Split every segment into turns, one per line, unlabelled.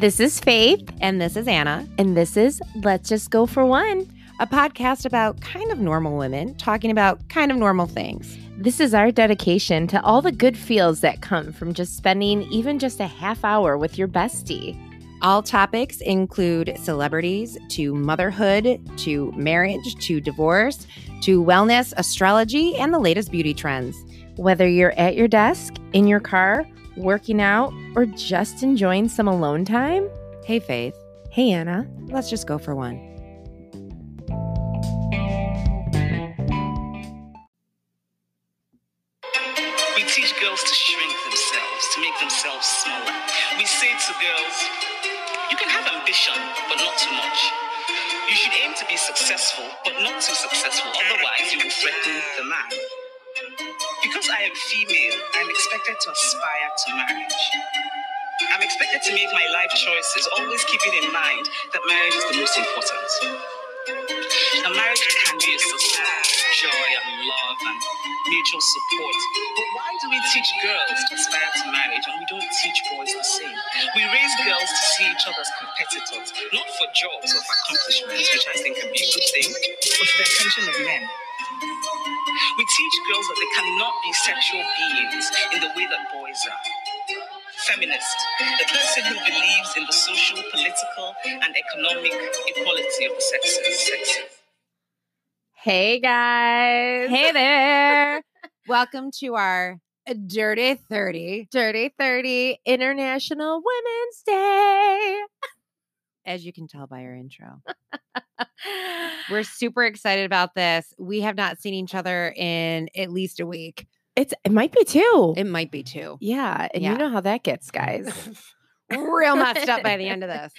This is Faith,
And this is Anna,
and this is Let's Just Go for One.
a podcast about kind of normal women talking about kind of normal things.
This is our dedication to all the good feels that come from just spending even just a half hour with your bestie.
All topics include celebrities to motherhood, to marriage, to divorce, to wellness, astrology, and the latest beauty trends.
Whether you're at your desk, in your car, working out, or just enjoying some alone time.
Hey, Faith,
Hey, Anna.
let's just go for one.
We teach girls to shrink themselves, to make themselves smaller. We say to girls, you can have ambition, but not too much. You should aim to be successful, but not too successful, otherwise, you will threaten the man. Because I am female, I'm expected to aspire to marriage. I'm expected to make my life choices, always keeping in mind that marriage is the most important. A marriage can be a source of joy and love and mutual support. But why do we teach girls to aspire to marriage and we don't teach boys the same? We raise girls to see each other as competitors, not for jobs or for accomplishments, which I think can be a good thing, but for the attention of men. We teach girls that they cannot be sexual beings in the way that boys are feminist, the person who believes in the social, political, and economic equality of the sexes. sexes.
Hey, guys.
Hey there. Welcome to our Dirty 30.
Dirty 30 International Women's Day.
As you can tell by our intro, we're super excited about this. We have not seen each other in at least a week.
It's, it might be two.
It might be two.
yeah. And
Yeah.
you know how that gets, guys.
Real messed up by the end of this.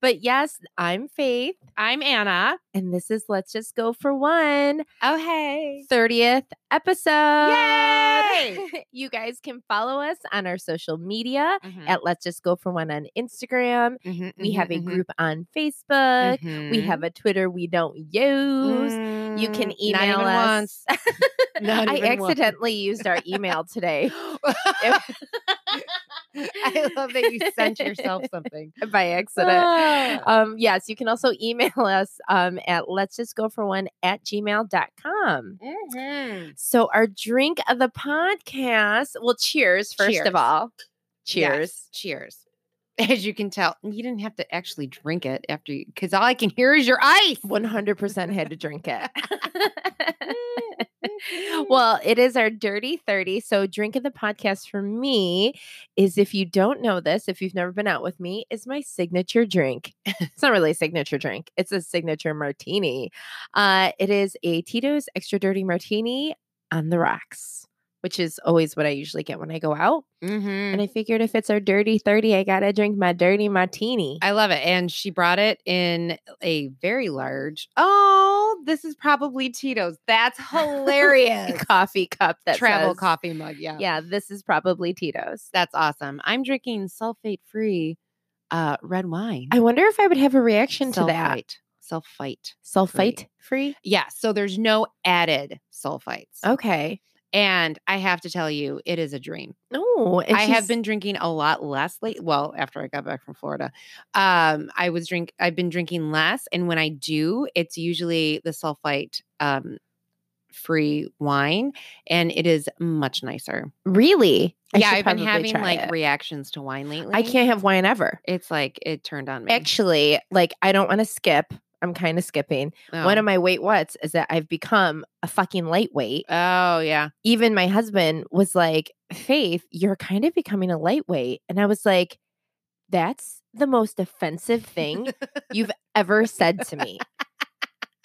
But yes, I'm Faith, ah,
I'm Anna.
and this is Let's Just Go for One
Oh, hey.
30th episode.
Yay!
you guys can follow us on our social media
Mhm,
at Let's Just Go for One on Instagram.
mhm,
We
mhm,
have a
mhm,
group on Facebook. We
mhm.
have a Twitter we don't use. You can
Mm, not
email
even
us.
Not
I
even once.
accidentally used our email today
I love that you sent yourself something.
by accident. um, yes, you can also email us um, at let's just go for one at gmail.com.
Mhm.
So, our drink of the podcast, well, cheers, first
Cheers.
of all.
Cheers.
Cheers.
Cheers. As you can tell, you didn't have to actually drink it after you, because all I can hear is your ice.
100% had to drink it. well, it is our dirty 30. So, drink of the podcast for me is if you don't know this, if you've never been out with me, is my signature drink. it's not really a signature drink, it's a signature martini. Uh, it is a Tito's extra dirty martini on the rocks, which is always what I usually get when I go out.
Mhm.
And I figured if it's our dirty 30, I got to drink my dirty martini.
I love it. And she brought it in a very large. Oh, this is probably Tito's. That's hilarious.
coffee cup that
Travel
says-
coffee mug. Yeah.
Yeah, this is probably Tito's.
That's awesome. I'm drinking sulfate free uh, red wine.
I wonder if I would have a reaction to that.
Sulfite. Sulfite.
Sulfite free?
Yeah. So there's no added sulfites.
Okay.
And I have to tell you, it is a dream.
No, and
I have
she's-
been drinking a lot less late. Well, after I got back from Florida, um, I was drink. I've been drinking less, and when I do, it's usually the sulfite um, free wine, and it is much nicer.
really. I
yeah,
should
I've been
probably
having
try
like
it.
reactions to wine lately.
I can't have wine ever.
It's like it turned on me.
Actually, like I don't want to skip. I'm kind of skipping.
Oh.
One of my weight whats is that I've become a fucking lightweight.
Oh yeah.
Even my husband was like, "Faith, you're kind of becoming a lightweight," and I was like, "That's the most offensive thing you've ever said to me."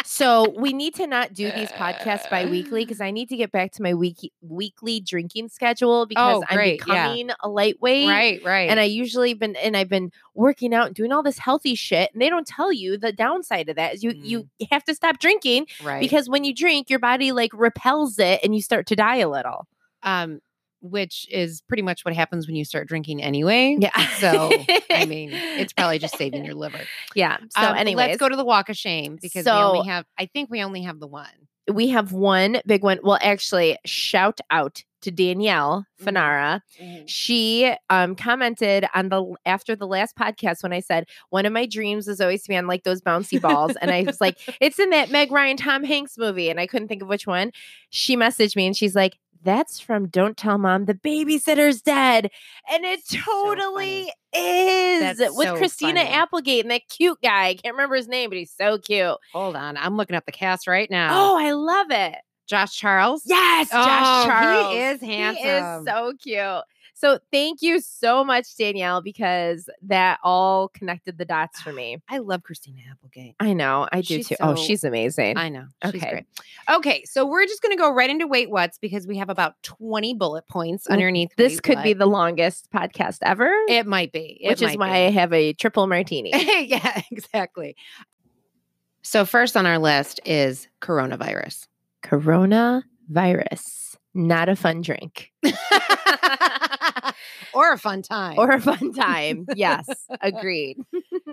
So we need to not do these podcasts bi-weekly because I need to get back to my week- weekly drinking schedule because
Oh,
I'm
great, yeah.
becoming a lightweight.
Right. Right.
And I usually been and I've been working out and doing all this healthy shit. And they don't tell you the downside of that is you you
Mm.
have to stop drinking
right.
because when you drink, your body like repels it and you start to die a little.
um, which is pretty much what happens when you start drinking anyway.
Yeah.
So I mean, it's probably just saving your liver.
yeah. So
Um,
anyways,
let's go to the walk of shame because we
So-
only have. I think we only have the one.
we have one big one. Well, actually, shout out to Danielle
Mhm.
Fanara, she um commented on the after the last podcast when I said one of my dreams is always to be on like those bouncy balls, and I was like, it's in that Meg Ryan Tom Hanks movie, and I couldn't think of which one. She messaged me and she's like, "That's from Don't Tell Mom the Babysitter's Dead," and it
So
totally
funny.
is
That's
with
so
Christina
funny.
Applegate and that cute guy. I can't remember his name, but he's so cute.
Hold on. I'm looking up the cast right now.
Oh, I love it.
Josh Charles.
Yes,
Oh,
Josh Charles.
He is
He is
handsome.
so cute. So thank you so much, Danielle, because that all connected the dots for me.
I love Christina Applegate.
I know, I do
She's
too. oh,
so-
she's amazing.
I know. She's
Okay.
great. Okay. So we're just going to go right into Wait What's because we have about 20 bullet points
Well,
underneath.
this
Wait
could be
What.
the longest podcast ever,
It might be. It
which is
might
why
be.
I have a triple martini.
yeah, exactly. So first on our list is coronavirus.
Corona virus, not a fun drink
or a fun time.
or a fun time. yes, agreed.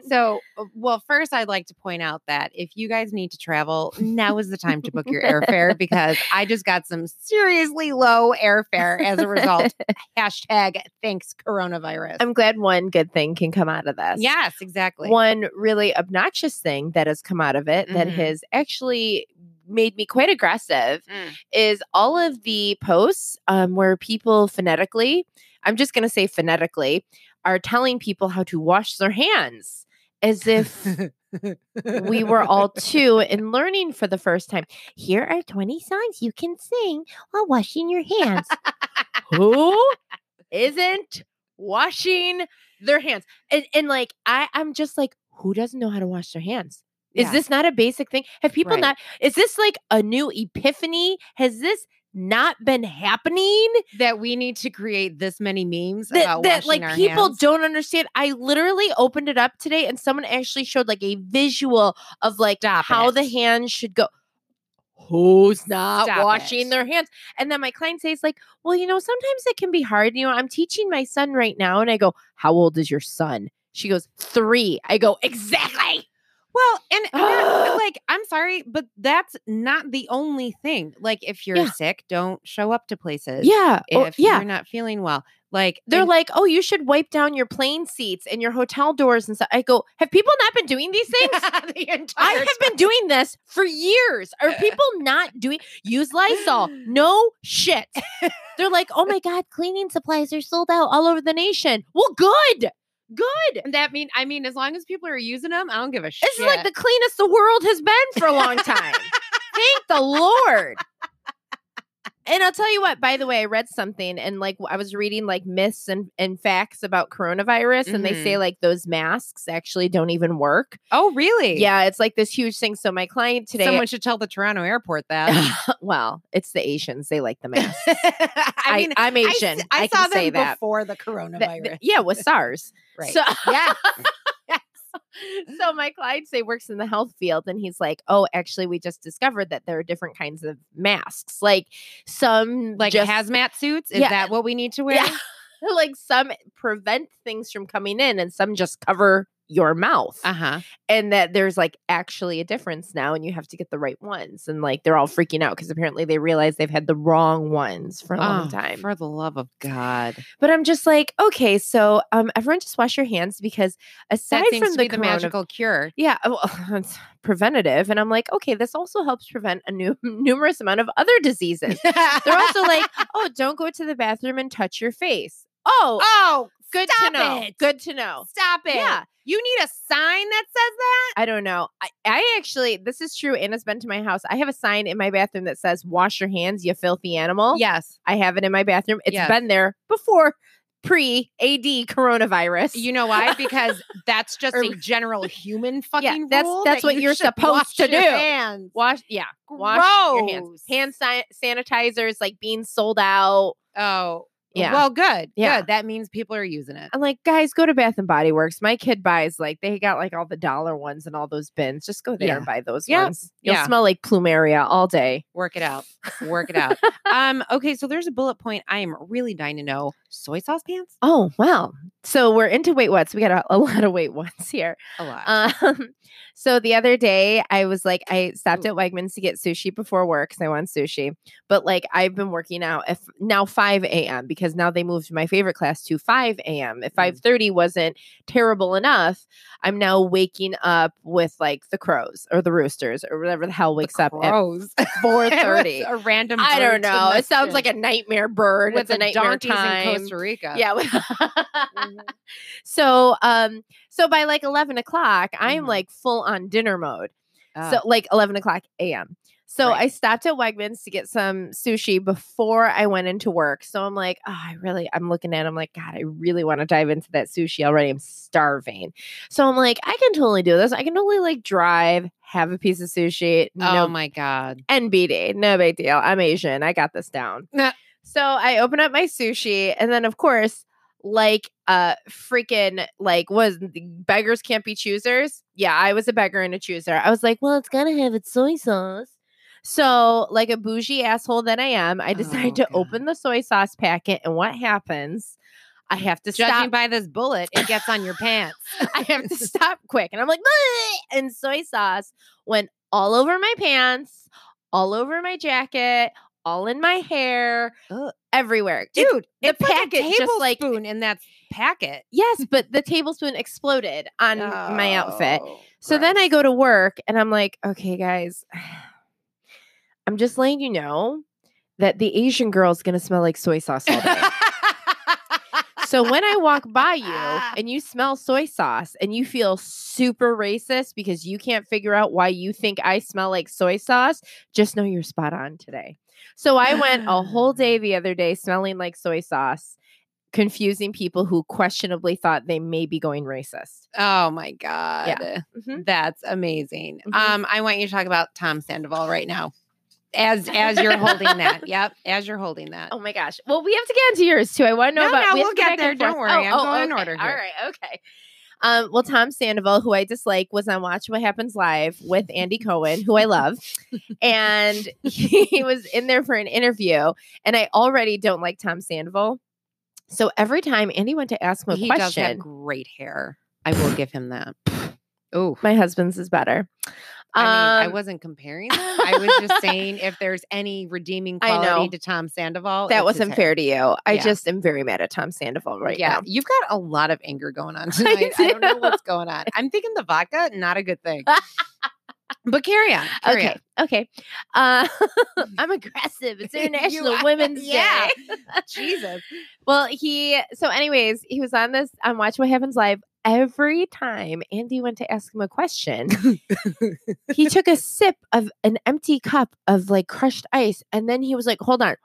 so, uh, well, first I'd like to point out that if you guys need to travel, now is the time to book your airfare because I just got some seriously low airfare as a result. Hashtag thanks coronavirus.
I'm glad one good thing can come out of this.
yes, exactly.
one really obnoxious thing that has come out of it that
Mhm.
has actually made me quite aggressive
Mm.
is all of the posts um, where people phonetically, I'm just going to say phonetically, are telling people how to wash their hands as if we were all two and learning for the first time. Here are 20 songs you can sing while washing your hands. Who isn't washing their hands? And, and like, I, I'm just like, who doesn't know how to wash their hands? Is
Yeah.
this not a basic thing? Have people
Right.
not? Is this like a new epiphany? Has this not been happening?
that we need to create this many memes
That,
about
that
washing
like
our
people
hands?
don't understand. I literally opened it up today and someone actually showed like a visual of like
Stop
how the
it.
hand should go. Who's not
Stop
washing
it.
their hands? And then my client says, like, well, you know, sometimes it can be hard. You know, I'm teaching my son right now. And I go, How old is your son? She goes, Three. I go, Exactly.
Well, and that- like, I'm sorry, but that's not the only thing. Like, if you're
Yeah.
sick, don't show up to places.
Yeah. or-
If
yeah.
you're not feeling well, like
They're
and-
like, oh, you should wipe down your plane seats and your hotel doors and stuff. I go, have people not been doing these things?
the
I
entire
have been doing this for years. Are people not doing use Lysol? No shit. They're like, oh my God, cleaning supplies are sold out all over the nation. Well, good. Good.
time. That mean I mean, as long as people are using them, I don't give a shit.
This is like the cleanest the world has been for a long time. Thank the Lord. And I'll tell you what, by the way, I read something and like I was reading like myths and, and facts about coronavirus, and they say like those masks actually don't even work.
oh really?
Yeah, it's like this huge thing. So my client today,
Someone should tell the Toronto airport that.
well, it's the Asians. They like the masks.
I
I
mean,
I, am
I s-
Asian.
I,
I,
saw
can
them
say that.
before the
Th-
coronavirus.
th- yeah, with SARS.
right.
So
yeah.
so my client say works in the health field and he's like, "Oh, actually we just discovered that there are different kinds of masks. Like some
Like
just,
hazmat suits. Is
Yeah.
that what we need to wear?
Yeah. like some prevent things from coming in and some just cover your mouth.
Uh-huh.
and that there's like actually a difference now and you have to get the right ones and like they're all freaking out because apparently they realize they've had the wrong ones for a long
Oh,
time.
For the love of God.
But I'm just like, okay, so um, everyone just wash your hands because aside
that seems
from
to
the,
be the
corona-
magical cure.
yeah, well, it's preventative, and I'm like, okay, this also helps prevent a new numerous amount of other diseases. They're also like, oh, don't go to the bathroom and touch your face. Oh,
oh,
good
stop
to know.
it.
Good to know.
stop it.
Oh. Yeah.
You need a sign that says that?
I don't know. I, I actually, this is true. Anna's been to my house. I have a sign in my bathroom that says, wash your hands, you filthy animal.
Yes.
I have it in my bathroom. It's
Yes.
been there before pre AD coronavirus.
You know why? Because that's just
Or-
a general human fucking rule.
that's- that's
that
what
you
you're
should
supposed
wash
to
your
do.
hands.
wash, yeah, wash your hands.
Gross.
Hand san- sanitizers like being sold out.
Oh.
Yeah.
Well, good.
Yeah. Um,
Good. That means people are using it.
I'm like, guys, go to Bath and Body Works. My kid buys like they got like all the dollar ones and all those bins. Just go there
Yeah.
and buy those
Yep.
ones. You'll
Yeah.
smell like plumeria all day.
Work it out. Work it out. um, okay, so there's a bullet point I am really dying to know. Soy sauce pants?
Oh wow, So we're into Weight Whats. We got a, a lot of Weight Whats here.
A lot.
Um, so the other day I was like, I stopped
Ooh.
at Wegmans to get sushi before work because I want sushi. But like I've been working out if now 5 a.m. because now they moved my favorite class to 5 a.m. If
Mm.
5:30 wasn't terrible enough, I'm now waking up with like the crows or the roosters or whatever the hell wakes up at
Crows.
4:30.
a random.
I
bird
don't
to
know. It sounds
message.
like a nightmare bird.
with
it's a
the
nightmare
donkeys
time.
in Costa Rica.
Yeah.
Mhm.
So um so by like eleven o'clock, I'm
Mhm.
like full on dinner mode.
Ah,
So like eleven o'clock AM. So
Right.
I stopped at Wegmans to get some sushi before I went into work. So I'm like, oh, I really I'm looking at it, I'm like, God, I really want to dive into that sushi already. I'm starving. So I'm like, I can totally do this. I can totally like drive, have a piece of sushi,
oh
no
my god.
NBD, no big deal. I'm Asian. I got this down.
Nah.
So I open up my sushi, and then of course, like uh freaking like was beggars can't be choosers. Yeah, I was a beggar and a chooser. I was like, well, it's gonna have its soy sauce. So, like a bougie asshole that I am, I decide
Oh,
to open the soy sauce packet, and what happens? I have to
Judging
stop.
by this bullet, it gets on your pants.
I have to stop quick. And I'm like, "Bleh!" and soy sauce went all over my pants, all over my jacket, all in my hair,
Ugh.
everywhere. It-
Dude,
the
it's like
packet
a
just, like-
tablespoon in that packet
yes, but the tablespoon exploded on my outfit.
Oh,
So then I
gross.
go to work and I'm like, okay, guys, I'm just letting you know that the Asian girl's gonna smell like soy sauce all day. So when I walk by you and you smell soy sauce and you feel super racist because you can't figure out why you think I smell like soy sauce, just know you're spot on today. So I went a whole day the other day smelling like soy sauce, confusing people who questionably thought they may be going racist.
Oh my god.
Mhm.
That's amazing.
Mhm.
Um, I want you to talk about Tom Sandoval right now. As as you're holding that. Yep. As you're holding that.
Oh my gosh. Well, we have to get into yours too. I want to know
No,
about
no,
we have
we'll
to go
get
back
there.
and
Don't
forth.
worry, I'm
oh,
going in
okay.
order
All
here.
right. Okay. Um, well, Tom Sandoval, who I dislike, was on Watch What Happens Live with Andy Cohen, who I love. and he was in there for an interview. And I already don't like Tom Sandoval. So every time Andy went to ask him a
he does have
question,
great hair. I will give him that. Oh,
my husband's is better.
I mean, I
Um,
wasn't comparing them. I was just saying if there's any redeeming
I know.
quality to Tom Sandoval, it's
that
his
wasn't
hair.
fair to you. I
Yeah.
just am very mad at Tom Sandoval right
yeah,
now.
you've got a lot of anger going on tonight. I, don't know
do.
what's going on. I'm thinking the vodka, not a good thing. but carry on. carry
Okay.
on.
Okay. Uh, I'm aggressive. It's International
are.
Women's Day.
Yeah. Jesus.
Well, he so anyways, he was on this on Watch What Happens Live. Every time Andy went to ask him a question, he took a sip of an empty cup of like crushed ice and then he was like, "Hold on.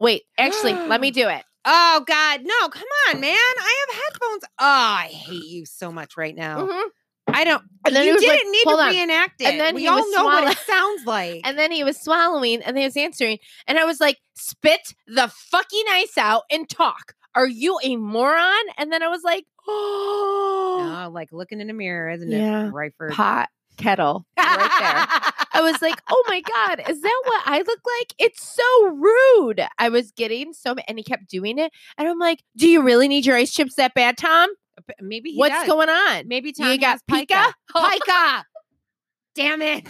Wait, actually, let me do it."
Oh God, no! Come on, man! I have headphones. Oh, I hate you so much right now.
Mhm.
I don't.
And then he
you
was like,
didn't need
"Hold
to
on."
reenact it.
And then
we
he
all
was
know
swallow-
what it sounds like.
And then he was swallowing and he was answering and I was like, "Spit the fucking ice out and talk. Are you a moron?" And then I was like, "Oh,
oh, like looking in a mirror, isn't
Yeah.
it? Right for
pot kettle right there." I was like, oh my God, is that what I look like? It's so rude. I was getting so mad, and he kept doing it. And I'm like, do you really need your ice chips that bad, Tom?
there. Maybe he
What's
does.
going on?
Maybe
You
Tom
got
has pica.
Pika? Oh.
Pica. Damn it.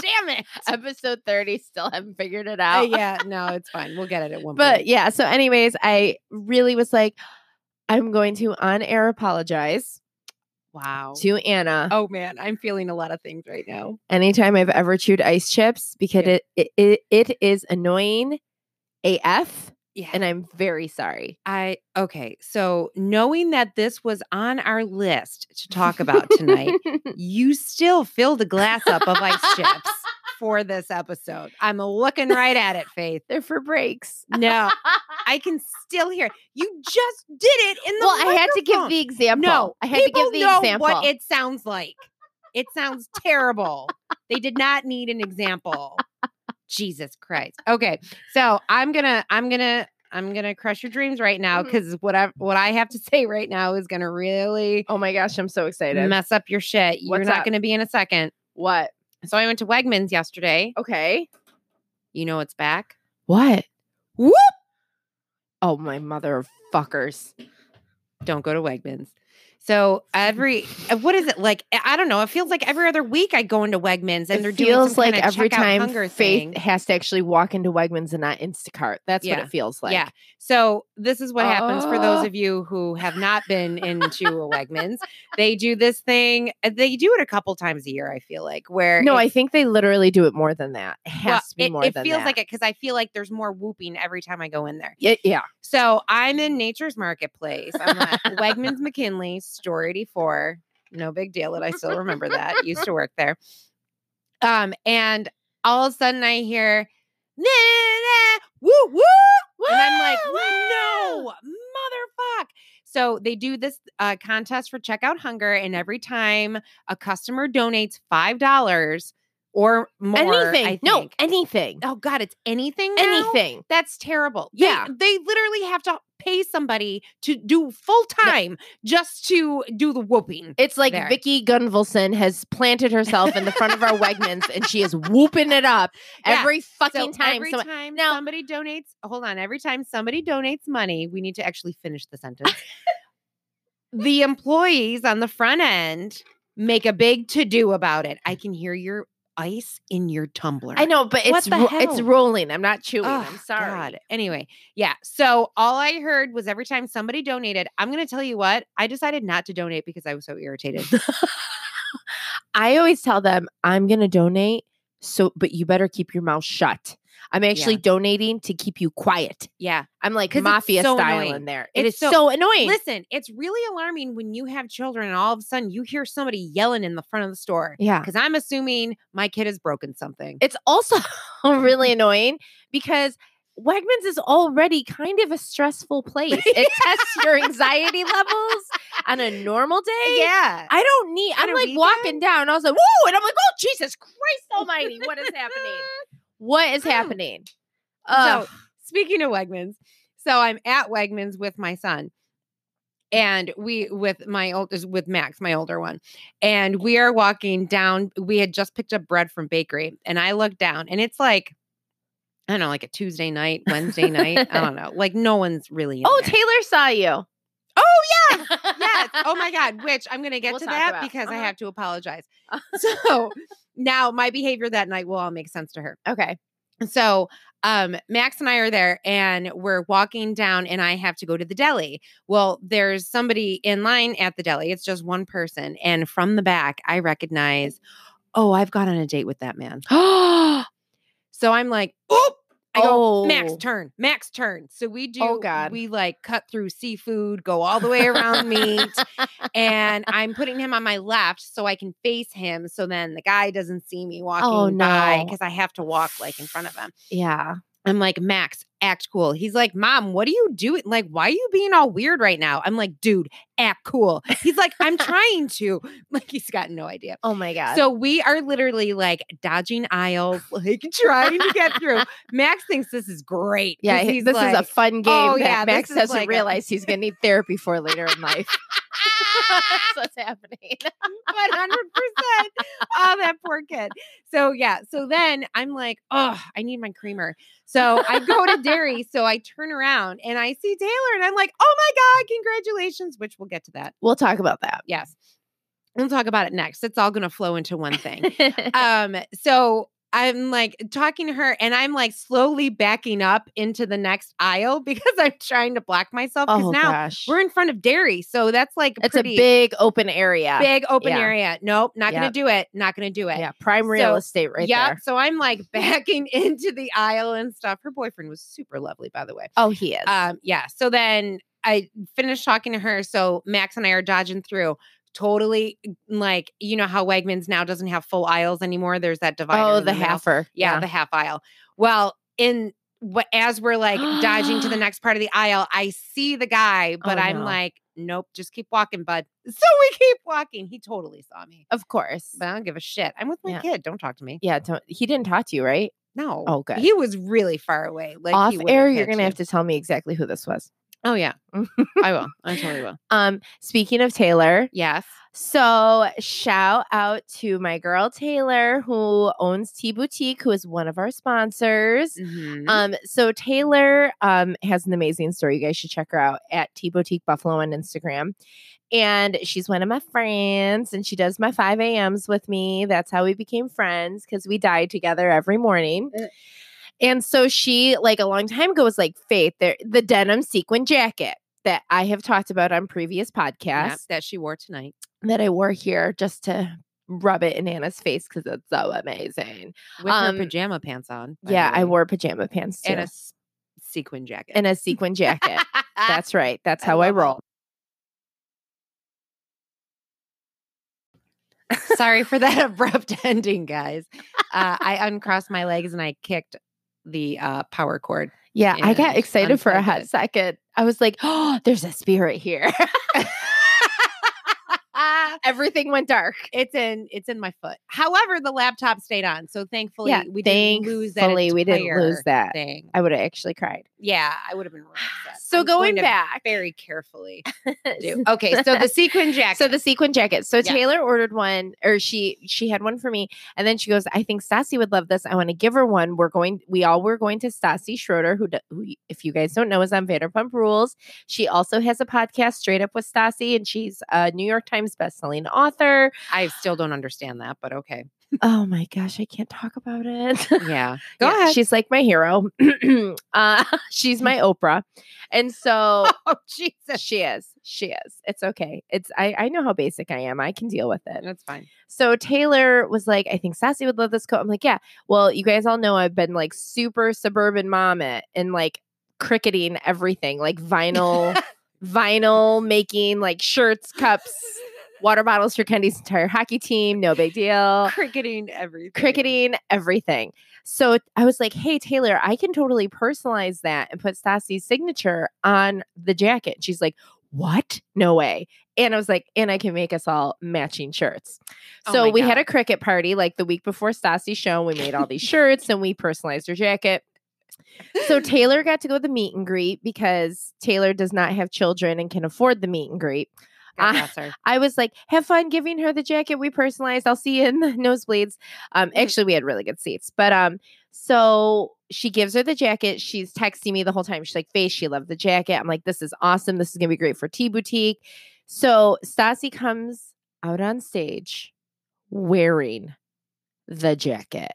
Damn it.
Episode 30, still haven't figured it
Uh,
out.
yeah, no, it's fine. We'll get it at one
Oh. But
point.
yeah, so, anyways, I really was like, I'm going to on air apologize
Wow.
to Anna
Oh man, I'm feeling a lot of things right now.
anytime I've ever chewed ice chips because
Yeah.
it, it, it, it is annoying AF,
Yeah.
and I'm very sorry.
I okay, so knowing that this was on our list to talk about tonight, you still fill the glass up of ice chips for this episode. I'm looking right at it, Faith.
They're for breaks.
No, I can still hear. it. You just did it in the
well, I had to give
microphone.
the example.
No,
I had to
people
give the
know
example.
what it sounds like. It sounds terrible. they did not need an example. Jesus Christ. Okay, so I'm gonna, I'm gonna, I'm gonna crush your dreams right now
Mhm.
because what I what I have to say right now is gonna really
oh my gosh, I'm so excited.
mess up your shit. You're
What's
not
up?
gonna be in a second.
what?
So I went to Wegmans yesterday.
Okay.
You know it's back.
What?
Whoop!
Oh my mother of fuckers.
Don't go to Wegmans. So every uh, what is it like? I I don't know. It feels like every other week I go into Wegmans and
it
they're doing
feels
some
like
kinda
every
checkout
time
hunger
Faith
thing.
has to actually walk into Wegmans and not Instacart. That's
Yeah.
what it feels like.
yeah. So this is what happens for those
Oh.
of you who have not been into a Wegmans. They do this thing. uh, They do it a couple times a year. I feel like where
No,
it's-
I think they literally do it more than that. It has
well,
to be
it,
more
it
than
feels
that.
like it because I feel like there's more whooping every time I go in there.
yeah, yeah.
So I'm in Nature's Marketplace. I'm at Wegmans McKinley, store 84. No big deal that I still remember that. Used to work there. Um, and all of a sudden I hear "Nah, nah, nah, woo woo, and I'm like,
Woo,
no, motherfuck. So they do this uh, contest for checkout hunger, and every time a customer donates five dollars or more,
anything.
I
No,
think-
anything.
oh god, it's anything, now?
Anything.
That's terrible. They-
Yeah.
They, literally have to pay somebody to do full time just to do the whooping.
It's like
There.
Vicky Gunvalson has planted herself in the front of our Wegmans and she is whooping it up
Yeah.
every fucking
So
time.
Every
someone-
time
now-
somebody donates, hold on. Every time somebody donates money, we need to actually finish the sentence. the employees on the front end make a big to do about it. I can hear your ice in your tumbler.
I know, but
What
it's
the
ro- it's
hell?
rolling. I'm not chewing.
Oh,
I'm sorry.
Anyway, yeah. So all I heard was every time somebody donated, I'm going to tell you what, I decided not to donate because I was so irritated.
I always tell them I'm going to donate, so but you better keep your mouth shut. I'm actually donating to keep you quiet.
yeah.
I'm like
'Cause it's
mafia
so
style
annoying.
in there. It
It's
is
so-
so, annoying.
Listen, it's really alarming when you have children and all of a sudden you hear somebody yelling in the front of the store
yeah.
because I'm assuming my kid has broken something.
It's also really annoying because Wegmans is already kind of a stressful place. It tests your anxiety levels on a normal day.
yeah.
I don't need,
On
I'm
a
like walking down. I was like, whoa. And I'm like, oh, Jesus Christ Almighty. What is happening? What is happening? Uh, Ugh.
So speaking of Wegmans, so I'm at Wegmans with my son. And we with my old is with Max, my older one, and we are walking down. We had just picked up bread from bakery, and I look down, and it's like, I don't know, like a Tuesday night, Wednesday night. I don't know, like no one's really. in
oh,
there.
Taylor saw you.
oh yeah, yes. Oh my God. Which I'm going to get
We'll
to
talk
that
about-
because I
uh-huh.
have to apologize. So now my behavior that night will all make sense to her.
Okay.
So um, Max and I are there and we're walking down, and I have to go to the deli. Well, there's somebody in line at the deli. It's just one person. And from the back, I recognize, oh, I've gone on a date with that man.
oh,
So I'm like, oop. I go, Max
Oh.
turn, Max turn. So we do,
Oh, God.
we like cut through seafood, go all the way around meat, and I'm putting him on my left so I can face him. So then the guy doesn't see me walking by
Oh, no.
because I have to walk like in front of him.
yeah.
I'm like, Max, act cool. He's like, Mom, what are you doing? Like, why are you being all weird right now? I'm like, dude, act cool. He's like, I'm trying to. Like, he's got no idea.
Oh my God.
So we are literally like dodging aisles, like trying to get through. Max thinks this is great.
yeah,
'cause
he-
he's
this is a
like,
fun game
"Oh,
that
yeah, this
Max
is
doesn't
like a-
realize he's going to need therapy for later in life. That's what's happening.
one hundred percent. Oh, that poor kid. So yeah. So then I'm like, oh, I need my creamer. So I go to dairy. So I turn around and I see Taylor, and I'm like, oh my god, congratulations! Which we'll get to that.
We'll talk about that.
Yes, we'll talk about it next. It's all going to flow into one thing. um so i'm like talking to her and i'm like slowly backing up into the next aisle because i'm trying to block myself because
oh
now
gosh,
we're in front of dairy so that's like
it's a
pretty
big open area.
big open
yeah.
area nope not gonna
Yep.
do it not gonna do it
yeah, prime real
So,
estate right
Yep,
there.
so i'm like backing into the aisle and stuff her boyfriend was super lovely by the way
Oh, he is.
um yeah so then i finished talking to her so max and i are dodging through totally like you know how wegmans now doesn't have full aisles anymore there's that divider
oh,
in
the
middle.
halfer.
yeah, the half aisle. Well, in what as we're like dodging to the next part of the aisle, I see the guy, but
Oh,
I'm
no.
like, nope, just keep walking, bud. So we keep walking. He totally saw me,
of course.
but I don't give a shit. I'm with my
Yeah.
kid. Don't talk to me.
yeah, don't- he didn't talk to you, right?
No.
Oh, good.
He was really far away. Like
Off
he wouldn't
air,
have
you're
hit
gonna
you.
have to tell me exactly who this was.
Oh yeah, I will. I totally will.
Um, speaking of Taylor,
Yes.
So shout out to my girl Taylor, who owns Tea Boutique, who is one of our sponsors.
Mhm.
Um, so Taylor um has an amazing story. You guys should check her out at T Boutique Buffalo on Instagram. And she's one of my friends, and she does my 5 a.m.s with me. That's how we became friends because we died together every morning.
Eh.
And so she, like a long time ago, was like, Faith, there the denim sequin jacket that I have talked about on previous podcasts
Yep, that she wore tonight.
that I wore here just to rub it in Anna's face because it's so amazing.
with
Um,
her pajama pants on. by the
yeah, I
way,
wore pajama pants too.
and a s- sequin jacket.
and a sequin jacket. That's right. That's
I
how I,
love it.
roll.
sorry for that abrupt ending, guys. Uh, I uncrossed my legs and I kicked the uh, power cord.
Yeah, I got
and
excited for a
unplugged
hot
it.
second. I was like, "Oh, there's a spirit here." Everything went dark.
It's in it's in my foot. However, the laptop stayed on, so thankfully
yeah,
we didn't lose that.
thankfully we didn't lose
entire
that.
thing.
I would have actually cried.
Yeah, I would have been. Really upset.
So
I'm
going
to
back,
very carefully. do. Okay, so the sequin jacket.
so the sequin jacket. So
Yeah.
Taylor ordered one, or she she had one for me, and then she goes, "I think Stassi would love this. I want to give her one. We're going. We all were going to Stassi Schroeder, who, d- who, if you guys don't know, is on Vanderpump Rules. She also has a podcast, Straight Up with Stassi, and she's a New York Times bestselling author.
I still don't understand that, but okay.
oh my gosh, I can't talk about it.
Yeah,
Yeah, She's like my hero. uh, she's my Oprah, and so
Oh Jesus,
she is. She is. It's okay. It's I. I know how basic I am. I can deal with it.
that's fine.
So Taylor was like, I think Sassy would love this coat. I'm like, yeah. Well, you guys all know I've been like super suburban mom it and like cricketing everything, like vinyl, vinyl making like shirts, cups, water bottles for Kenny's entire hockey team. No big deal.
cricketing everything.
Cricketing, everything. So I was like, hey, Taylor, I can totally personalize that and put Stassi's signature on the jacket. And she's like, what? No way. And I was like, and I can make us all matching shirts.
Oh
So
my
we had
God.
a cricket party like the week before Stassi's show. We made all these shirts and we personalized her jacket. So Taylor got to go to the meet and greet because Taylor does not have children and can afford the meet and greet.
God
I-
bless her.
I was like, have fun giving her the jacket we personalized. I'll see you in the nosebleeds. Um,
Mm-hmm.
actually, we had really good seats, but um, so she gives her the jacket. She's texting me the whole time. She's like, Face, she loved the jacket. I'm like, this is awesome. This is gonna be great for Tea Boutique. So Stassi comes out on stage wearing the jacket.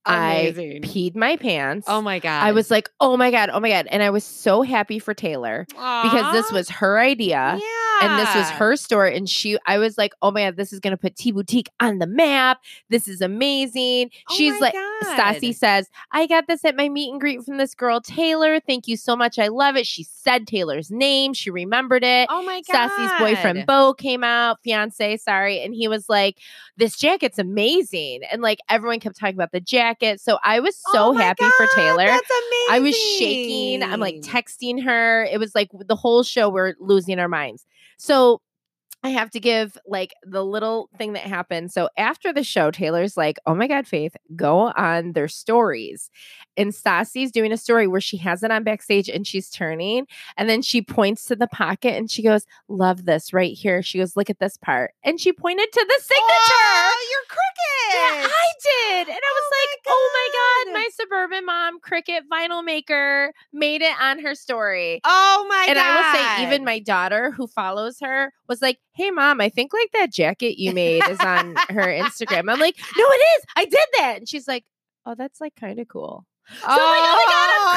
I peed my pants.
oh my god.
I was like, oh my God, oh my God. And I was so happy for Taylor because this
Aw,
was her idea and this was
yeah.
her store and she i was like oh my god this is gonna put t boutique on the map this is amazing
Oh
she's
my
like
God.
Stassi says, I got this at my meet and greet from this girl, Taylor. Thank you so much. I love it. She said Taylor's name. She remembered it.
Oh my god.
Stassi's boyfriend Bo came out, fiance, sorry, and he was like, "This jacket's amazing," and like everyone kept talking about the jacket. So I was
Oh
so
my
happy for
God,
Taylor.
That's amazing.
I was shaking. I'm like texting her. It was like the whole show we're losing our minds. So I have to give like the little thing that happened. So after the show, Taylor's like, "Oh my god, Faith, go on their stories." And Stassi's doing a story where she has it on backstage and she's turning, and then she points to the pocket and she goes, "Love this right here." She goes, "Look at this part," and she pointed to the signature.
Oh, your
Yeah,
cricket.
I did. And I was like, oh my God,
God.
my suburban mom, Cricket vinyl maker, made it on her story.
oh my
and
god.
I will say, even my daughter who follows her was like, hey, mom, I think like that jacket you made is on her Instagram. I'm like, no, it is. I did that. And she's like, oh, that's like kind of cool.
oh,
So I'm like, oh my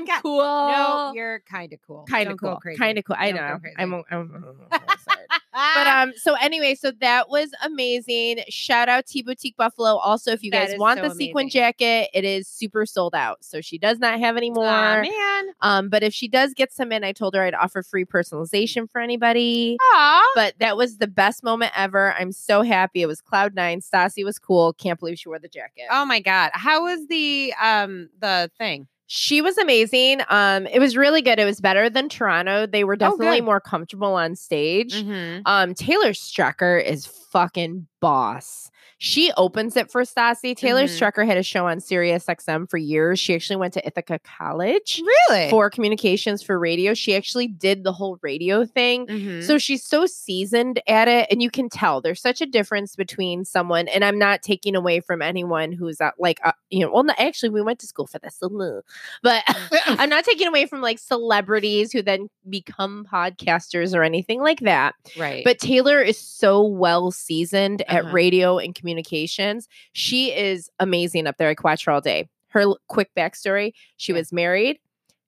God, I'm cool. I'm
No,
cool.
you're kind of cool.
kind of
Don't go
Oh. cool.
crazy.
Kind of cool. I
Don't go
know.
crazy.
I'm, I'm, I'm sorry but
Ah,
um so anyway so that was amazing shout out t boutique buffalo also if you
That
guys
is
want
so
the sequin
amazing.
jacket it is super sold out so she does not have any more
aw, man.
um but if she does get some in i told her i'd offer free personalization for anybody
Aw.
but that was the best moment ever i'm so happy it was cloud nine stassi was cool can't believe she wore the jacket
Oh my god. How was the um the thing?
she was amazing um it was really good it was better than toronto they were definitely
Oh, good.
more Mm-hmm. comfortable on stage Um, Taylor Strecker is fucking boss. She opens it for Stassi. Taylor
Mhm.
Strucker had a show on Sirius XM for years. She actually went to Ithaca College
Really?
for communications for radio. She actually did the whole radio thing.
Mhm.
So she's so seasoned at it, and you can tell there's such a difference between someone. And I'm not taking away from anyone who's uh, like, uh, you know, well, no, actually, we went to school for this, so, but
Mm-hmm.
I'm not taking away from like celebrities who then become podcasters or anything like that.
right.
But Taylor is so well seasoned
Uh-huh.
at radio and communications. She is amazing up there. I could watch her all day. Her l- quick backstory she
Yeah.
was married,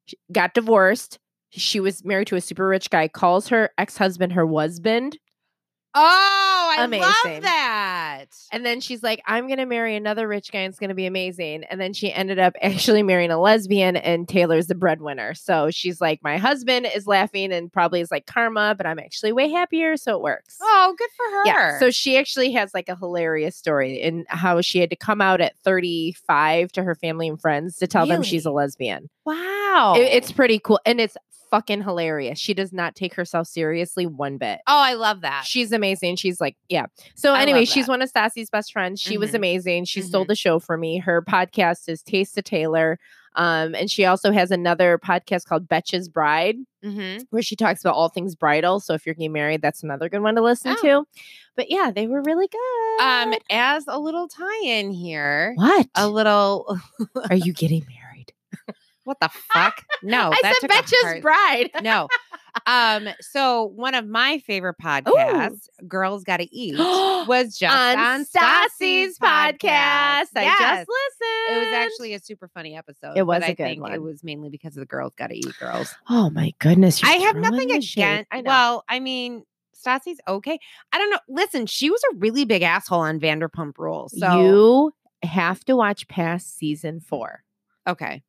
sh- got divorced. She was married to a super rich guy, calls her ex husband her husband.
oh, I love
Amazing.
that.
And then she's like, I'm going to marry another rich guy. And it's going to be amazing. And then she ended up actually marrying a lesbian, and Taylor's the breadwinner. So she's like, My husband is laughing and probably is like karma, but I'm actually way happier. So it works.
Oh, good for her.
Yeah. So she actually has like a hilarious story in how she had to come out at 35 to her family and friends to tell them she's a lesbian.
wow.
It- it's pretty cool. And it's fucking hilarious. She does not take herself seriously one bit.
oh, I love that.
She's amazing. She's like, yeah. So
I
anyway,
love
she's
that.
one of Stassi's best friends. She was
Mhm.
amazing. She stole the show for me. Her podcast is Taste of Taylor. Um, and she also has another podcast called Betches Bride
Mhm.
where she talks about all things bridal. So if you're getting married, that's another good one to listen
Oh.
to. But yeah, they were really good.
Um, as a little tie-in here,
what
a little
are you getting married?
what the fuck? No,
I
Oh, that
said
took a hard-
Betches Bride.
no. Um, so one of my favorite podcasts, Girls Gotta Eat, was just on,
on
Stassi's
Stassi's podcast. I
Yes.
just listened.
It was actually a super funny episode.
It was
but
a
I
good
think It
one.
was mainly because of the Girls Gotta Eat Girls.
Oh my goodness! you're
I have
throwing
nothing
me shade.
against.
I know.
Well, I mean, Stassi's okay. I don't know. Listen, she was a really big asshole on Vanderpump Rules. So
you have to watch past season four.
okay,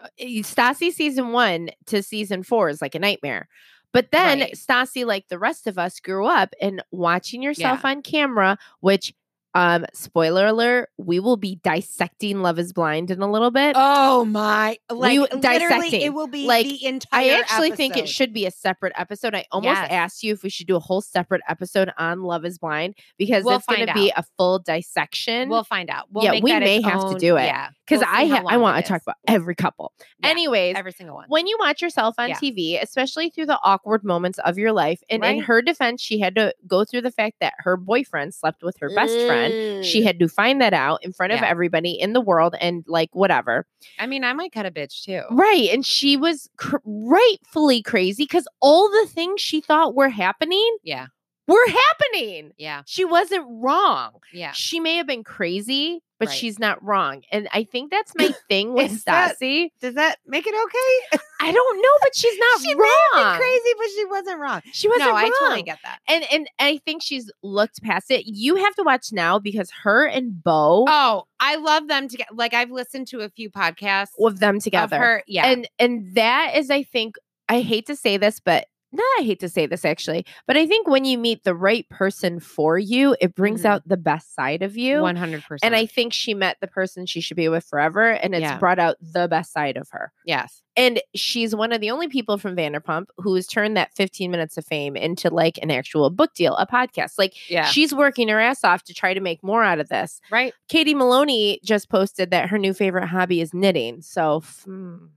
Uh, Stassi season one to season four is like a nightmare. But then
Right.
Stassi, like the rest of us, grew up and watching yourself on camera, which um spoiler alert, we will be dissecting Love is Blind in a little bit.
Oh my! Like
We-
literally, it
dissecting.
will be
Like,
the entire.
I actually think it
episode.
should be a separate episode. I almost
Yes.
asked you if we should do a whole separate episode on Love is Blind because
We'll
it's going
find
to be a full dissection.
We'll find out. We'll
Yeah,
make
we
that its
may have to
own-
do it,
Yeah,
because
we'll see
I
how
ha- I
long
want
it
to talk
is.
about every couple.
Yeah,
Anyways,
every single one.
when you watch yourself on
Yeah.
TV, especially through the awkward moments of your life, and in
Right.
her defense, she had to go through the fact that her boyfriend slept with her best friend. She
Ugh.
had to find that out in front of
Mm. Yeah.
everybody in the world and like whatever.
I mean, I might cut a bitch too.
Right. And she was cr- rightfully crazy because all the things she thought were happening
Yeah,
were happening.
yeah,
She wasn't wrong.
yeah.
She may have been crazy, but
Right.
she's not wrong. And I think that's my thing with
Is that-
Stassi.
Does that make it okay?
I don't know, but she's not
she
wrong.
may have been crazy, but she wasn't wrong.
She wasn't
no,
wrong.
I totally get that.
and and I think she's looked past it. You have to watch now because her and Bo
Oh, I love them together. Like I've listened to a few podcasts
with them
of
together.
her. Yeah,
And and that is I think I hate to say this, but no, I hate to say this actually, but I think when you meet the right person for you, it brings
Mhm.
out the best side of you.
one hundred percent.
And I think she met the person she should be with forever, and it's
Yeah.
brought out the best side of her.
yes,
And she's one of the only people from Vanderpump who has turned that 15 minutes of fame into like an actual book deal, a podcast. Like
yeah,
she's working her ass off to try to make more out of this.
right.
Katie Maloney just posted that her new favorite hobby is knitting. So f- mm,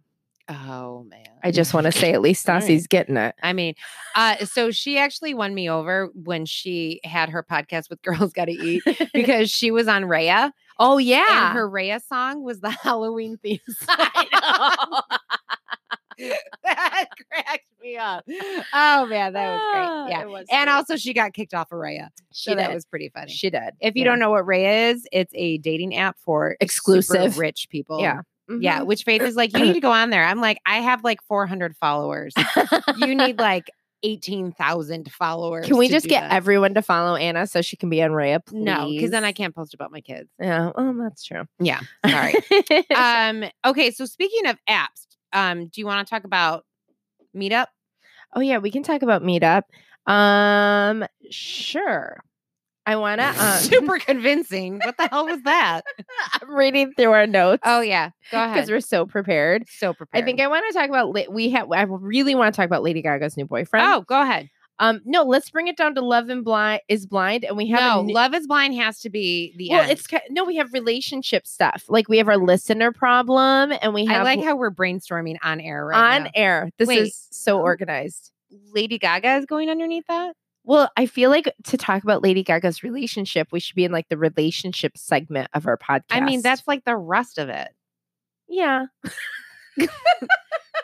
Oh man,
I just want to say at least
All right.
Stassi's getting it.
I mean, uh, so she actually won me over when she had her podcast with Girls Gotta Eat because she was on Raya.
Oh yeah.
And her Raya song was the Halloween theme song.
I know.
that cracked me up. Oh man, that
Ah,
was great. Yeah. And also she got kicked off of Raya.
she
So that
did.
was pretty funny.
she did.
if you don't know what Raya is, it's a dating app for super
Exclusive.
rich people.
Yeah. Mhm.
Yeah, which Faith is like, you need to go on there. I'm like, I have like 400 followers. You need like 18,000 followers.
Can we
to
just
do
get
that.
everyone to follow Anna so she can be on Raya? Please?
No, because then I can't post about my kids.
Yeah. Oh, that's true. Uh,
Yeah. Sorry. um, okay. So speaking of apps, um, do you want to talk about Meetup?
Oh yeah, we can talk about meetup. Um, sure. I wanna. Um,
Super convincing. What the hell was that?
I'm reading through our notes.
Oh yeah. Go
because
ahead.
we're so prepared.
So prepared.
I think I want to talk about. La- we have. I really want to talk about Lady Gaga's new boyfriend.
Oh, go ahead.
Um, no, let's bring it down to love and blind is blind, and we have a
No,
new-
Love is Blind has to be the
well,
end.
it's ki- no, we have relationship stuff. Like we have our listener problem, and we have
I like how we're brainstorming on air right
on
now.
air. This
Wait,
is so
who-
organized.
Lady Gaga is going underneath that.
Well, I feel like to talk about Lady Gaga's relationship, we should be in like the relationship segment of our podcast.
I mean, that's like the rest of it.
yeah.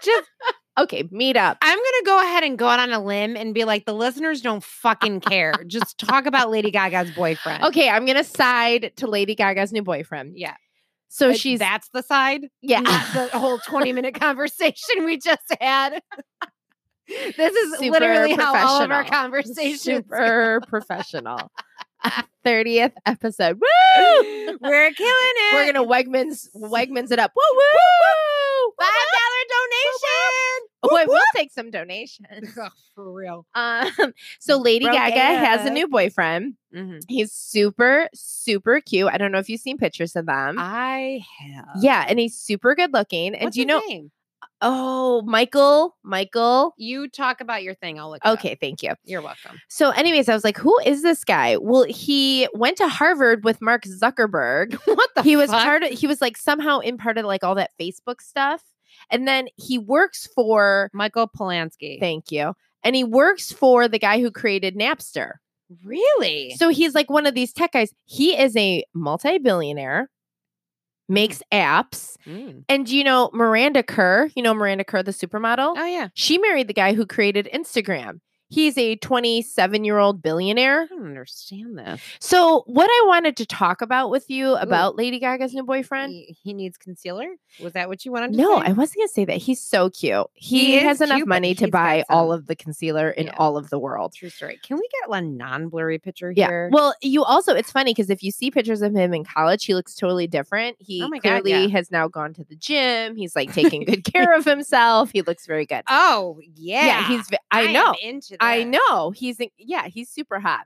Just
Okay, meet up.
I'm gonna go ahead and go out on a limb and be like, the listeners don't fucking care. Just talk about Lady Gaga's boyfriend.
Okay, I'm gonna side to Lady Gaga's new boyfriend.
Yeah.
So
Like,
she's
that's the side.
yeah.
Not the whole 20 minute conversation we just had. This is
Super
literally how all of our
professional.
conversations
super professional. 30th episode. Woo!
We're killing it.
We're gonna Wegmans Wegmans it up. Woo woo!
five dollar
Oh, I will take some donations.
donation. for real.
Um, so Lady
Broke
Gaga has a
AF.
new boyfriend.
Mm-hmm.
He's super, super cute. I don't know if you've seen pictures of them.
I have.
yeah, and he's super good looking. And
Uh, What's
do you
his
know?
name?
Oh, Michael, Michael.
You talk about your thing. I'll look. it up.
Okay, thank you.
You're welcome.
So, anyways, I was like, who is this guy? Well, he went to Harvard with Mark Zuckerberg.
What the?
he was
fuck?
part of he was like somehow in part of like all that Facebook stuff. And then he works for
Michael Polanski.
thank you. And he works for the guy who created Napster.
Really?
So he's like one of these tech guys. He is a multi-billionaire, makes apps.
Mm.
And do you know Miranda Kerr, you know Miranda Kerr, the supermodel?
Oh yeah.
She married the guy who created Instagram. He's a 27-year-old billionaire.
I don't understand this.
So, what I wanted to talk about with you about Lady Gaga's new boyfriend?
He, he needs concealer. Was that what you wanted? to
No,
say?
I wasn't gonna say that. He's so cute. He,
He is
has enough
cute, but
money to
he's got
buy all
some-
of the concealer in
Yeah.
all of the world.
True story. Can we get a non-blurry picture
Yeah.
here?
Well, you also it's funny because if you see pictures of him in college, he looks totally different. He
my God,
clearly
yeah.
has now gone to the gym. He's like taking good care of himself. He looks very good.
oh yeah.
he's. ve- I
am
know.
into. That.
I know. He's in- yeah, he's super hot.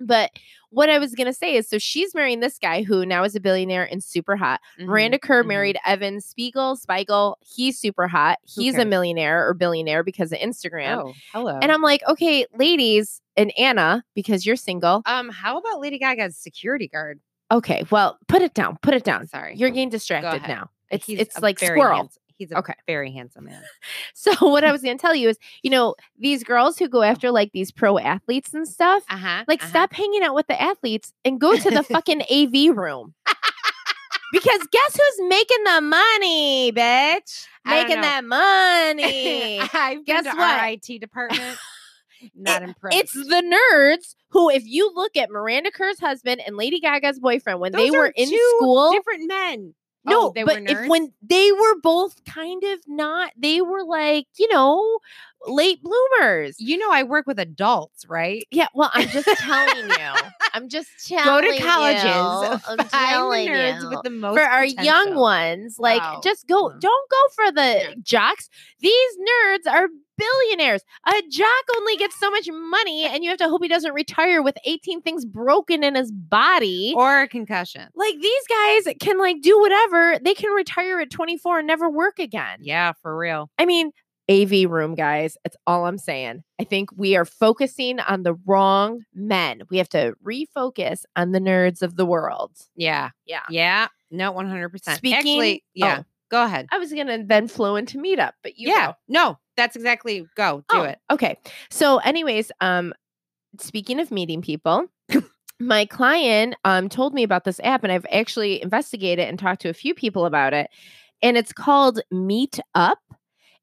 But what I was gonna say is, so she's marrying this guy who now is a billionaire and super hot.
Mhm.
Miranda Kerr
mhm.
married Evan Spiegel. Spiegel, he's super hot.
Who
He's a
cares?
millionaire or billionaire because of Instagram.
Oh, hello.
And I'm like, okay, ladies and Anna, because you're single.
Um, how about Lady Gaga's security guard?
Okay, well, put it down. Put it down.
Sorry.
You're getting distracted
ahead.
now. It's
He's
it's
a
like
very
squirrel.
hands- he's a
Okay.
very handsome man.
So what I was gonna tell you is, you know, these girls who go after like these pro athletes and stuff,
Uh huh.
like stop hanging out with the athletes and go to the fucking AV room. Because guess who's making the money, bitch?
I don't
Making
know.
that money.
I've guess
Guess
been to
what?
our IT department. Not impressed.
It's the nerds who, if you look at Miranda Kerr's husband and Lady Gaga's boyfriend when they
Those
were
are
in
two
school,
different men. Oh,
no,
they
but
were
if
nerds?
when they were both kind of not, they were like you know late bloomers.
you know I work with adults, right?
Yeah, well, I'm just telling you. I'm just
Go
telling
to colleges.
you.
find
I'm
the
telling
nerds
you.
with the most
for our young
potential.
ones, like
Wow.
just go.
Mhm.
Don't go for the
Yeah.
jocks. These nerds are billionaires. A jock only gets so much money, and you have to hope he doesn't retire with 18 things broken in his body.
or a concussion.
like these guys can like do whatever. They can retire at 24 and never work again.
Yeah, for real.
I mean, AV room guys, that's all I'm saying. I think we are focusing on the wrong men. We have to refocus on the nerds of the world.
Yeah,
Yeah.
yeah. No, one hundred percent.
Speaking-
Actually, yeah.
oh.
Go ahead.
I was going to then flow into meetup, but you
yeah.
go.
No, that's exactly. Go do
Oh,
it.
Okay. So, anyways, um, speaking of meeting people, my client um told me about this app, and I've actually investigated and talked to a few people about it. And it's called Meet Up.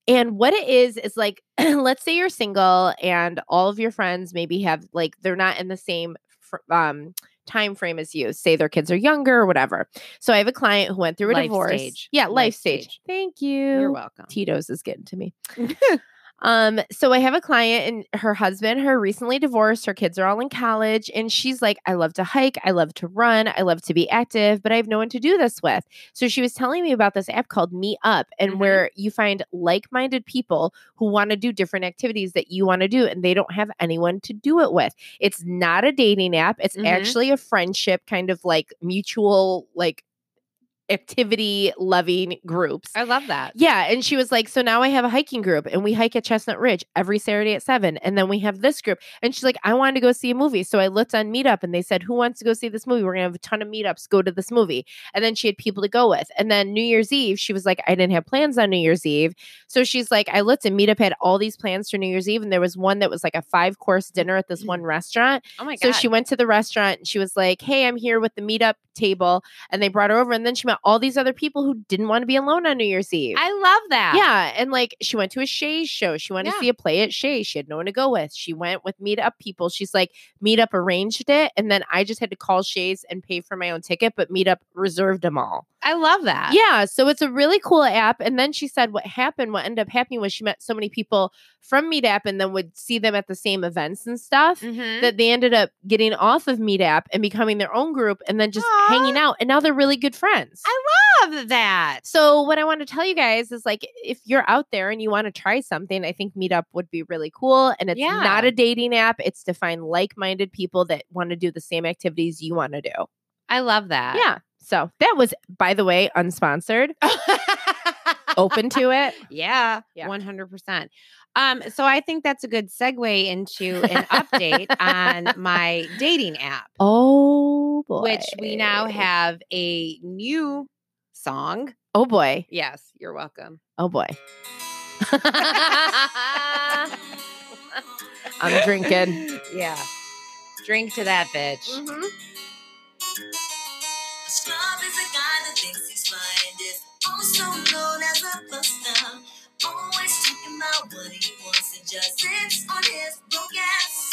And what it is is like, let's say you're single, and all of your friends maybe have like they're not in the same fr- um time frame as you. Say their kids are younger or whatever. So I have a client who went through a
Life
divorce.
stage.
Yeah, life,
Life
stage.
stage.
Thank you.
You're welcome.
Tito's is getting to me. Um, so I have a client and her husband, her recently divorced, her kids are all in college, and she's like, I love to hike, I love to run, I love to be active, but I have no one to do this with. So she was telling me about this app called Meet Up, and
Mhm.
where you find like-minded people who want to do different activities that you want to do, and they don't have anyone to do it with. It's not a dating app, it's
Mhm.
actually a friendship kind of like mutual, like activity loving groups.
I love that.
Yeah. And she was like, So now I have a hiking group and we hike at Chestnut Ridge every Saturday at seven. And then we have this group. And she's like, I wanted to go see a movie. So I looked on Meetup and they said, Who wants to go see this movie? We're going to have a ton of meetups. Go to this movie. And then she had people to go with. And then New Year's Eve, she was like, I didn't have plans on New Year's Eve. So she's like, I looked and Meetup had all these plans for New Year's Eve. And there was one that was like a five course dinner at this one restaurant.
Oh my
So
god.
she went to the restaurant and she was like, Hey, I'm here with the meetup table. And they brought her over. And then she met all these other people who didn't want to be alone on New Year's Eve.
I love that.
yeah. And like she went to a Shay's show. She wanted
Yeah.
to see a play at Shay's. She had no one to go with. She went with meetup people. She's like, Meetup arranged it. And then I just had to call Shay's and pay for my own ticket, but meetup reserved them all.
I love that.
Yeah, so it's a really cool app. And then she said what happened, what ended up happening was she met so many people from Meetup and then would see them at the same events and stuff
Mhm.
that they ended up getting off of Meetup and becoming their own group and then just
Aw.
hanging out. And now they're really good friends.
I love that.
so what I want to tell you guys is like if you're out there and you want to try something, I think Meetup would be really cool. And it's
Yeah.
not a dating app. It's to find like-minded people that want to do the same activities you want to do.
I love that.
yeah. So that was, by the way, unsponsored. Open to it.
Oh. yeah,
Yeah.
100%. Um, so I think that's a good segue into an update on my dating app,
Oh boy.
which we now have a new song.
Oh boy.
Yes, you're welcome.
Oh boy. I'm drinking.
yeah. Drink to that bitch.
This Scrub is a guy that thinks he's fine. Is also known as a buster. Always talking about what he wants and just sits on his broke ass.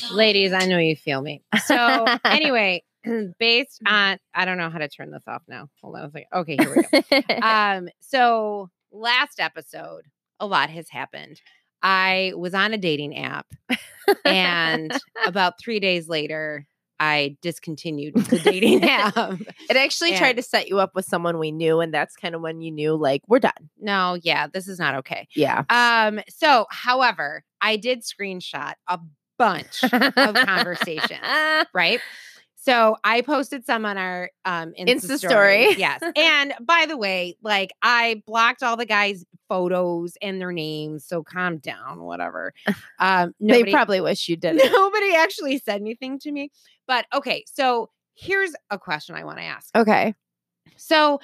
So
Ladies, I know you feel me. So anyway, based on I don't know how to turn this off now. Hold on a second. Okay, here we go. um so last episode a lot has happened i was on a dating app and about three days later i discontinued the dating app
it actually
Yeah.
tried to set you up with someone we knew, and that's kind of when you knew, like, we're done.
no yeah this is not okay
Yeah.
um so however i did screenshot a bunch of conversations right? So I posted some on our um, Insta, story.
Insta story.
yes. And by the way, like I blocked all the guys' photos and their names. So calm down, whatever. Um,
They
nobody,
probably wish you didn't.
nobody actually said anything to me. But okay, so here's a question I want to ask.
okay.
So,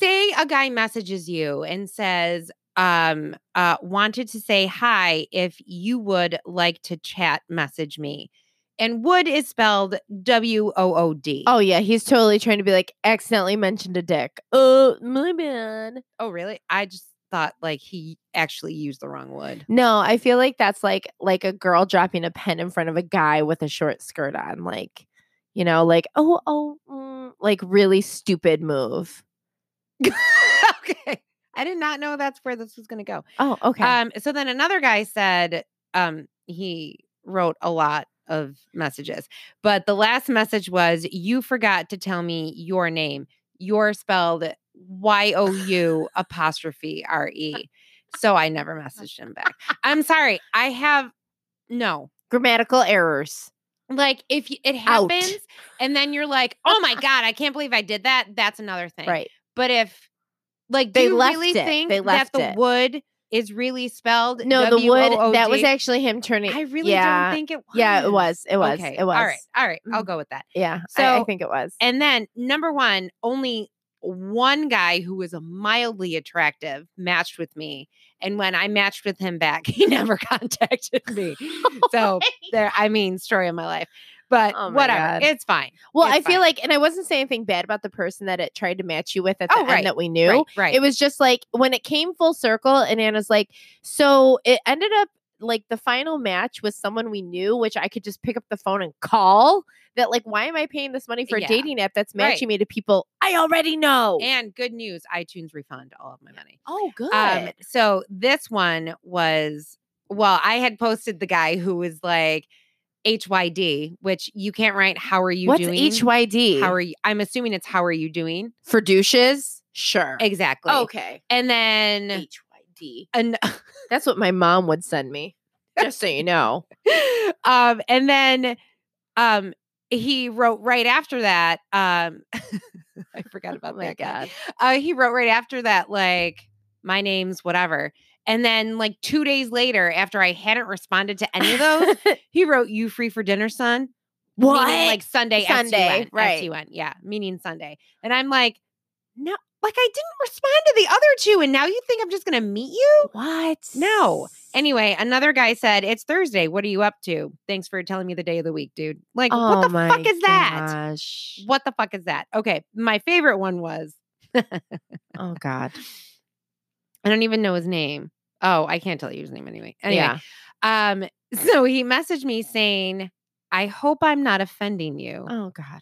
say a guy messages you and says, um, uh, wanted to say hi if you would like to chat, message me. And would is spelled W O O D.
Oh, yeah. He's totally trying to be like, accidentally mentioned a dick. Oh, my bad.
oh, really? I just thought like he actually used the wrong word.
No, I feel like that's like like a girl dropping a pen in front of a guy with a short skirt on, like you know, like oh oh, mm, like really stupid move.
okay. I did not know that's where this was going to go.
Oh, okay.
Um, so then another guy said um, he wrote a lot of messages, but the last message was, You forgot to tell me your name. You're spelled Y O U apostrophe R E. So I never messaged him back. I'm sorry. I have no.
Grammatical errors.
Like if y- it
Out.
happens and then you're like, "Oh my god, I can't believe I did that." That's another thing.
Right.
But if like do
They
you
left
really
it.
think
They left
that the
it.
wood is really spelled
No, the wood that was
W O O D?
actually him turning.
I really
yeah.
don't think it was.
Yeah, it was. It was. It was.
All right. All right. I'll
Mm.
go with that.
Yeah. I, I
So-
think it was.
And then number one, only one guy who was mildly attractive matched with me. And when I matched with him back, he never contacted me. so there, I mean, story of my life. But
Oh my
whatever.
God.
It's fine.
well,
it's
I
fine.
feel like, and I wasn't saying anything bad about the person that it tried to match you with at the
Oh,
end
right,
that we knew.
Right. Right.
It was just like when it came full circle, and Anna's like, so it ended up like the final match was someone we knew, which I could just pick up the phone and call. That like, why am I paying this money for
Yeah.
a dating app that's
Right.
matching me to people I already know?
and good news iTunes refund all of my money.
oh, good.
Um, so this one was well, I had posted the guy who was like HYD, which you can't write. How are you
What's
doing?
HYD
How are you? I'm assuming it's how are you doing
for douches? Sure.
exactly.
Okay.
And then
HYD.
an,
That's what my mom would send me. Just so you know.
um, and then um, he wrote right after that. Um, I forgot about
Oh my
that guy.
God.
Uh, he wrote right after that, like, my name's whatever. And then, like, two days later, after I hadn't responded to any of those, he wrote, You free for dinner, son? Meaning, like Sunday,
Sunday,
S-U-N,
right.
S-U-N, yeah, meaning Sunday. And I'm like, No, like, I didn't respond to the other two. And now you think I'm just going to meet you?
what?
No. Anyway, another guy said, It's Thursday. What are you up to? Thanks for telling me the day of the week, dude. Like, what the fuck is that?
Oh Gosh.
What the fuck is that? Okay. My favorite one was
Oh God.
I don't even know his name. Oh, I can't tell you his name anyway. Anyway,
Yeah.
um, so he messaged me saying, I hope I'm not offending you.
Oh God.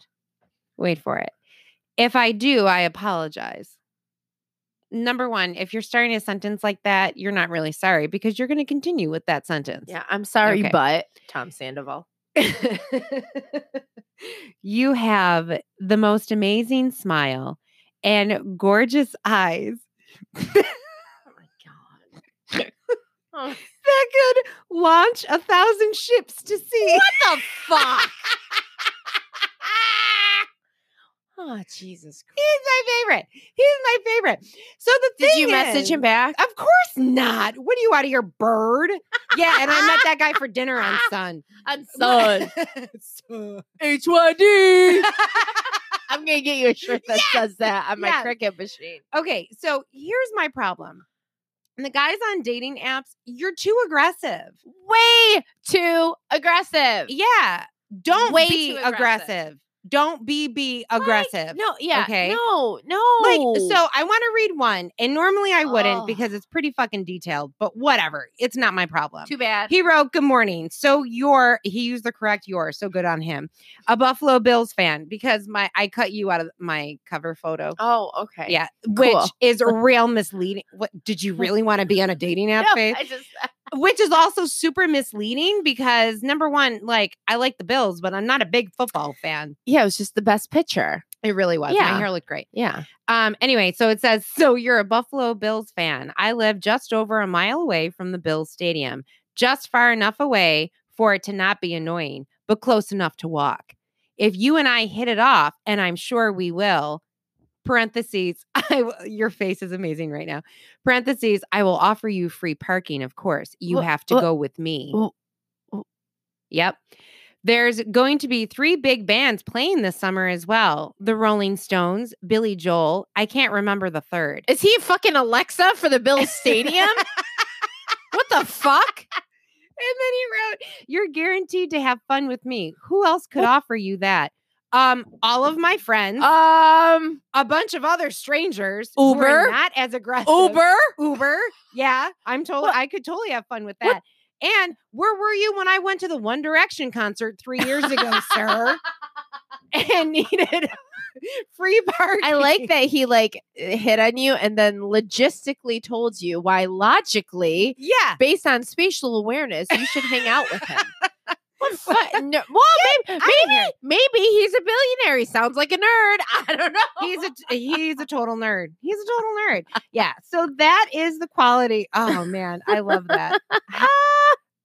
Wait for it. If I do, I apologize. Number one, if you're starting a sentence like that, you're not really sorry because you're going to continue with that sentence.
Yeah. I'm sorry,
Okay.
but Tom Sandoval.
you have the most amazing smile and gorgeous eyes.
Oh my God. Oh,
that could launch a thousand ships to sea.
What the fuck? oh Jesus Christ.
He's my favorite. He's my favorite. So the
Did
thing
you message him
is-
back?
Of course not. What are you out of your bird? Yeah, and I met that guy for dinner on Sun.
I'm
Sun.
HYD. I'm gonna get you a shirt that says that on my
Yes.
cricket machine.
okay, so here's my problem. And the guys on dating apps, you're too aggressive.
Way too aggressive.
Yeah. Don't
Way
be
too
aggressive.
aggressive.
Don't be be aggressive.
No, yeah.
Okay.
No, no.
Like, so I want to read one, and normally I wouldn't
Ugh.
because it's pretty fucking detailed, but whatever. It's not my problem.
too bad.
He wrote, Good morning. So you're, he used the correct your, so good on him. A Buffalo Bills fan because my, I cut you out of my cover photo.
oh, okay.
Yeah, which
cool.
is real misleading. What did you really want to be on a dating app?
No,
Faith?
I just
which is also super misleading because number one, like I like the Bills, but I'm not a big football fan.
Yeah, it was just the best picture.
It really was.
Yeah.
My hair looked great.
Yeah.
Um, anyway, so it says, So you're a Buffalo Bills fan. I live just over a mile away from the Bills Stadium, just far enough away for it to not be annoying, but close enough to walk. If you and I hit it off, and I'm sure we will, parentheses, I w- your face is amazing right now. Parentheses, I will offer you free parking, of course. You
Wha-
have to
wha-
go with me.
wha- wha-
Yep. There's going to be three big bands playing this summer as well the Rolling Stones, Billy Joel. I can't remember the third.
Is he fucking Alexa for the Bills Stadium? what the fuck?
And then he wrote, You're guaranteed to have fun with me. Who else could offer you that? Um, all of my friends,
Um,
a bunch of other strangers, who are
Uber?
not as aggressive.
Uber.
Uber. Yeah, I'm totally.
What-
I could totally have fun with that.
What-
And where were you when I went to the One Direction concert three years ago, sir? And needed free parking.
I like that he like hit on you and then logistically told you why logically
Yeah.
based on spatial awareness, you should hang out with him. What fu- no, well, maybe,
outta
maybe, maybe he's a billionaire. He sounds like a nerd. I don't know.
He's a t- he's a total nerd. He's a total nerd. Yeah. So that is the quality. Oh man, I love that.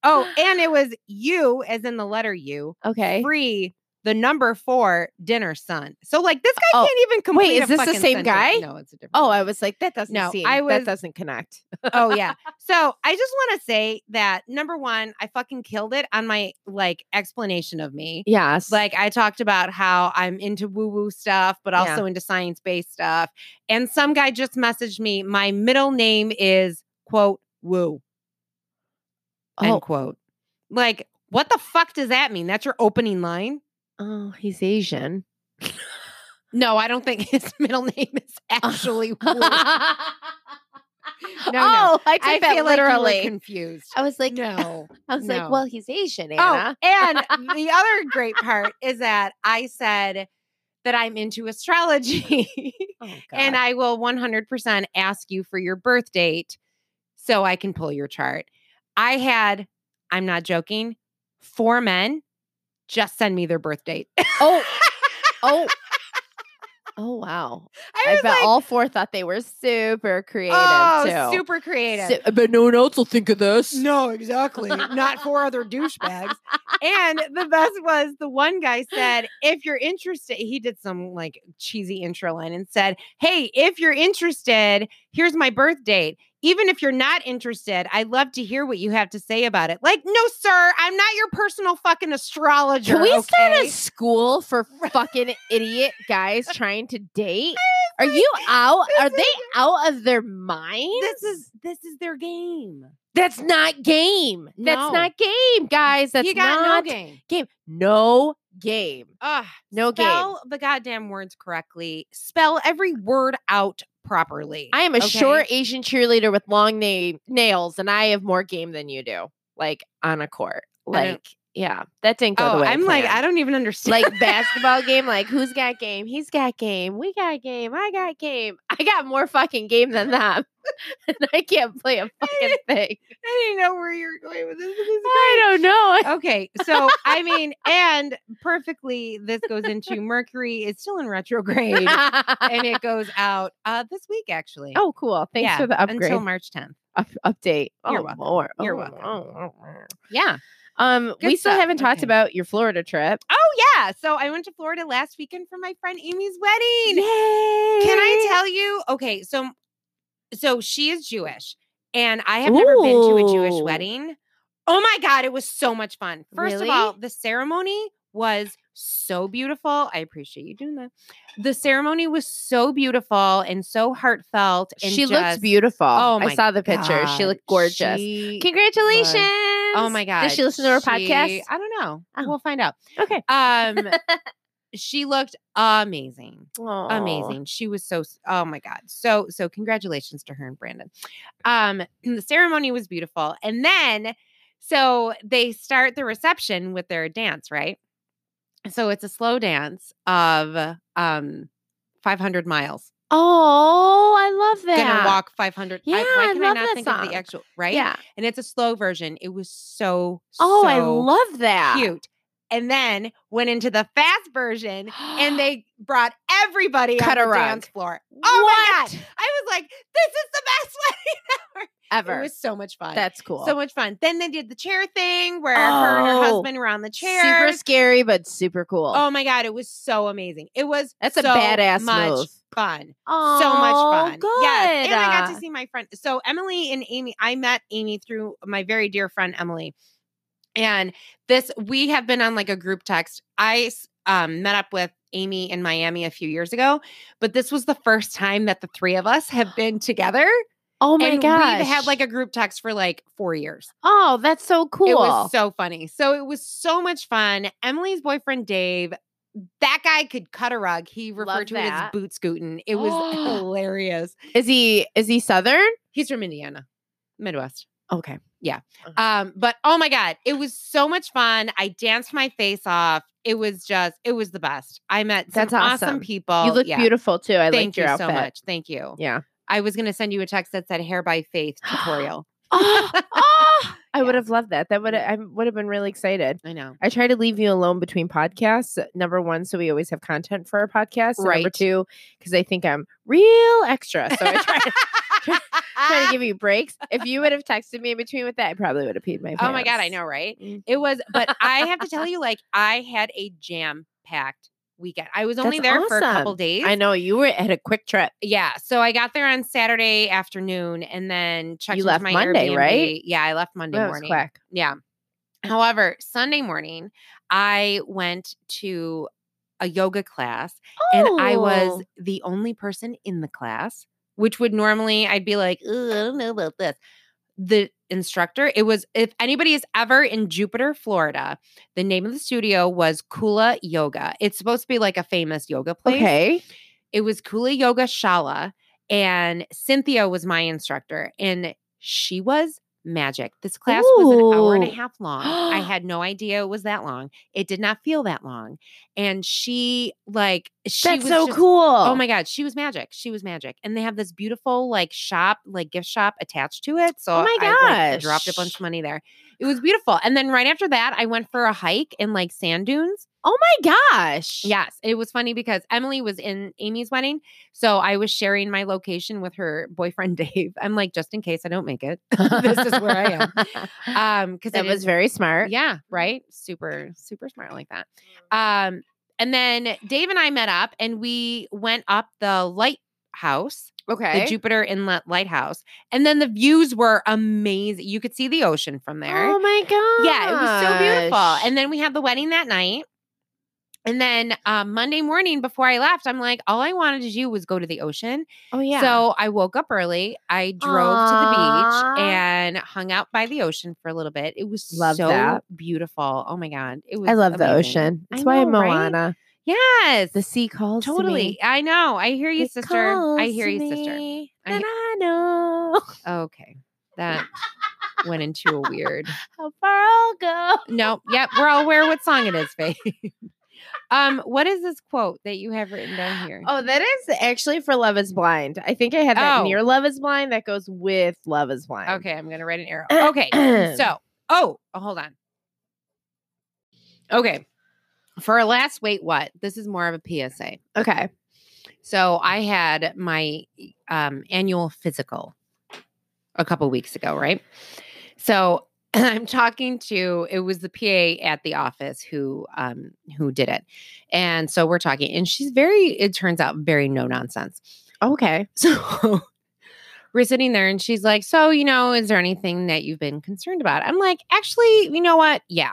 oh, and it was you as in the letter U.
okay.
Free the number four dinner son. So like this guy
Oh,
can't even complete.
is
a
this the
fucking
same
sentence.
guy?
No, it's a different.
Oh,
guy.
I was like, that doesn't
No,
seem.
I
that
was-
doesn't connect.
oh yeah. So I just want to say that number one, I fucking killed it on my like explanation of me.
Yes.
Like I talked about how I'm into woo woo stuff, but
Yeah.
also into science based stuff. And some guy just messaged me, my middle name is quote woo, end
oh,
quote. Like, what the fuck does that mean? That's your opening line?
oh, he's Asian.
No, I don't think his middle name is actually woo.
no,
I
Oh, I took
feel
that
like you were
literally.
confused.
I was like,
no.
I was
no.
like, well, he's Asian,
Oh,
Anna.
and the other great part is that I said that I'm into astrology.
Oh,
and I will 100% ask you for your birth date so I can pull your chart. I had, I'm not joking, four men just send me their birth date. I
oh, oh, oh, wow. I,
was
bet
like,
all four thought they were super creative
oh,
too.
super creative.
I bet no one else will think of this.
no, exactly. Not four other douchebags. and the best was the one guy said, if you're interested, he did some like cheesy intro line and said, Hey, if you're interested, here's my birth date. Even if you're not interested, I'd love to hear what you have to say about it. Like, no, sir, I'm not your personal fucking astrologer.
Can we start
okay?"
a school for fucking idiot guys trying to date? Are you out? Are they out of their mind?
This is this is their game.
That's not game.
No.
That's not game, guys. That's
you got
not
no game.
game. No game.
Ugh,
No game.
spell the goddamn words correctly. Spell every word out properly.
I am a short
okay?
Asian cheerleader with long na- nails, and I have more game than you do. Like on a court.
I don't-
Like yeah, that didn't go the
Oh,
way I
I'm like,
planned.
I don't even understand.
like basketball game. Like who's got game? He's got game. We got game. I got game. I got more fucking game than them, and I can't play a fucking thing.
I didn't know where you were going with this. but this is
I don't know.
great. Okay, so I mean, and perfectly, this goes into Mercury is still in retrograde, and it goes out uh this week actually.
oh, cool. Thanks
Yeah,
for the upgrade.
until March 10th.
up- update.
You're
oh,
welcome.
Lord.
You're
Oh,
welcome.
oh, oh, oh.
Yeah.
Um,
Good
we still
stuff.
haven't talked
Okay.
about your Florida trip.
Oh yeah. So I went to Florida last weekend for my friend Amy's wedding. Can I tell you? Okay, so so she is Jewish, and I have never been to a Jewish
Ooh.
wedding. Oh my god, it was so much fun. First
Really?
of all, the ceremony was so beautiful. I appreciate you doing that. The ceremony was so beautiful and so heartfelt. And
She
just,
looked beautiful.
Oh
I
my
saw the picture. She
God,
looked gorgeous.
she
Congratulations.
Oh my god.
Did she listen to our
she-
podcast?
I don't know.
Oh.
We'll find out.
Okay.
Um she looked amazing
Aw.
amazing. She was so s- oh my god. So so congratulations to her and Brandon. Um the ceremony was beautiful. And then so they start the reception with their dance, right? So it's a slow dance of um 500 miles.
Oh, I love that.
Gonna walk 500.
Yeah,
why
I
can not
love that
think of
song.
the actual, right?
Yeah.
And it's a slow version. It was so
Oh, I
so
love that.
cute. And then went into the fast version and they brought everybody on
Cut a
the
rug.
dance floor. Oh my
What
god! I was like, this is the best wedding ever.
ever.
It was so much fun.
That's cool.
so much fun. Then they did the chair thing where her and her
Oh,
husband were on the chair.
super scary, but super cool.
Oh my god, it was so amazing. It was
That's a
so
badass
much
move.
fun.
Oh,
so much fun.
Good.
Yes. And I got
Uh,
to see my friend. So Emily and Amy, I met Amy through my very dear friend Emily. And this we have been on like a group text. I s- um, met up with Amy in Miami a few years ago, but this was the first time that the three of us have been together.
Oh my
and
god.
we've had like a group text for like four years.
Oh, that's so cool.
It was so funny. So it was so much fun. Emily's boyfriend Dave, that guy could cut a rug. He referred
Love
to it as
that.
boot scooting. It was hilarious.
is he is he southern?
He's from Indiana, Midwest.
Okay. Uh-huh.
Um, but oh my god, it was so much fun. I danced my face off. It was just, it was the best. I met some
That's
awesome.
awesome.
people.
you look
Oh, Yeah.
beautiful too. I
Thank
liked your
you
outfit.
so much. Thank you.
Yeah.
I was gonna send you a text that said "Hair by Faith" tutorial.
Oh, oh, I would
Yeah.
have loved that. That would I would have been really excited.
I know.
I try to leave you alone between podcasts. uh, Number one, so we always have content for our podcast. and Number
Right.
two, because I think I'm real extra, so I try to, try to give you breaks. If you would have texted me in between with that, I probably would have peed my pants.
Oh my god, I know, right?
Mm.
It was, but I have to tell you, like, I had a jam packed weekend. I was only
That's
there for a couple
awesome.
days.
I know you were at a quick trip.
Yeah, so I got there on Saturday afternoon and then checked
You
into
left
my
Monday,
Airbnb.
right?
Yeah, I left Monday
That was
morning.
quick.
Yeah. However, Sunday morning, I went to a yoga class and I was
Oh.
the only person in the class, which would normally I'd be like, "Ugh, I don't know about this. The instructor, it was if anybody is ever in Jupiter, Florida, the name of the studio was Kula Yoga. It's supposed to be like a famous yoga place.
okay.
It was Kula Yoga Shala, and Cynthia was my instructor, and she was magic. This class was an hour and a
Ooh.
half long. I had no idea it was that long. It did not feel that long, and she like she
That's
was
so
just-
cool.
Oh my god, she was magic. She was magic, and they have this beautiful like shop, like gift shop attached to it. So
Oh my
I like, dropped a bunch
gosh.
of money there. It was beautiful, and then right after that, I went for a hike in like sand dunes.
Oh my gosh.
Yes, it was funny because Emily was in Amy's wedding, so I was sharing my location with her boyfriend Dave. I'm like, just in case I don't make it, this is where I am. Um, because
That was Mm-hmm. very smart.
yeah, right, super, super smart like that.
Mm-hmm.
Um, and then Dave and I met up, and we went up the lighthouse
Okay.
the Jupiter Inlet Lighthouse. And then the views were amazing. You could see the ocean from there.
Oh my god.
yeah, it was so beautiful. And then we had the wedding that night. And then um, Monday morning before I left, I'm like, all I wanted to do was go to the ocean.
oh yeah.
So I woke up early. I drove to the
Aw.
beach and hung out by the ocean for a little bit. It was
Love
so
that.
beautiful. Oh my God. It was
I love the
amazing.
ocean.
I
That's why
know, right?
Moana.
Yes.
The sea calls. to me.
totally. I know. I hear you,
It
sister. I
calls
hear
to
you, sister.
me,
I
And I know
Okay. That went into a weird.
how far I'll go.
No, yep, we're all aware what song it is, babe. um, what is this quote that you have written down here?
Oh, that is actually for Love is Blind. I think I had that
Oh.
near Love is Blind that goes with Love is Blind.
okay, I'm gonna write an arrow. Okay, so oh, oh, hold on. Okay, for our last wait, what? This is more of a PSA.
Okay.
So I had my um, annual physical a couple weeks ago, right? So I'm talking to it was the PA at the office who um, who did it, and so we're talking, and she's very it turns out very no nonsense.
Okay.
So we're sitting there, and she's like, "So you know, is there anything that you've been concerned about?" I'm like, "Actually, you know what? Yeah."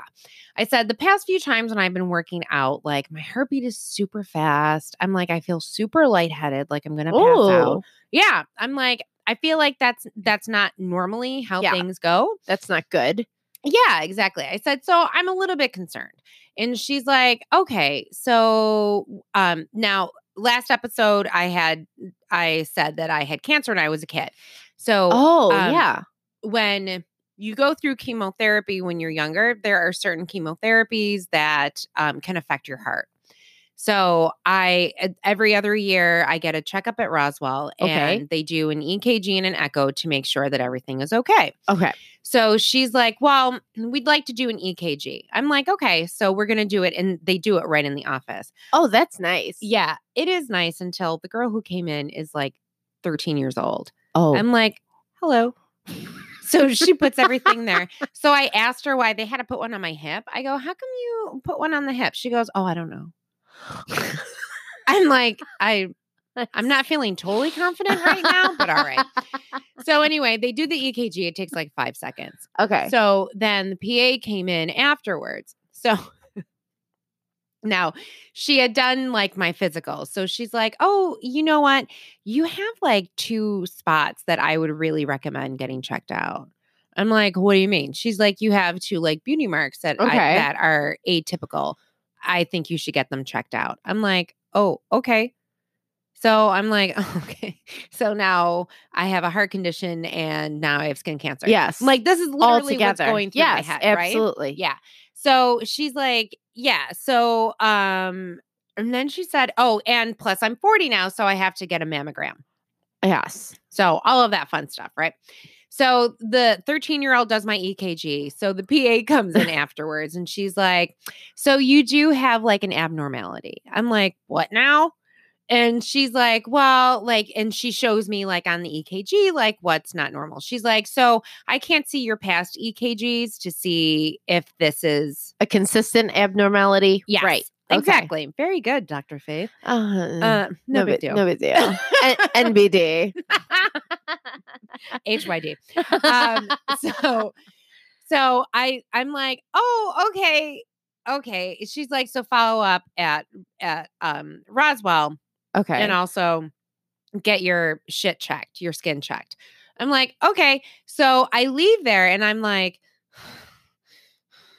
I said the past few times when I've been working out, like my heartbeat is super fast. I'm like, I feel super lightheaded, like I'm gonna pass out
Oh,
yeah i'm like i feel like that's that's not normally how
Yeah.
things go
that's not good.
yeah exactly i said so i'm a little bit concerned and she's like okay so um now last episode i had i said that i had cancer and i was a kid so
Oh,
um,
yeah.
when you go through chemotherapy when you're younger, there are certain chemotherapies that um, can affect your heart. So I e- every other year I get a checkup at Roswell
Okay.
and they do an EKG and an echo to make sure that everything is okay.
Okay.
So she's like, "Well, we'd like to do an EKG." I'm like, "Okay, so we're going to do it." And they do it right in the office.
Oh, that's nice.
Yeah, it is nice until the girl who came in is like 13 years old.
Oh.
I'm like, hello. so she puts everything there. So I asked her why they had to put one on my hip. I go, how come you put one on the hip? She goes, oh, I don't know. I'm like, I I'm not feeling totally confident right now, but all right. So anyway, they do the EKG. It takes like five seconds.
okay.
So then the PA came in afterwards. So now she had done like my physical. So she's like, oh, you know what? You have like two spots that I would really recommend getting checked out. I'm like, what do you mean? She's like, you have two like beauty marks that I,
Okay.
that are atypical. I think you should get them checked out. I'm like, oh, okay. So I'm like, okay. So now I have a heart condition and now I have skin cancer.
yes.
I'm Like this is
all
literally what's
together.
going through
yes,
my head, right?
absolutely.
Yeah. So she's like, yeah. So um, and then she said, oh, and plus I'm 40 now, so I have to get a mammogram.
Yes.
So all of that fun stuff, right? So the 13 year old does my EKG. So the PA comes in afterwards and she's like, So you do have like an abnormality. I'm like, What now? And she's like, Well, like, and she shows me like on the EKG, like what's not normal. She's like, So I can't see your past EKGs to see if this is.
A consistent abnormality.
Yes,
Right. Okay.
Exactly. Very good, Dr. Faith.
Uh,
Uh, no, big
bi-
deal.
No big deal. N- NBD.
HYD. um, so so I I'm like, oh, okay, okay. She's like, so follow up at at um Roswell
okay.
and also get your shit checked, your skin checked. I'm like, okay. So I leave there and I'm like,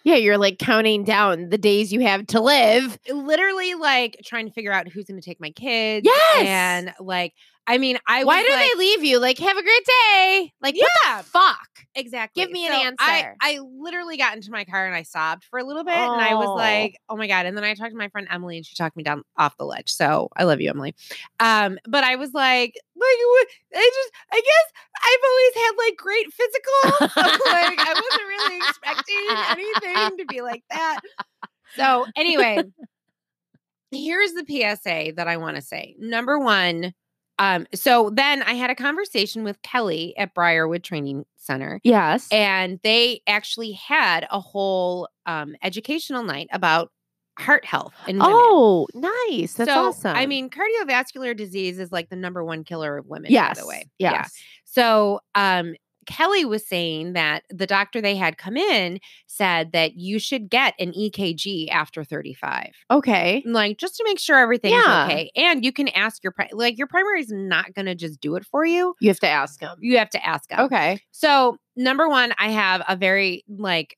yeah, you're like counting down the days you have to live.
literally like trying to figure out who's gonna take my kids.
Yes!
And like, I mean, I
Why
was
do
like-
they leave you? Like, have a great day. Like, what the fuck?
Exactly.
me an
I,
answer.
I literally got into my car and I sobbed for a little bit and I was
Oh.
like, oh my God. And then I talked to my friend Emily and she talked me down off the ledge. So I love you, Emily. Um, but I was like, like wh- I just I guess I've always had like great physical. So, like I wasn't really expecting anything to be like that. So, anyway, here's the PSA that I want to say. Number one, um, so then I had a conversation with Kelly at Briarwood Training Center,
Yes.
and they actually had a whole um, educational night about heart health and women.
oh, nice. That's
so,
awesome.
I mean, cardiovascular disease is like the number one killer of women,
yes.
by the way. Yeah.
Yes.
So, um, Kelly was saying that the doctor they had come in said that you should get an EKG after 35,
Okay.
like just to make sure everything's
Yeah.
okay. And you can ask your, pri- like, your primary is not going to just do it for you.
You have to ask him.
You have to ask them.
Okay.
So, number one, I have a very, like,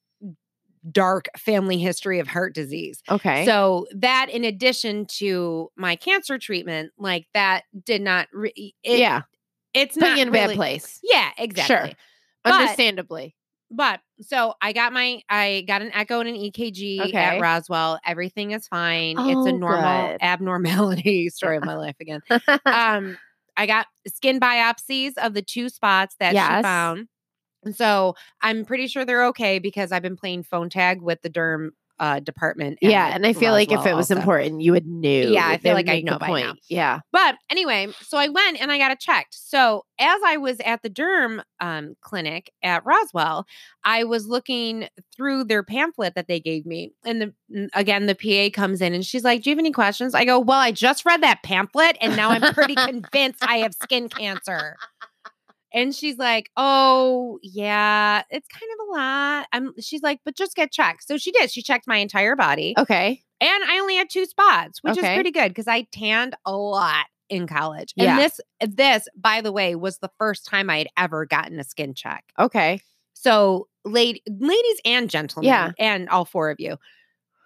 dark family history of heart disease.
Okay.
So that, in addition to my cancer treatment, like that did not. Re- it,
yeah.
it's
Putting
not
you in a
really-
bad place.
Yeah, exactly. But-
Understandably.
But so I got my I got an echo and an EKG
Okay.
at Roswell. Everything is fine. it's a
Oh,
normal
good.
abnormality story of my life again. Um, I got skin biopsies of the two spots that
Yes.
she found. And so I'm pretty sure they're okay because I've been playing phone tag with the derm uh, department. at
yeah, and I feel like if
Roswell
it was
also.
important, you would knew.
Yeah, I
They
feel
would
like I'd
make the
know by now.
Yeah.
But anyway, so I went and I got it checked. So as I was at the derm um, clinic at Roswell, I was looking through their pamphlet that they gave me, and the n- again the PA comes in and she's like, "Do you have any questions?" I go, "Well, I just read that pamphlet, and now I'm pretty convinced I have skin cancer." And she's like, "Oh yeah, it's kind of a lot." I'm. She's like, "But just get checked." So she did. She checked my entire body.
Okay.
And I only had two spots, which
Okay.
is pretty good because I tanned a lot in college. And
Yeah.
this this, by the way, was the first time I had ever gotten a skin check.
Okay.
So, lad- ladies and gentlemen,
Yeah.
and all four of you,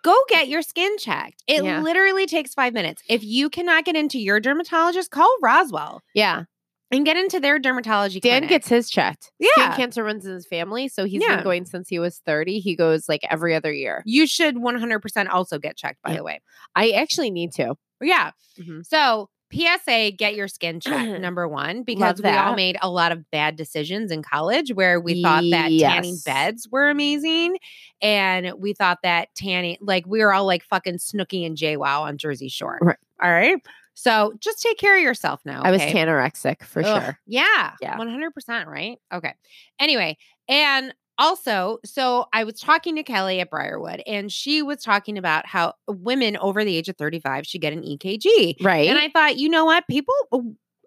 go get your skin checked. It
Yeah.
literally takes five minutes. If you cannot get into your dermatologist, call Roswell
Yeah.
and get into their dermatology.
Dan
clinic.
gets his checked. Skin
yeah.
cancer runs in his family, so he's
Yeah.
been going since he was 30. He goes like every other year.
you should 100% also get checked, by
Yeah.
the way.
I actually need to.
Yeah.
Mhm.
So PSA, get your skin checked, number one, because we all
that.
made a lot of bad decisions in college where we thought that tanning
Yes.
beds were amazing. And we thought that tanning, like we were all like fucking Snooky and JWoww on Jersey Shore.
Right.
All right. So just take care of yourself now.
I was
okay?
tanorexic for
Ugh,
sure.
Yeah.
Yeah.
100%, right? Okay. Anyway, and also, so I was talking to Kelly at Briarwood and she was talking about how women over the age of 35 should get an EKG.
Right.
And I thought, you know what? People, uh,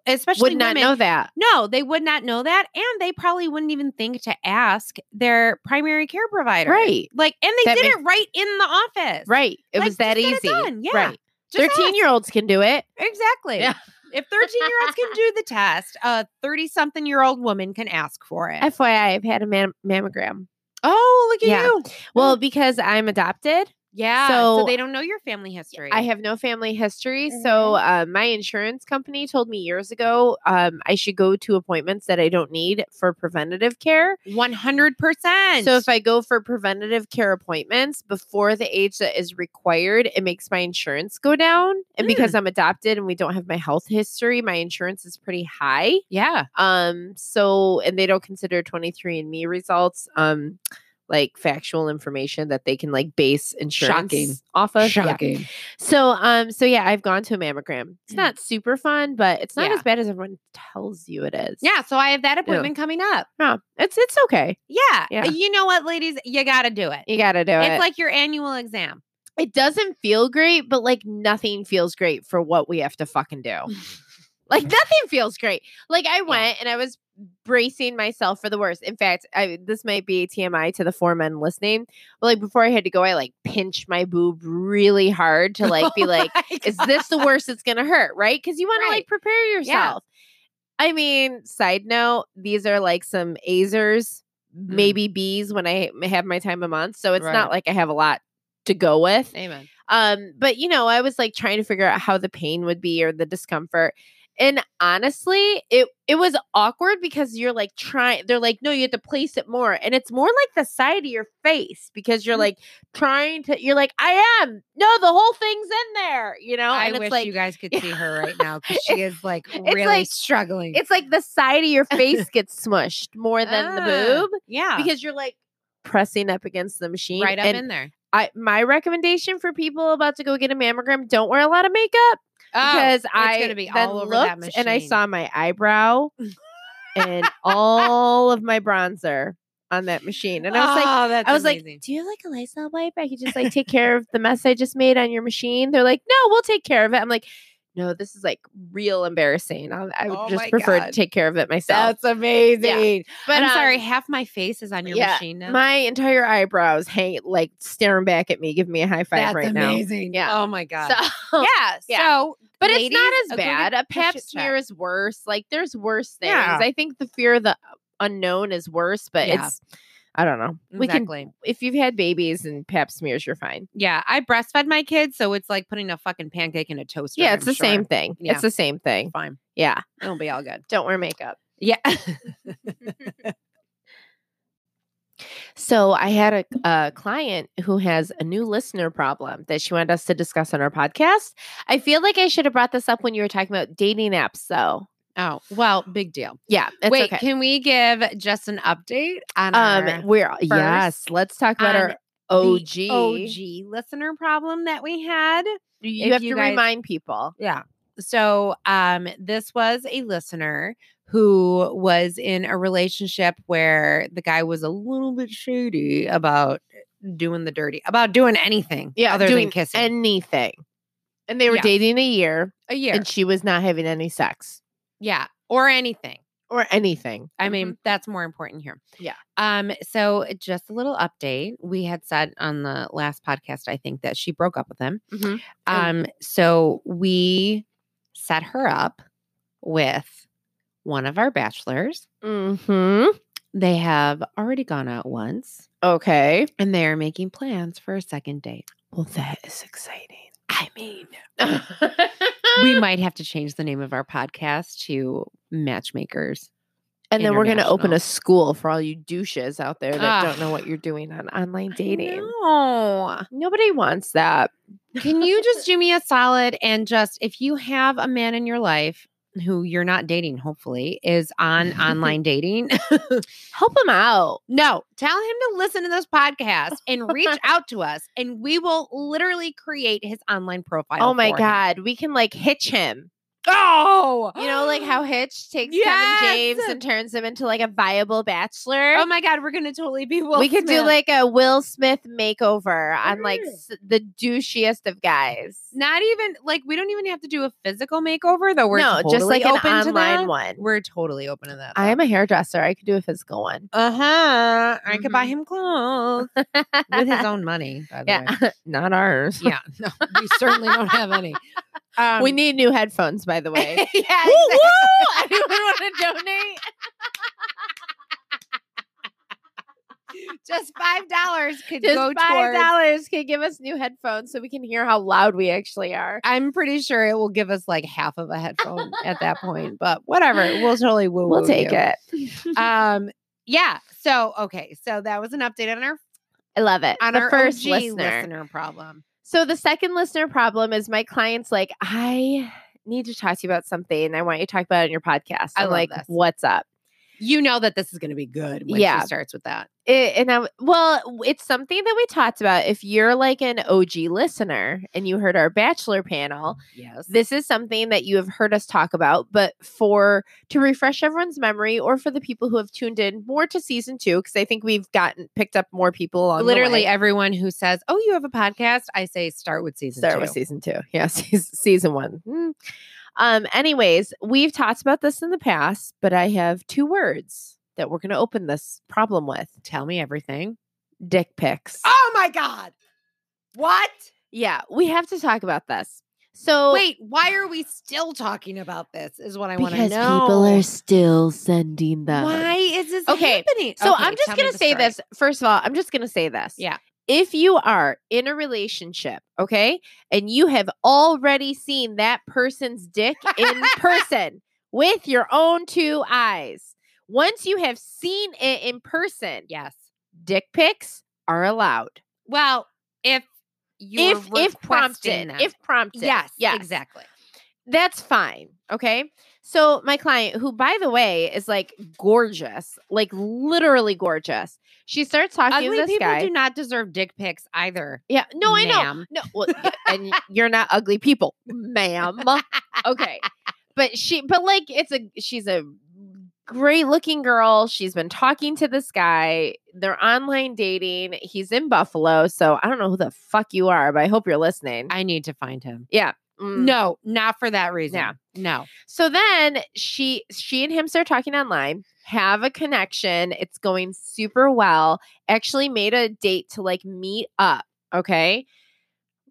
especially
would not
women,
know that.
no, they would not know that. And they probably wouldn't even think to ask their primary care provider.
Right.
Like, and they
That
did
makes-
it right in the office.
Right. It
Like,
was that
just get it
easy.
done. Yeah.
Right.
Just ask.
13 year olds can do it.
Exactly.
Yeah.
If 13 year olds can do the test, a 30 something year old woman can ask for it.
FYI, I've had a mam- mammogram.
oh, look at
Yeah.
you.
Well, because I'm adopted,
Yeah. So,
So-
they don't know your family history.
I have no family history. So
Mm-hmm.
uh, my insurance company told me years ago um, I should go to appointments that I don't need for preventative care.
100%.
So if I go for preventative care appointments before the age that is required, it makes my insurance go down.
Hmm.
And because I'm adopted and we don't have my health history, my insurance is pretty high.
yeah.
Um, so and they don't consider 23andMe results um like factual information that they can like base insurance
Shocking.
off of. Yeah. So um so yeah, I've gone to a mammogram. It's not super fun, but it's not
Hmm. Yeah.
as bad as everyone tells you it is.
Yeah. So I have that appointment coming up.
No, it's it's okay.
Yeah.
Yeah.
You know what, ladies? You got to do it.
You gotta do
It's
it.
like your annual exam.
it doesn't feel great, but like nothing feels great for what we have to fucking do. like nothing feels great. Like I went and I was bracing myself for the worst. In fact, I, this might be TMI to the four men listening, but like before I had to go, I like pinched my boob really hard to like be like, is this the worst it's gonna hurt? Right? Because you want to
Right.
like prepare yourself. I mean, side note, these are like some Azers, maybe Bs when I have my time of month. So it's
Mm. Right.
not like I have a lot to go with.
Amen.
Um, but you know, I was like trying to figure out how the pain would be or the discomfort. And honestly, it it was awkward because you're like trying they're like, no, you have to place it more. And it's more like the side of your face because
Mm.
you're like trying to you're like, I am. No, the whole thing's in there, you know?
I
and
wish
it's like
you guys could see her right now because she is like really
like-
struggling.
it's like the side of your face gets smushed more than the
Ah,
boob
Yeah.
because you're like pressing up against the machine.
right up
and
in there.
I my recommendation for people about to go get a mammogram: don't wear a lot of makeup because I
Oh, gonna be
then
all over that
looked and I
machine.
saw my eyebrow and all of my bronzer on that machine, and I was like,
oh, that's
I was
amazing.
like, "Do you have like a Lysol wipe? I could just like take care of the mess I just made on your machine." They're like, "No, we'll take care of it." I'm like, "No, this is like real embarrassing. I'll, I would
Oh
just
my
prefer to
God.
take care of it myself."
that's amazing.
but
I'm sorry,
um,
half my face is on your
yeah,
machine now.
my entire eyebrows hang like staring back at me, giving me a high five
that's
right
amazing.
Yeah.
Oh my
now.
god.
So,
yeah,
yeah.
So,
but it's not
ladies,
as
uh, go
bad.
get
A
the
pap
shit
smear is worse. Like, there's worse things.
Yeah.
I think the fear of the unknown is worse, but
Yeah.
it's I don't know. We can
exactly.
if you've had babies and pap smears, you're fine.
yeah, I breastfed my kids, so it's like putting a fucking pancake in a toaster.
Yeah, it's
I'm
the same
sure.
thing.
Yeah.
It's the same thing.
Fine.
Yeah.
It'll be all good.
Don't wear makeup.
Yeah.
So I had a, a client who has a new listener problem that she wanted us to discuss on our podcast. I feel like I should have brought this up when you were talking about dating apps, though.
oh, well, big deal.
Yeah, it's
Wait,
okay.
can we give just an update on
um,
um,
we're yes.
first
Let's talk about
on
our
our
OG.
the OG listener problem that we had?
You
if
have
you
to
guys-
remind people.
Yeah. So um this was a listener who was in a relationship where the guy was a little bit shady about doing the dirty, about doing anything
Yeah,
other
doing
than kissing.
anything. And they were
Yeah.
dating a year,
a year.
and she was not having any sex
yeah. Or anything.
or anything.
I mean, that's more important here.
Yeah.
Um, so just a little update. We had said on the last podcast, I think, that she broke up with him.
Mhm.
Um, so we set her up with one of our bachelors. Mm-hmm.
Mhm.
They have already gone out once
Okay.
and they're making plans for a second date.
Well, that is exciting.
I mean,
we Ah!
we might have to change the name of our podcast to Matchmakers.
and then we're going to open
International. Ah.
a school for all you douches out there that don't know
Ugh.
what you're doing on online dating.
No.
Nobody wants that.
Can you just do me a solid and just if you have a man in your life who you're not dating, hopefully, is on online dating,
help them out?
no, tell him to listen to this podcast and reach out to us, and we will literally create his online profile.
Oh my
for him.
god, we can like hitch him.
Oh,
You know, like how Hitch takes
Yes!
Kevin James and turns him into like a viable bachelor.
Oh my god, we're gonna totally be. Will
we could do
Smith.
like a Will Smith makeover on like
Mm.
s- the douchiest of guys.
not even like we don't even have to do a physical makeover though. We're
no, just
totally
like an
open to that.
online one.
We're totally open to that.
I am a hairdresser. I could do a physical one.
Uh huh. I could buy
Mhm.
him clothes with his own money. By the way.
yeah, not ours.
Yeah, no, we certainly don't have any. Um,
we need new headphones, by the
yeah,
way.
exactly.
Woo, woo! Anyone want to donate?
just five dollars could
Just
go
five
towards.
dollars can give us new headphones so we can hear how loud we actually are.
I'm pretty sure it will give us like half of a headphone at that point, but whatever. We'll totally woo.
We'll take it.
it. Um, yeah. So okay, so that was an update on our
I love it.
on
the
our
first
OG
listener.
problem.
So the second listener problem is my clients like I need to talk to you about something. I want you to talk about it in your podcast.
I
I'm
love
like,
this.
what's up?
You know that this is going to be good when
Yeah.
she starts with that.
it, and I well, w- it's something that we talked about. If you're like an OG listener and you heard our bachelor panel,
Yes.
this is something that you have heard us talk about. But for to refresh everyone's memory, or for the people who have tuned in more to season two, because I think we've gotten picked up more people along the
literally
way.
everyone who says, "Oh, you have a podcast," I say, "Start with season
Start
two.
with season two. Yeah, season, season one. Mm. Um, anyways, we've talked about this in the past, but I have two words that we're going to open this problem with:
Tell me everything.
dick pics.
Ah!
Oh my god! What?
Yeah, we have to talk about this. So
Wait, why are we still talking about this? Is what I want to know.
because people are still sending them.
Why is this
Okay,
happening?
So
Okay,
I'm just
tell me
gonna
the
say
story.
this. First of all, I'm just gonna say this.
Yeah.
If you are in a relationship, okay, and you have already seen that person's dick in person with your own two eyes, once you have seen it in person,
Yes.
dick pics are allowed.
Well, if you
if if prompted, if prompted,
yes,
yes,
exactly.
that's fine. Okay. So my client, who by the way is like gorgeous, like literally gorgeous, she starts talking
Ugly
to this
people
guy.
do not deserve dick pics either.
yeah. No, I know.
ma'am.
No, well, y- and you're not ugly people, ma'am. Okay. But she, but like, it's a, she's a great looking girl. She's been talking to this guy. They're online dating. He's in Buffalo. So I don't know who the fuck you are, but I hope you're listening.
I need to find him.
yeah. Mm.
No, not for that reason.
Yeah.
No.
So then she she and him start talking online, have a connection. It's going super well. Actually made a date to like meet up, okay?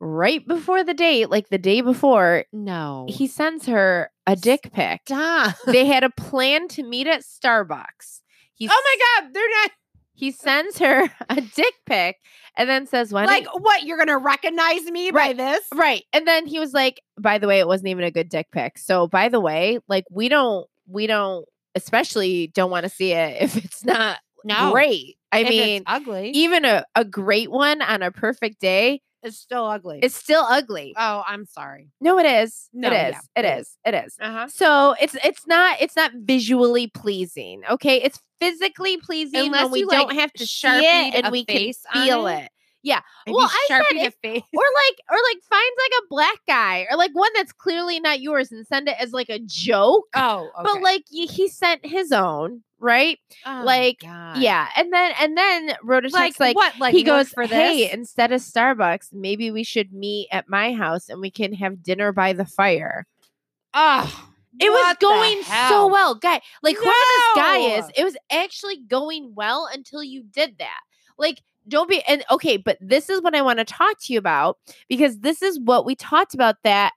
Right before the date, like the day before,
No.
he sends her a dick pic.
Oh. Stop.
They had a plan to meet at Starbucks. He
Oh my God. They're not
He sends her a dick pic and then says, "Why don't
like, what? You're going to recognize me
Right.
by this?
Right. And then he was like, by the way, it wasn't even a good dick pic. So by the way, like we don't we don't especially don't want to see it if it's not
No.
great. I
If it's
mean, e
ugly.
even a, a great one on a perfect day
it's still ugly.
is still ugly.
oh, I'm sorry.
No, it is.
No,
it is.
yeah,
It
it
is. It is.
Uh huh.
So it's it's not it's not visually pleasing. Okay. It's physically pleasing when
Unless
we
you
don't
like,
have to see
Sharpied
it and
a
we can
face on
feel
it?
it. Yeah.
Have
Well,
you
I said
sharpied
if-
a face.
or like or like finds like a black guy or like one that's clearly not yours and send it as like a joke
Oh,
but like y- he sent his own right like, yeah and then and then wrote a
like,
text like,
what? Like
he goes
for this?
hey instead of starbucks maybe we should meet at my house and we can have dinner by the fire
oh,
it was
what the
going so
hell?
well guy like whoever this guy is
No.
it was actually going well until you did that like don't be and okay but this is what i want to talk to you about because this is what we talked about that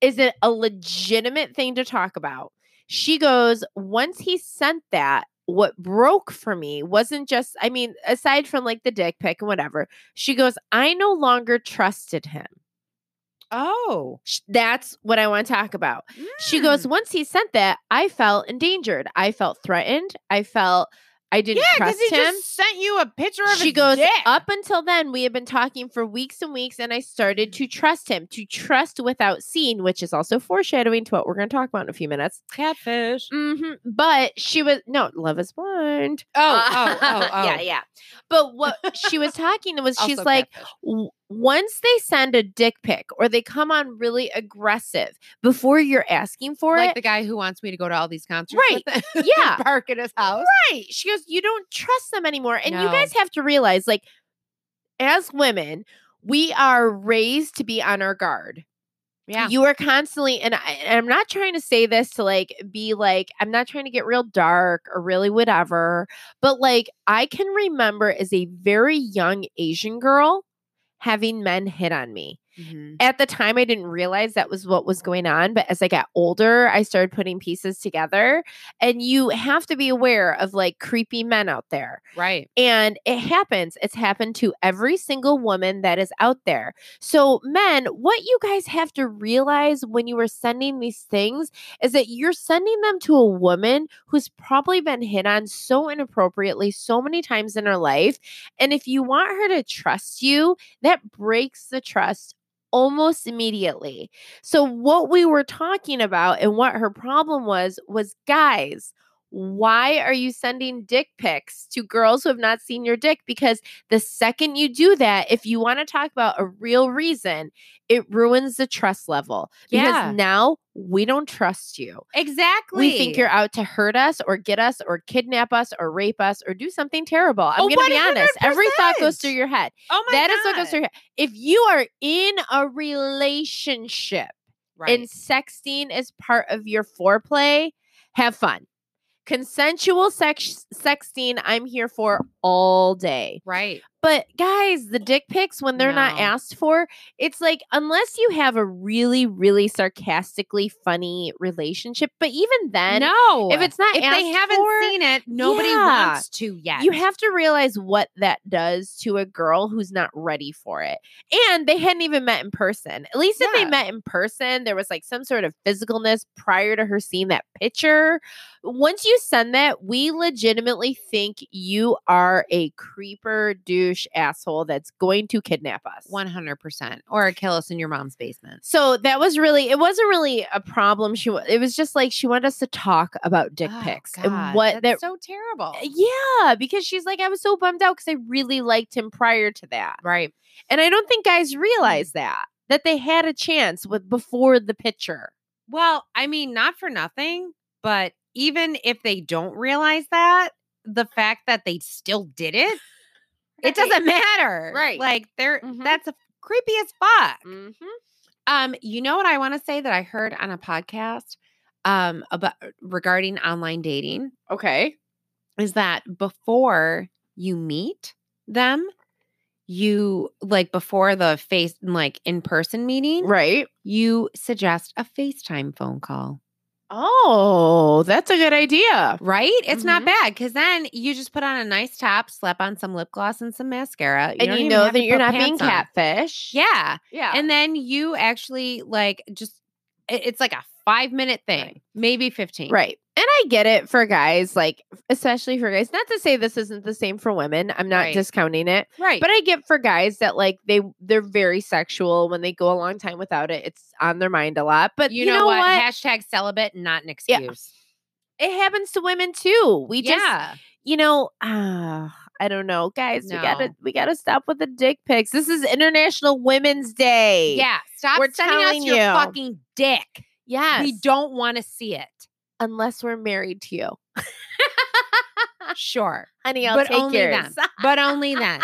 is it a legitimate thing to talk about she goes once he sent that what broke for me wasn't just i mean aside from like the dick pic and whatever she goes i no longer trusted him
Oh, mm.
Sh- that's what i want to talk about she goes,
Hmm.
Once he sent that, I felt endangered. I felt threatened. I felt I didn't
yeah, because
trust
he
him.
just sent you a picture of.
She
his
goes,
dick.
Up until then, we had been talking for weeks and weeks, and I started to trust him, to trust without seeing, which is also foreshadowing to what we're going to talk about in a few minutes.
catfish.
hmm But she was, no, love is blind.
Mm-hmm. Oh, oh, oh, oh.
Uh, yeah, yeah. But what she was talking was, she's
Also
like,
catfish.
w- once they send a dick pic or they come on really aggressive before you're asking for
like
it,
the guy who wants me to go to all these concerts.
Right.
with him.
Yeah.
park at his house.
right. She goes, You don't trust them anymore. And you
No.
guys have to realize, like, as women, we are raised to be on our guard.
Yeah.
You are constantly, and, I, and I'm not trying to say this to like be like, I'm not trying to get real dark or really whatever, but like, I can remember as a very young Asian girl having men hit on me
Mhm.
at the time i didn't realize that was what was going on but as i got older i started putting pieces together and you have to be aware of like creepy men out there
Right.
and it happens it's happened to every single woman that is out there so men what you guys have to realize when you are sending these things is that you're sending them to a woman who's probably been hit on so inappropriately so many times in her life and if you want her to trust you that breaks the trust almost immediately. So what we were talking about and what her problem was was guys, why are you sending dick pics to girls who have not seen your dick because the second you do that, if you want to talk about a real reason, it ruins the trust level
Yeah.
because now we don't trust you.
Exactly.
We think you're out to hurt us or get us or kidnap us or rape us or do something terrible. I'm
Oh,
going to be honest. Every thought goes through
100%.
your head.
Oh my
That
god.
is what goes through. here. If you are in a relationship
Right.
and sexting is part of your foreplay, have fun. Consensual sex sexting, I'm here for all day.
right.
But guys, the dick pics when they're not
No.
asked for, it's like unless you have a really, really sarcastically funny relationship. But even then,
no.
if it's not
if
asked
they haven't
for,
seen it, nobody
yeah.
wants to yet.
you have to realize what that does to a girl who's not ready for it. And they hadn't even met in person. At least if
Yeah.
they met in person, there was like some sort of physicalness prior to her seeing that picture. Once you send that, we legitimately think you are are a creeper douche asshole that's going to kidnap us.
One hundred percent, or kill us in your mom's basement.
So that was really it wasn't really a problem. She wa- it was just like she wanted us to talk about dick
Oh,
pics
God,
and what that Eh,
that's so terrible.
yeah, because she's like, I was so bummed out because I really liked him prior to that.
Right.
And I don't think guys realize that, that they had a chance with before the picture.
Well, I mean, not for nothing, but even if they don't realize that, the fact that they still did it, it doesn't matter.
Right.
Like they're
Mhm.
that's a creepy as fuck.
Mm-hmm.
Um, you know what I want to say that I heard on a podcast um about regarding online dating
Okay.
is that before you meet them, you like before the face like in person meeting,
Right.
you suggest a FaceTime phone call.
Oh, that's a good idea.
Right? It's not
Mm-hmm.
bad because then you just put on a nice top, slap on some lip gloss and some mascara,
and
don't
you
even
know
have
that
to
you're
put
not being
pants on.
catfish.
Yeah,
Yeah.
and then you actually like just it- it's like a five minute thing,
Right.
maybe fifteen.
Right. And I get it for guys, like, especially for guys. Not to say this isn't the same for women. I'm not
Right.
discounting it.
right.
But I get for guys that like they they're very sexual when they go a long time without it. It's on their mind a lot. But
you, know, what? Hashtag celibate, not an
Yeah.
excuse.
it happens to women too. We just
yeah.
you know, uh, I don't know, guys. We
No.
gotta we gotta stop with the dick pics. This is International Women's Day.
yeah. Stop
We're
sending us
telling
your
you.
fucking dick.
Yes.
We don't want to see it.
unless we're married to you,
Sure.
honey. I'll
But
take
only
yours.
then. But only then.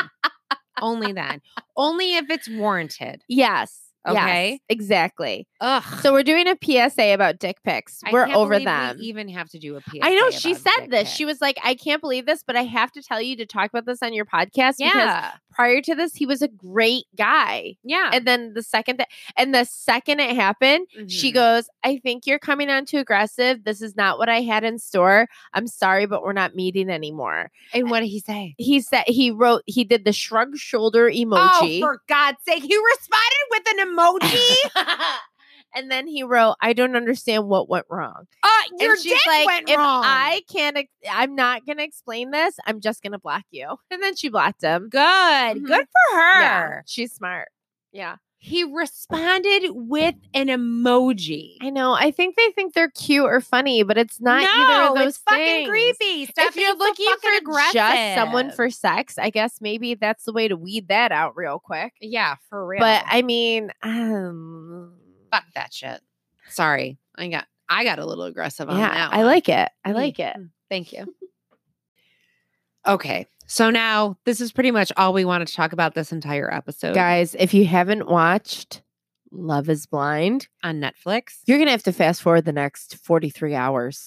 only then. Only if it's warranted.
Yes. yes,
Okay.
Exactly.
Ugh.
So we're doing a PSA about dick pics.
I
We're
can't
over
believe we
them.
even have to do a PSA.
I know she
about
said
dick
this.
pic.
She was like, I can't believe this, but I have to tell you to talk about this on your podcast because
yeah,
prior to this, he was a great guy.
yeah.
And then the second that and the second it happened,
Mm-hmm.
she goes, I think you're coming on too aggressive. This is not what I had in store. I'm sorry, but we're not meeting anymore.
and what did he say?
He said he wrote he did the shrug shoulder emoji.
Oh, for God's sake! He responded with an emoji.
and then he wrote, I don't understand what went wrong.
uh,
And
your
she's
dick
like,
went
if
wrong.
I can't ex- I'm not gonna explain this, I'm just gonna block you. And then she blocked him.
good,
Mhm.
good for her.
Yeah, she's smart. Yeah.
He responded with an emoji.
I know. I think they think they're cute or funny, but it's not either
no,
of those
it's fucking
things.
creepy. Stop
if you're
being so
looking
fucking
for
aggressive.
just someone for sex, I guess maybe that's the way to weed that out real quick.
yeah, for real.
But I mean, um,
fuck that shit. Sorry, I got I got a little aggressive on
yeah,
that.
I
one.
like it. I
Mm,
like it.
mm, Thank you. okay. So now this is pretty much all we want to talk about this entire episode
Guys, if you haven't watched Love is Blind,
on Netflix.
you're going to have to fast forward the next 43 hours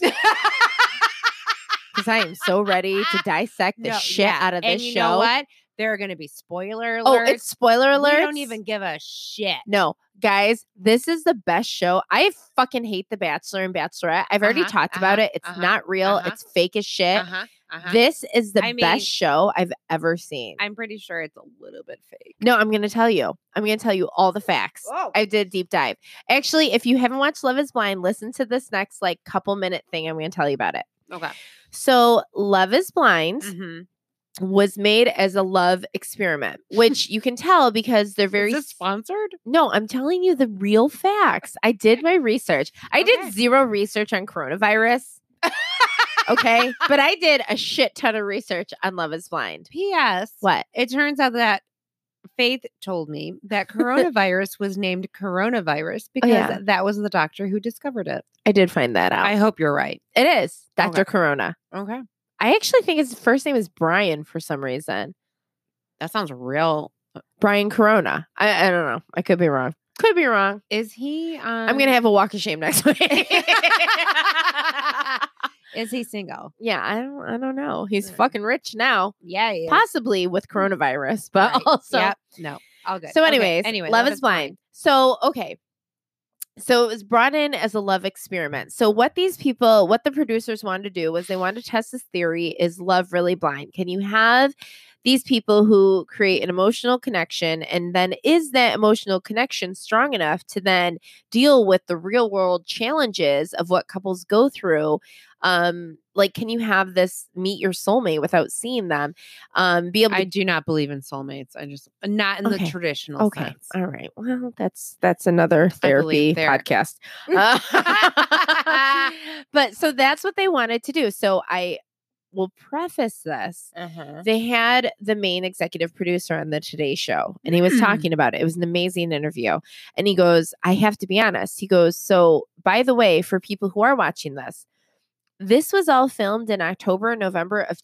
because I am so ready to dissect the
No,
shit
yeah,
out of this
and you
show.
know what? There are going to be spoiler alerts.
Oh, it's spoiler alert.
We don't even give a shit.
No, guys, this is the best show. I fucking hate The Bachelor and Bachelorette. I've already
Uh-huh,
talked about
uh-huh,
it. It's
uh-huh,
not real.
uh-huh.
It's fake as shit.
Uh-huh, uh-huh.
This is the
I mean-
best show I've ever seen.
I'm pretty sure it's a little bit fake.
no, I'm going to tell you. I'm going to tell you all the facts.
Whoa.
I did a deep dive. Actually, if you haven't watched Love is Blind, listen to this next like couple minute thing. I'm going to tell you about it.
okay.
So, Love is Blind
Mm-hmm.
was made as a love experiment, which you can tell because they're very
Is this sponsored?
No, I'm telling you the real facts. I did my research. I
Okay.
did zero research on coronavirus. okay. But I did a shit ton of research on Love is Blind.
P.S.
What?
It turns out that Faith told me that coronavirus was named coronavirus because
yeah.
that was the doctor who discovered it.
I did find that out.
I hope you're right.
it is
Okay.
Dr. Corona.
Okay.
I actually think his first name is Brian for some reason.
That sounds real.
Brian Corona. I, I don't know. I could be wrong. Could be wrong.
Is he? Um,
I'm going to have a walk of shame next week.
Is he single?
yeah, I don't I don't know. He's
Mm.
fucking rich now.
Yeah. he is.
Possibly with coronavirus, but
Right.
also
Yep. no. All good.
So,
Okay,
anyways,
anyway,
love, is blind. So, okay. So it was brought in as a love experiment. So what these people, what the producers wanted to do was they wanted to test this theory: is love really blind? Can you have these people who create an emotional connection, and then is that emotional connection strong enough to then deal with the real world challenges of what couples go through Um, like, can you have this meet your soulmate without seeing them? Um, be able
I
to
do not believe in soulmates. I just not in
Okay.
the traditional
okay.
sense.
All right. Well, that's that's another therapy
believe there-
podcast. Uh, but so that's what they wanted to do. So I will preface this.
Uh-huh.
They had the main executive producer on the Today Show, and he was
Mm.
talking about it. It was an amazing interview. And he goes, I have to be honest. He goes, So, by the way, for people who are watching this, this was all filmed in October, November of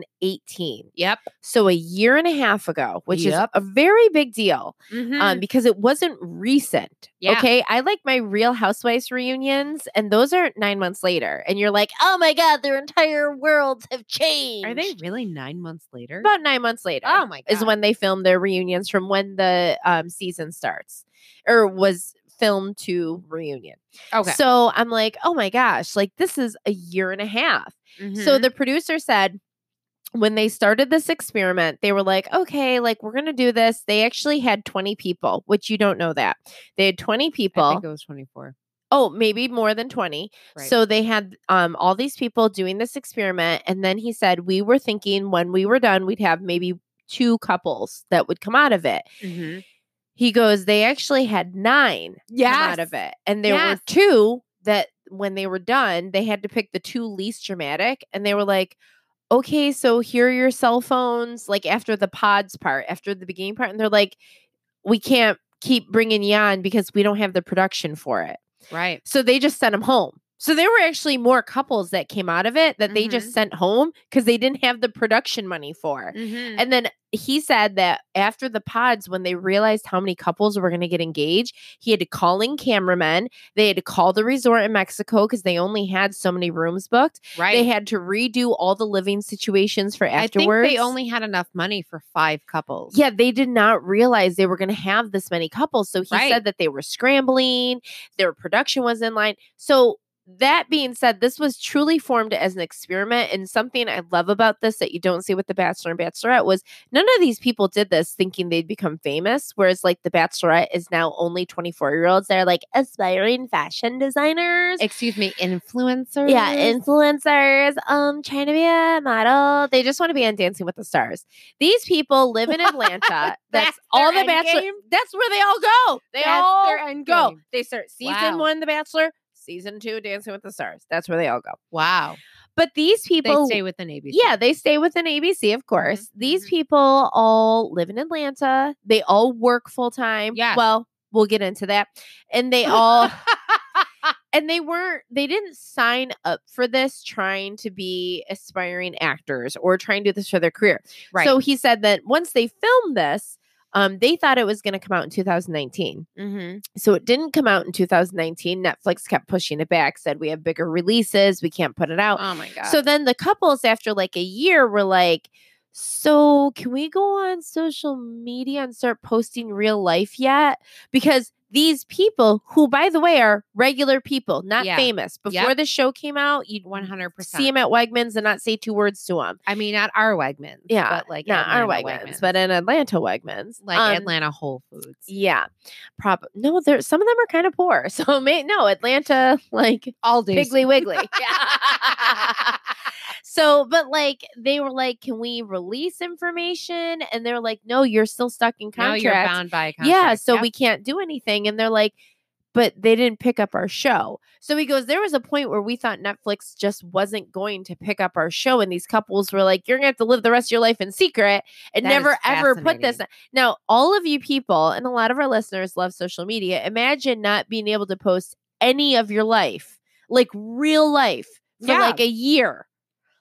2018.
Yep.
So, a year and a half ago, which
Yep.
is a very big deal
Mhm.
um, because it wasn't recent.
Yeah.
Okay. I like my Real Housewives reunions, and those are nine months later. And you're like, oh my God, their entire worlds have changed.
Are they really nine months later?
About nine months later
oh my god.
is when they filmed their reunions from when the um, season starts or was filmed to reunion.
okay.
So I'm like, oh my gosh, like this is a year and a half. So
Mhm.
the producer said when they started this experiment, they were like, okay, like we're going to do this. They actually had 20 people, which you don't know that. They had 20 people.
I think it was 24.
oh, maybe more than 20.
Right.
So they had um, all these people doing this experiment. And then he said, we were thinking when we were done, we'd have maybe two couples that would come out of it.
Mhm.
He goes, they actually had nine come out of
Yes.
it. And there
Yes.
were two that when they were done, they had to pick the two least dramatic. And they were like, okay, so here are your cell phones, like after the pods part, after the beginning part. And they're like, we can't keep bringing you on because we don't have the production for it.
right.
So they just sent them home. So there were actually more couples that came out of it that they
Mm-hmm.
just sent home because they didn't have the production money for.
Mhm.
And then he said that after the pods, when they realized how many couples were going to get engaged, he had to call in cameramen. They had to call the resort in Mexico because they only had so many rooms booked.
right.
They had to redo all the living situations for
I
afterwards.
think they only had enough money for five couples.
yeah, they did not realize they were going to have this many couples. So he
Right.
said that they were scrambling, their production was in line. So, that being said, this was truly formed as an experiment. And something I love about this that you don't see with The Bachelor and Bachelorette was none of these people did this thinking they'd become famous. Whereas, like, The Bachelorette is now only 24 year olds that are like aspiring fashion designers.
Excuse me, influencers.
Yeah,
Mm-hmm.
influencers, um, trying to be a model. They just want to be on Dancing with the Stars. These people live in Atlanta. That's
That's
all the
their end
bachelor.
game?
That's where they all go. They
That's
all
their end
go.
game.
They start season
Wow.
one, The Bachelor. Season two, Dancing with the Stars. That's where they all go.
wow.
But these
They
people,
stay with an ABC.
yeah, they stay within ABC, of course. These
mhm.
people all live in Atlanta. They all work full time.
Yes.
Well, we'll get into that. And they all and they weren't they didn't sign up for this trying to be aspiring actors or trying to do this for their career
right.
so he said that once they filmed this um, they thought it was going to come out in 2019
mm-hmm.
so it didn't come out in 2019 netflix kept pushing it back said we have bigger releases we can't put it out
oh my god.
so then the couples, after like a year, were like, So can we go on social media and start posting real life yet? Because these people, who by the way are regular people, not
Yeah.
famous,
Yep.
before the show came out, you'd
one hundred
see
percent.
them at Wegmans and not say two words to them.
I mean, not our Wegmans.
Yeah,
but like
not our
Atlanta
Wegmans, but in Atlanta Wegmans.
like
Um,
Atlanta Whole Foods.
Yeah, prob no. There, some of them are kind of poor, so may no Atlanta like
All day.
Piggly Wiggly. Yeah. so, but like they were like, "Can we release information?" And they're like, "No, you're still stuck in
Now
contract."
you're bound by a contract.
Yeah, so
Yep.
we can't do anything. And they're like, "But they didn't pick up our show." So he goes, "There was a point where we thought Netflix just wasn't going to pick up our show, and these couples were like, "You're gonna have to live the rest of your life in secret and
That is
never ever put this."
fascinating.
Now, all of you people and a lot of our listeners love social media. Imagine not being able to post any of your life, like real life, for
Yeah.
like a year.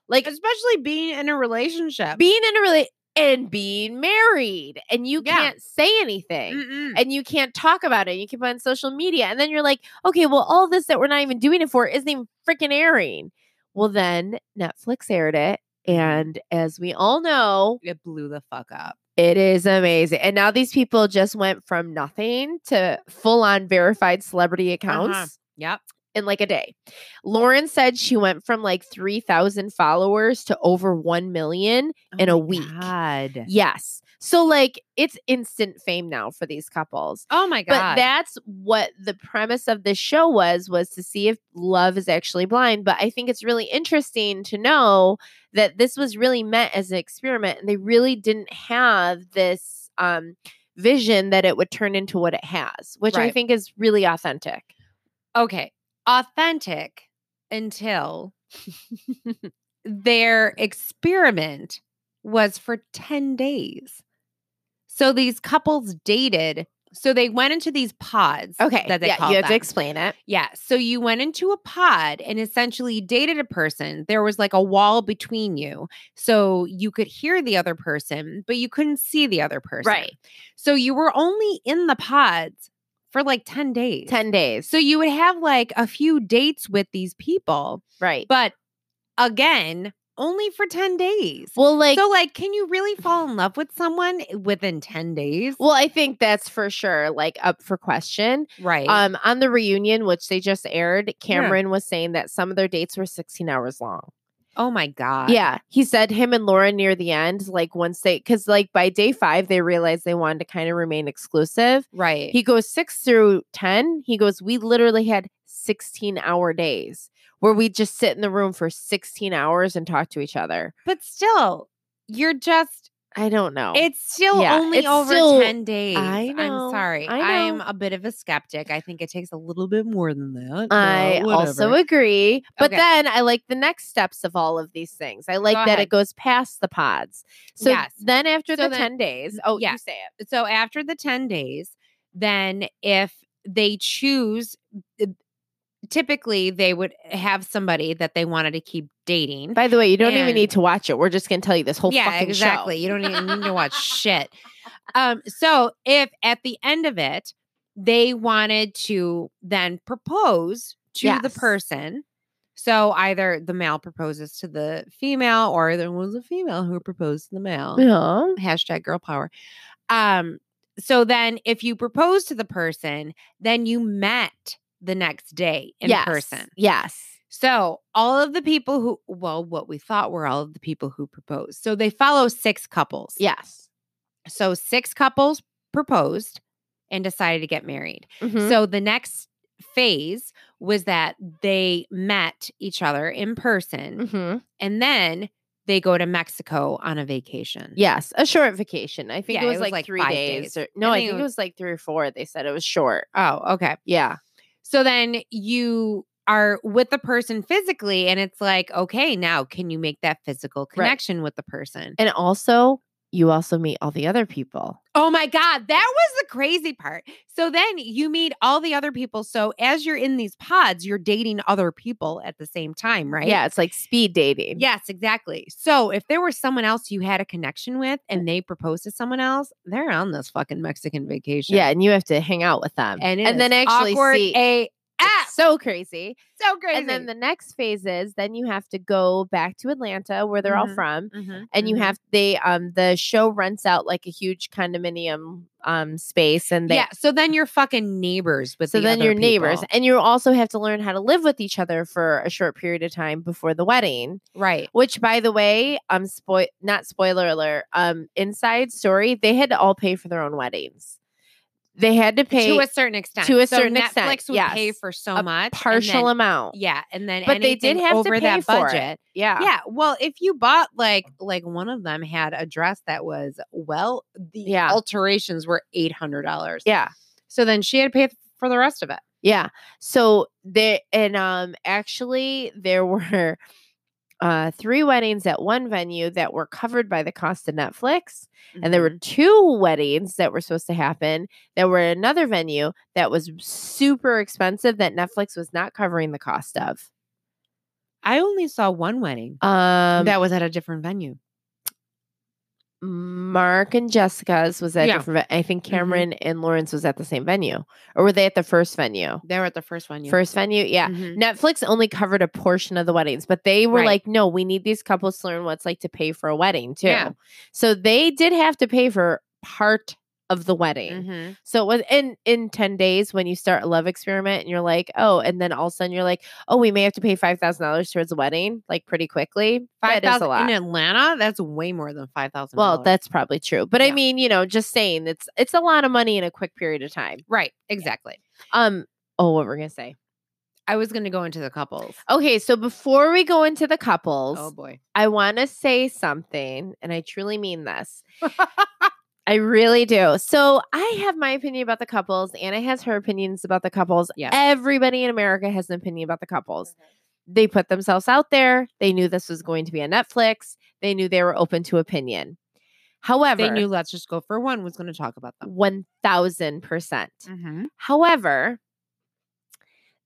Like
especially being in a relationship.
being in a really and being married, and you
Yeah.
can't say anything
Mm-mm.
and you can't talk about it. You keep on social media, and then you're like, okay, well, all this that we're not even doing it for isn't even freaking airing. Well, then Netflix aired it, and as we all know,
it blew the fuck up.
it is amazing. And now these people just went from nothing to full on verified celebrity accounts.
Yep.
in like a day. Lauren said she went from like 3,000 followers to over 1 million in a week.
God.
Yes. So like it's instant fame now for these couples.
Oh my
But
God.
that's what the premise of this show was was to see if love is actually blind, but I think it's really interesting to know that this was really meant as an experiment and they really didn't have this um vision that it would turn into what it has, which I
Right.
think is really authentic.
okay. Authentic until their experiment was for 10 days. So these couples dated. So they went into these pods.
Okay.
That they
yeah,
called
you have to
them.
explain it.
Yeah. So you went into a pod and essentially dated a person. There was like a wall between you. So you could hear the other person, but you couldn't see the other person.
Right.
So you were only in the pods for like 10 days.
10 days.
So you would have like a few dates with these people,
Right.
but again, only for 10 days.
well, like
so like can you really fall in love with someone eh, within 10 days?
Well, I think that's for sure like up for question.
right.
Um on the reunion which they just aired, Cameron was saying that some of their dates were 16 hours long.
oh my god.
Yeah, he said him and Laura near the end like once they cuz like by day 5 they realized they wanted to kind of remain exclusive.
Right.
He goes 6 through 10. He goes we literally had 16 hour days where we just sit in the room for 16 hours and talk to each other.
but still, you're just
I don't know.
It's still
Oh, Yeah,
only
it's
over
still-
10 days.
I know,
am sorry.
I
I am
know.
a bit of a skeptic. I think it takes a little bit more than that. but
I also
whatever.
agree. But
Okay.
then I like the next steps of all of these things. I like
Go
that
ahead.
it goes past the pods. So
Yes.
then after
So
the
then-
10 days, oh,
yeah.
you say it.
So after the 10 days, then if they choose, uh, typically they would have somebody that they wanted to keep dating.
By the way, you don't even
And-
need to watch it. We're just going to tell you this whole
yeah,
fucking
exactly.
show.
You don't even need to watch shit. Um, so if at the end of it they wanted to then propose to the
Yes.
person, so either the male proposes to the female, or there was a female who proposed to the male.
No.
Hashtag girl power. Um, so then if you propose to the person, then you met the next day in
yes.
person.
Yes.
So, all of the people who, well, what we thought were all of the people who proposed. So, they follow six couples.
Yes.
So, six couples proposed and decided to get married.
Mhm.
So, the next phase was that they met each other in person
Mhm.
and then they go to Mexico on a vacation.
Yes. A short vacation. I think
Yeah,
it was like, three
five
days.
days.
or- no, I think,
think it
it
was-
was like three or four. They said it was short.
Oh, okay.
Yeah.
So then you are with the person physically, and it's like, okay, now can you make that physical connection with the person?
And also, you also meet all the other people.
Oh my God, that was the crazy part. So then you meet all the other people. So as you're in these pods, you're dating other people at the same time, right?
Yeah. It's like speed dating.
Yes, exactly. So if there was someone else you had a connection with and they proposed to someone else, they're on this fucking Mexican vacation.
Uh Yeah, and you have to hang out with them.
And, it
and then
is
actually
awkward
see
AF.
it's so crazy.
So crazy.
And then the next phase is then you have to go back to Atlanta where they're all
Mhm.
from. And you have they um the show rents out like a huge condominium um space and they
yeah. So then you're fucking neighbors with
so
the
then
other
you're neighbors eh,
people.
and you also have to learn how to live with each other for a short period of time before the wedding.
right?
Which by the way, um spoil not spoiler alert, um inside story, they had to all pay for their own weddings. They had to pay
to a certain extent.
to a
So
certain
Netflix
extent,
would pay
yes.
for so
A
much and
partial
then-
amount.
Yeah, and then
But they did
anything
have to
over
pay
that
for it.
budget.
Yeah.
Yeah, well, if you bought like like one of them had a dress that was well, the
Yeah.
alterations were eight hundred dollars.
Yeah.
So then she had to pay for the rest of it.
Yeah. So there and um actually there were uh three weddings at one venue that were covered by the cost of Netflix and there were
Mm-hmm.
two weddings that were supposed to happen that were at another venue that was super expensive that Netflix was not covering the cost of.
Mm-hmm. I only saw one wedding
Um
that was at a different venue.
Mark and Jessica's was at
Yeah.
different ve- I think
Mhm.
Cameron and Lawrence was at the same venue or were they at the first venue?
They were at the first venue.
First venue? Yeah.
Mhm.
Netflix only covered a portion of the weddings, but they were
Right.
like, no, we need these couples to learn what it's like to pay for a wedding too.
Yeah.
So they did have to pay for part of the wedding.
Mhm.
So it was in in 10 days when you start a love experiment and you're like, oh, and then all of a sudden you're like, oh, we may have to pay five thousand dollars towards the wedding, like pretty quickly. That is a
5,000
lot.
in Atlanta. That's way more than five thousand.
Well, that's probably true. But I
Yeah.
mean, you know, just saying it's it's a lot of money in a quick period of time.
right. Exactly.
Um, oh, what we're gonna say.
I was going to go into the couples.
Okay, so before we go into the couples,
Oh boy.
I wanna say something, and I truly mean this. I really do. So I have my opinion about the couples. Anna has her opinions about the couples.
Yes. Mm-hmm.
Everybody in America has an opinion about the couples. They put themselves out there. They knew this was going to be on Netflix. They knew they were open to opinion. However,
They knew Let's Just Go for One was going to talk about them.
1000%. percent
Mm-hmm.
However,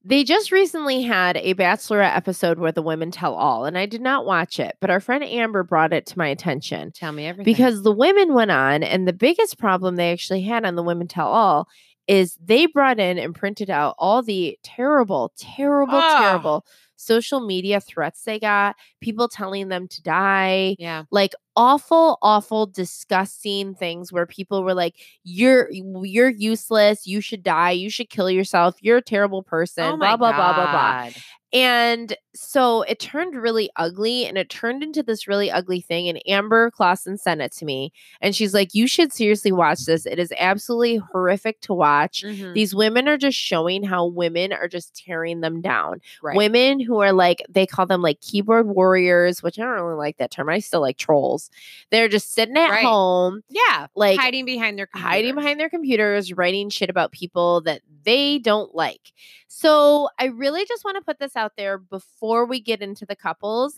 they just recently had a bachelorette episode where the women tell all, and I did not watch it, but our friend Amber brought it to my attention
Tell me everything.
because the women went on, and the biggest problem they actually had on the women tell all is they brought in and printed out all the terrible, terrible,
Ah.
terrible social media threats they got, people telling them to die,
yeah,
like awful awful disgusting things where people were like you're you're useless you should die you should kill yourself you're a terrible person
Oh
blah blah blah blah blah and so it turned really ugly and it turned into this really ugly thing and amber clausen sent it to me and she's like you should seriously watch this it is absolutely horrific to watch
Mm. Mm-hmm.
these women are just showing how women are just tearing them down
Right.
women who are like they call them like keyboard warriors which i don't really like that term i still like trolls they're just sitting at
Right.
home
yeah,
like
hiding
hiding,
behind their
behind their computers writing shit about people that they don't like so i really just want to put this out there before we get into the
Mm.
couples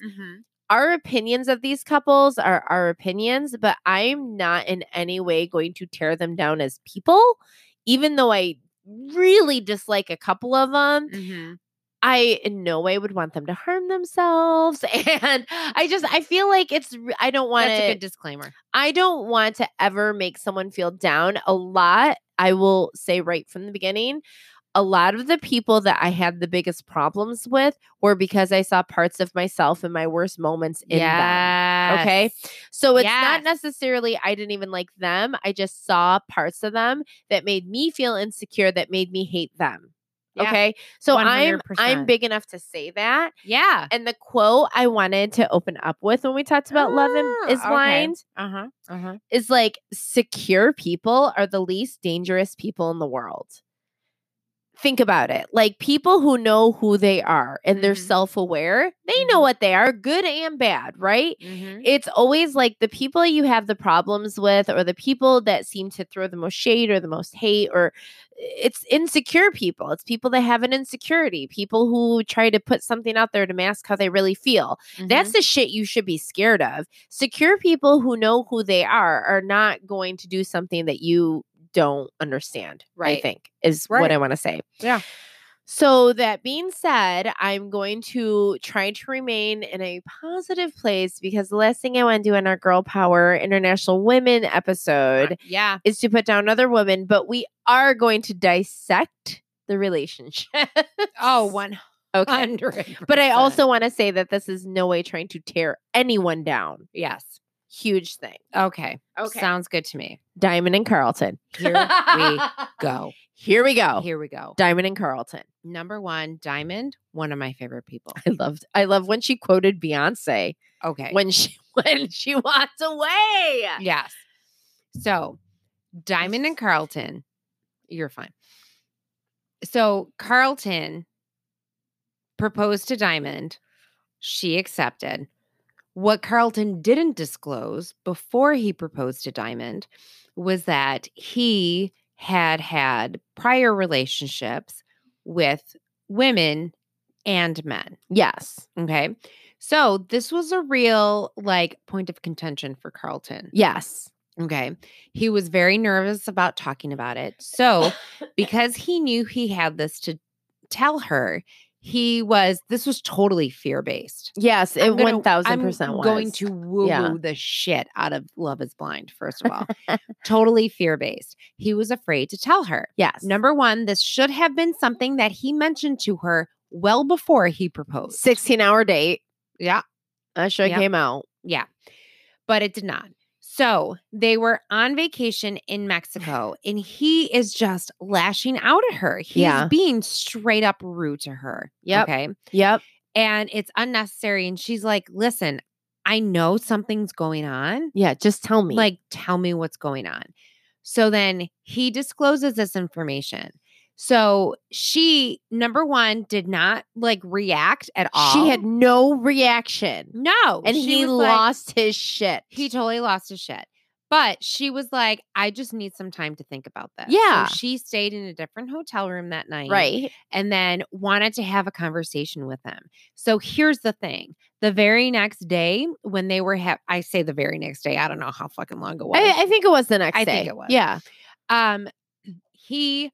our opinions of these couples are our opinions, but I'm not in any way going to tear them down as people, even though I really dislike a couple of them.
Mm-hmm.
I in no way would want them to harm themselves. And I just, I feel like it's, r- I don't want
That's
to,
a good disclaimer.
I don't want to ever make someone feel down a lot. I will say right from the beginning. A lot of the people that I had the biggest problems with were because I saw parts of myself in my worst moments in them. Okay. So it's
Yes.
not necessarily I didn't even like them. I just saw parts of them that made me feel insecure that made me hate them.
Yeah.
Okay. So i am I'm
100%.
big enough to say that.
Yeah.
And the quote I wanted to open up with when we talked about love and
Ah,
is
okay.
blind
Uh huh. Uh huh.
is like secure people are the least dangerous people in the world. Think about it. Like people who know who they are and they're
Mhm.
self-aware, they know
Mhm.
what they are, good and bad, right?
Mm-hmm.
it's always like the people you have the problems with or the people that seem to throw the most shade or the most hate or eh, it's insecure people it's people that have an insecurity people who try to put something out there to mask how they really feel that's
Mm-hmm.
the shit you should be scared of secure people who know who they are are not going to do something that you don't understand i
Right.
think is what
Right.
i want to say
Yeah.
so that being said, I'm going to try to remain in a positive place because the last thing I want to do in our Girl Power International Women episode
Mm-hmm. yeah.
is to put down other women, but we are going to dissect the relationship.
Oh, one
okay.
hundred.
But I also want to say that this is no way trying to tear anyone down.
yes.
Huge thing.
Okay.
Okay.
Sounds good to me.
Diamond and Carlton.
Here we go.
Here we go.
Here we go.
Diamond and Carlton.
Number one, Diamond. One of my favorite people.
I loved I love when she quoted Beyonce
Okay.
when she when she walked away.
Yes. So, Diamond and Carlton, you're fine. So, Carlton proposed to Diamond. She accepted. What Carlton didn't disclose before he proposed to Diamond was that he had had prior relationships with women and men.
Yes.
Okay. So, this was a real like point of contention for Carlton.
Yes.
Okay. He was very nervous about talking about it. So, because he knew he had this to tell her, he was, this was totally fear based.
Yes. It one thousand percent was
going to woo woo
Yeah.
the shit out of Love is Blind, first of all. totally fear based. He was afraid to tell her.
Yes.
Number one, this should have been something that he mentioned to her well before he proposed.
sixteen hour date.
Yeah.
That should
Yep.
came out.
Yeah. But it did not. So they were on vacation in Mexico, and he is just lashing out at her. He's
Yeah.
being straight up rude to her.
Yep.
Okay.
Yep.
And it's unnecessary. And she's like, listen, I know something's going on.
Yeah. Just tell me.
Like, tell me what's going on. So then he discloses this information. So she, number one, did not like react at all.
she had no reaction,
no.
and
she
he
was like-
lost his shit.
he totally lost his shit. But she was like, I just need some time to think about this. So
Yeah.
she stayed in a different hotel room that night.
right.
And then wanted to have a conversation with him. So here's the thing. The very next day, when they were, ha- I say the very next day, I don't know how fucking long it was.
I, I think it was the next
I
day.
think it was.
Yeah.
um, he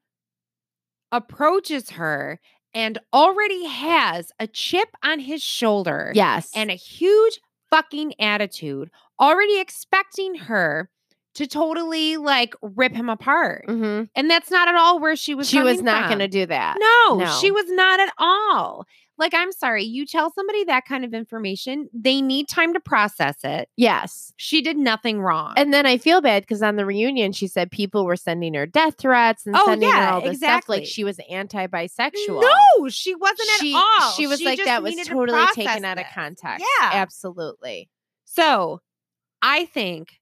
approaches her and already has a chip on his shoulder
Yes.
and a huge fucking attitude, already expecting her to totally like rip him apart.
Mhm.
And that's not at all where she was.
she was
coming
not
from.
going to do that.
No, she
No.
was not at all. Like, I'm sorry, you tell somebody that kind of information, they need time to process it.
Yes.
She did nothing wrong.
And then I feel bad because on the reunion, she said people were sending her death threats and
Oh,
sending
yeah,
her all this stuff.
exactly.
Like she was anti bisexual.
no, she wasn't
she,
at all.
She was like,
just
that was
needed to
totally taken
process
out of
this.
context.
Yeah.
Absolutely.
So I think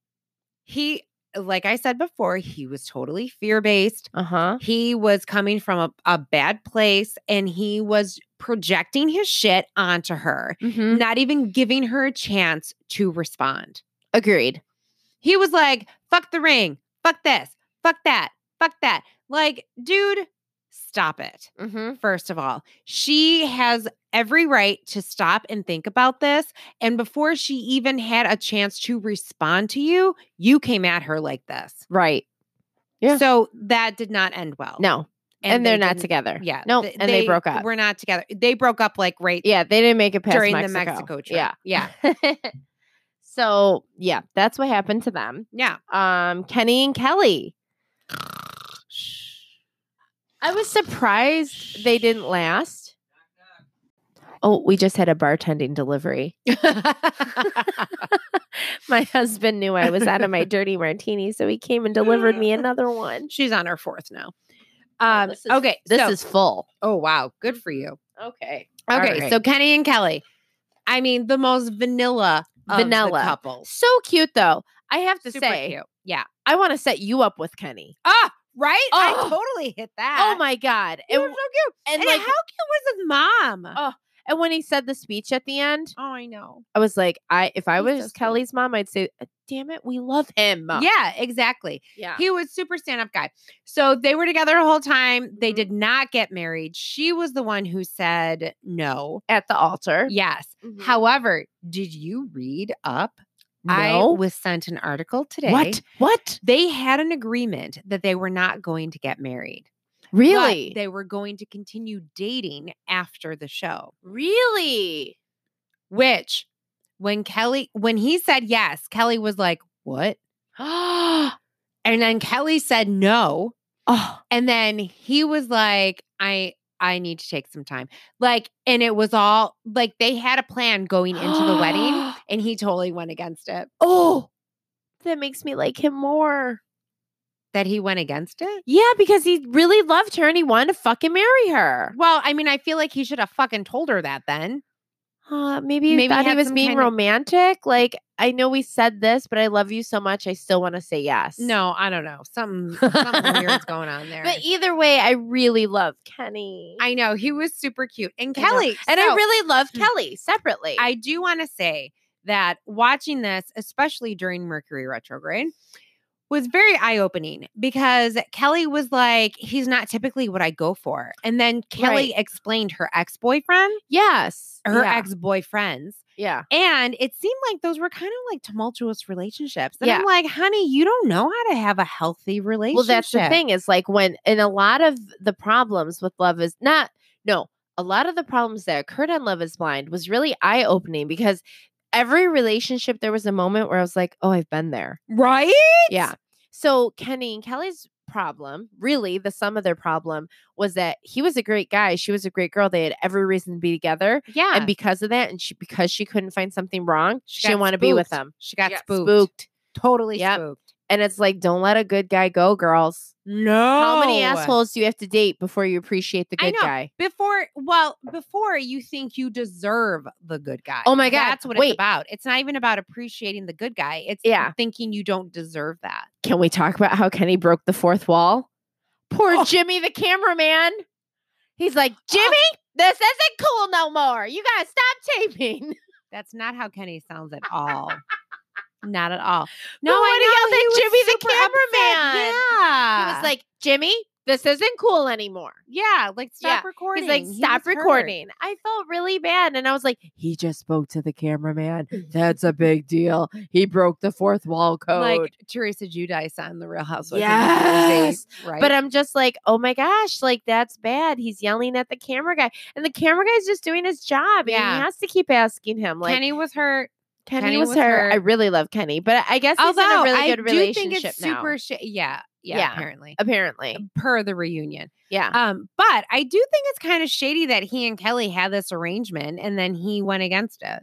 he, like I said before, he was totally fear based.
Uh huh.
He was coming from a, a bad place and he was projecting his shit onto her,
Mm-hmm.
not even giving her a chance to respond.
Agreed.
He was like, fuck the ring, fuck this, fuck that, fuck that. Like, dude, stop it.
Mm-hmm.
First of all, she has every right to stop and think about this. And before she even had a chance to respond to you, you came at her like this.
Right. Yeah.
So that did not end well.
No. And, they're
they
not
didn't-
together.
Yeah.
No. and they, broke up.
We're not together. They broke up like right
Yeah. They didn't make it past
during the Mexico
Mexico.
trip. Yeah.
Yeah. so, yeah, that's what happened to them.
Yeah.
um Kenny and Kelly. I was surprised they didn't last. Oh, we just had a bartending delivery. My husband knew I was out of my dirty martini, so he came and delivered me another one.
She's on her fourth now.
Oh,
Um,
this is-
okay.
This
so-
is full.
oh, wow. Good for you.
Okay.
Okay.
Alright.
So Kenny and Kelly, I mean, the most vanilla, of the
Vanilla.
couple.
so cute though. I have to
Super
say,
cute. Yeah.
I want to set you up with Kenny.
Ah, right?
Oh.
I totally hit that.
Oh my god.
It
And,
was so cute.
and
And,
like
how cute was his mom?
Oh. and when he said the speech at the end,
Oh, I know.
I was like, I if I
He's
was
so sweet.
Kelly's mom, I'd say, "Damn it, we love him."
Yeah, exactly.
yeah.
He was super stand up guy. So they were together the whole time. They
Mhm.
did not get married. She was the one who said no.
at the altar.
Yes.
Mm-hmm.
However, did you read up? I
No.
was sent an article today.
what? What?
They had an agreement that they were not going to get married. but
Really?
they were going to continue dating after the show.
really?
which when Kelly when he said yes, Kelly was like, "What?"
oh.
And then Kelly said no, and then he was like, "I I need to take some time." Like and it was all like they had a plan going into the wedding and he totally went against it.
Oh. That makes me like him more.
That he went against it?
Yeah, because he really loved her and he wanted to fucking marry her.
Well, I mean, I feel like he should have fucking told her that then.
Uh, maybe he
Maybe
thought he
had
was
some
being
kind of-
romantic. Like, I know we said this, but I love you so much. I still want to say yes.
No, I don't know. Something, something weird's going on there.
But either way, I really love Kenny.
I know he was super cute. And
I know.
Kelly
and I
so-
really love Kelly separately.
I do want to say that watching this, especially during Mercury retrograde, was very eye opening because Kelly was like, he's not typically what I go for. And then Kelly explained her ex boyfriend,
yes,
her
yeah.
ex boyfriends.
yeah,
And it seemed like those were kind of like tumultuous relationships. And
Yeah.
I'm like, honey, you don't know how to have a healthy relationship.
Well, that's the thing is like when, and a lot of the problems with Love is not, no, a lot of the problems that occurred on Love is Blind was really eye opening because every relationship, there was a moment where I was like, oh, I've been there.
Right?
Yeah. So Kenny and Kelly's problem, really, the sum of their problem was that he was a great guy. She was a great girl. They had every reason to be together.
Yeah.
And because of that, and she, because she couldn't find something wrong, she,
got
didn't want to be with
spooked.
them.
She got
She got
spooked.
spooked.
Totally
Yep.
spooked.
And it's like, don't let a good guy go, girls.
No.
How many assholes do you have to date before you appreciate the
Oh. I
good
know.
guy?
Before, well, before you think you deserve the good guy.
Oh my God,
That's what
wait.
it's about. It's not even about appreciating the good guy. It's
Yeah.
thinking you don't deserve that.
Can we talk about how Kenny broke the fourth wall? Poor
Oh.
Jimmy, the cameraman. He's like, Jimmy, this isn't cool no more. You gotta stop taping.
That's not how Kenny sounds at all. not at all.
No, I yelled at Jimmy the cameraman.
Yeah.
He was like, Jimmy, this isn't cool anymore.
yeah, like stop recording.
He's like,
He
stop
was hurt.
recording. I felt really bad. And I was like, he just spoke to the cameraman. That's a big deal. He broke the fourth wall code.
Like Teresa Judice on The Real Housewives. of New Jersey, Right.
But I'm just like, oh my gosh, like that's bad. He's yelling at the camera guy, and the camera guy's just doing his job, and
Yeah.
he has to keep asking him. Like Kenny,
Kenny was hurt. Kenny
was,
was
her. I
hurt.
really love Kenny, but I guess he's in a really good relationship now.
super um, sh- yeah, yeah,
Yeah.
apparently.
apparently,
Per the reunion.
yeah.
Um, but I do think it's kind of shady that he and Kelly had this arrangement and then he went against it.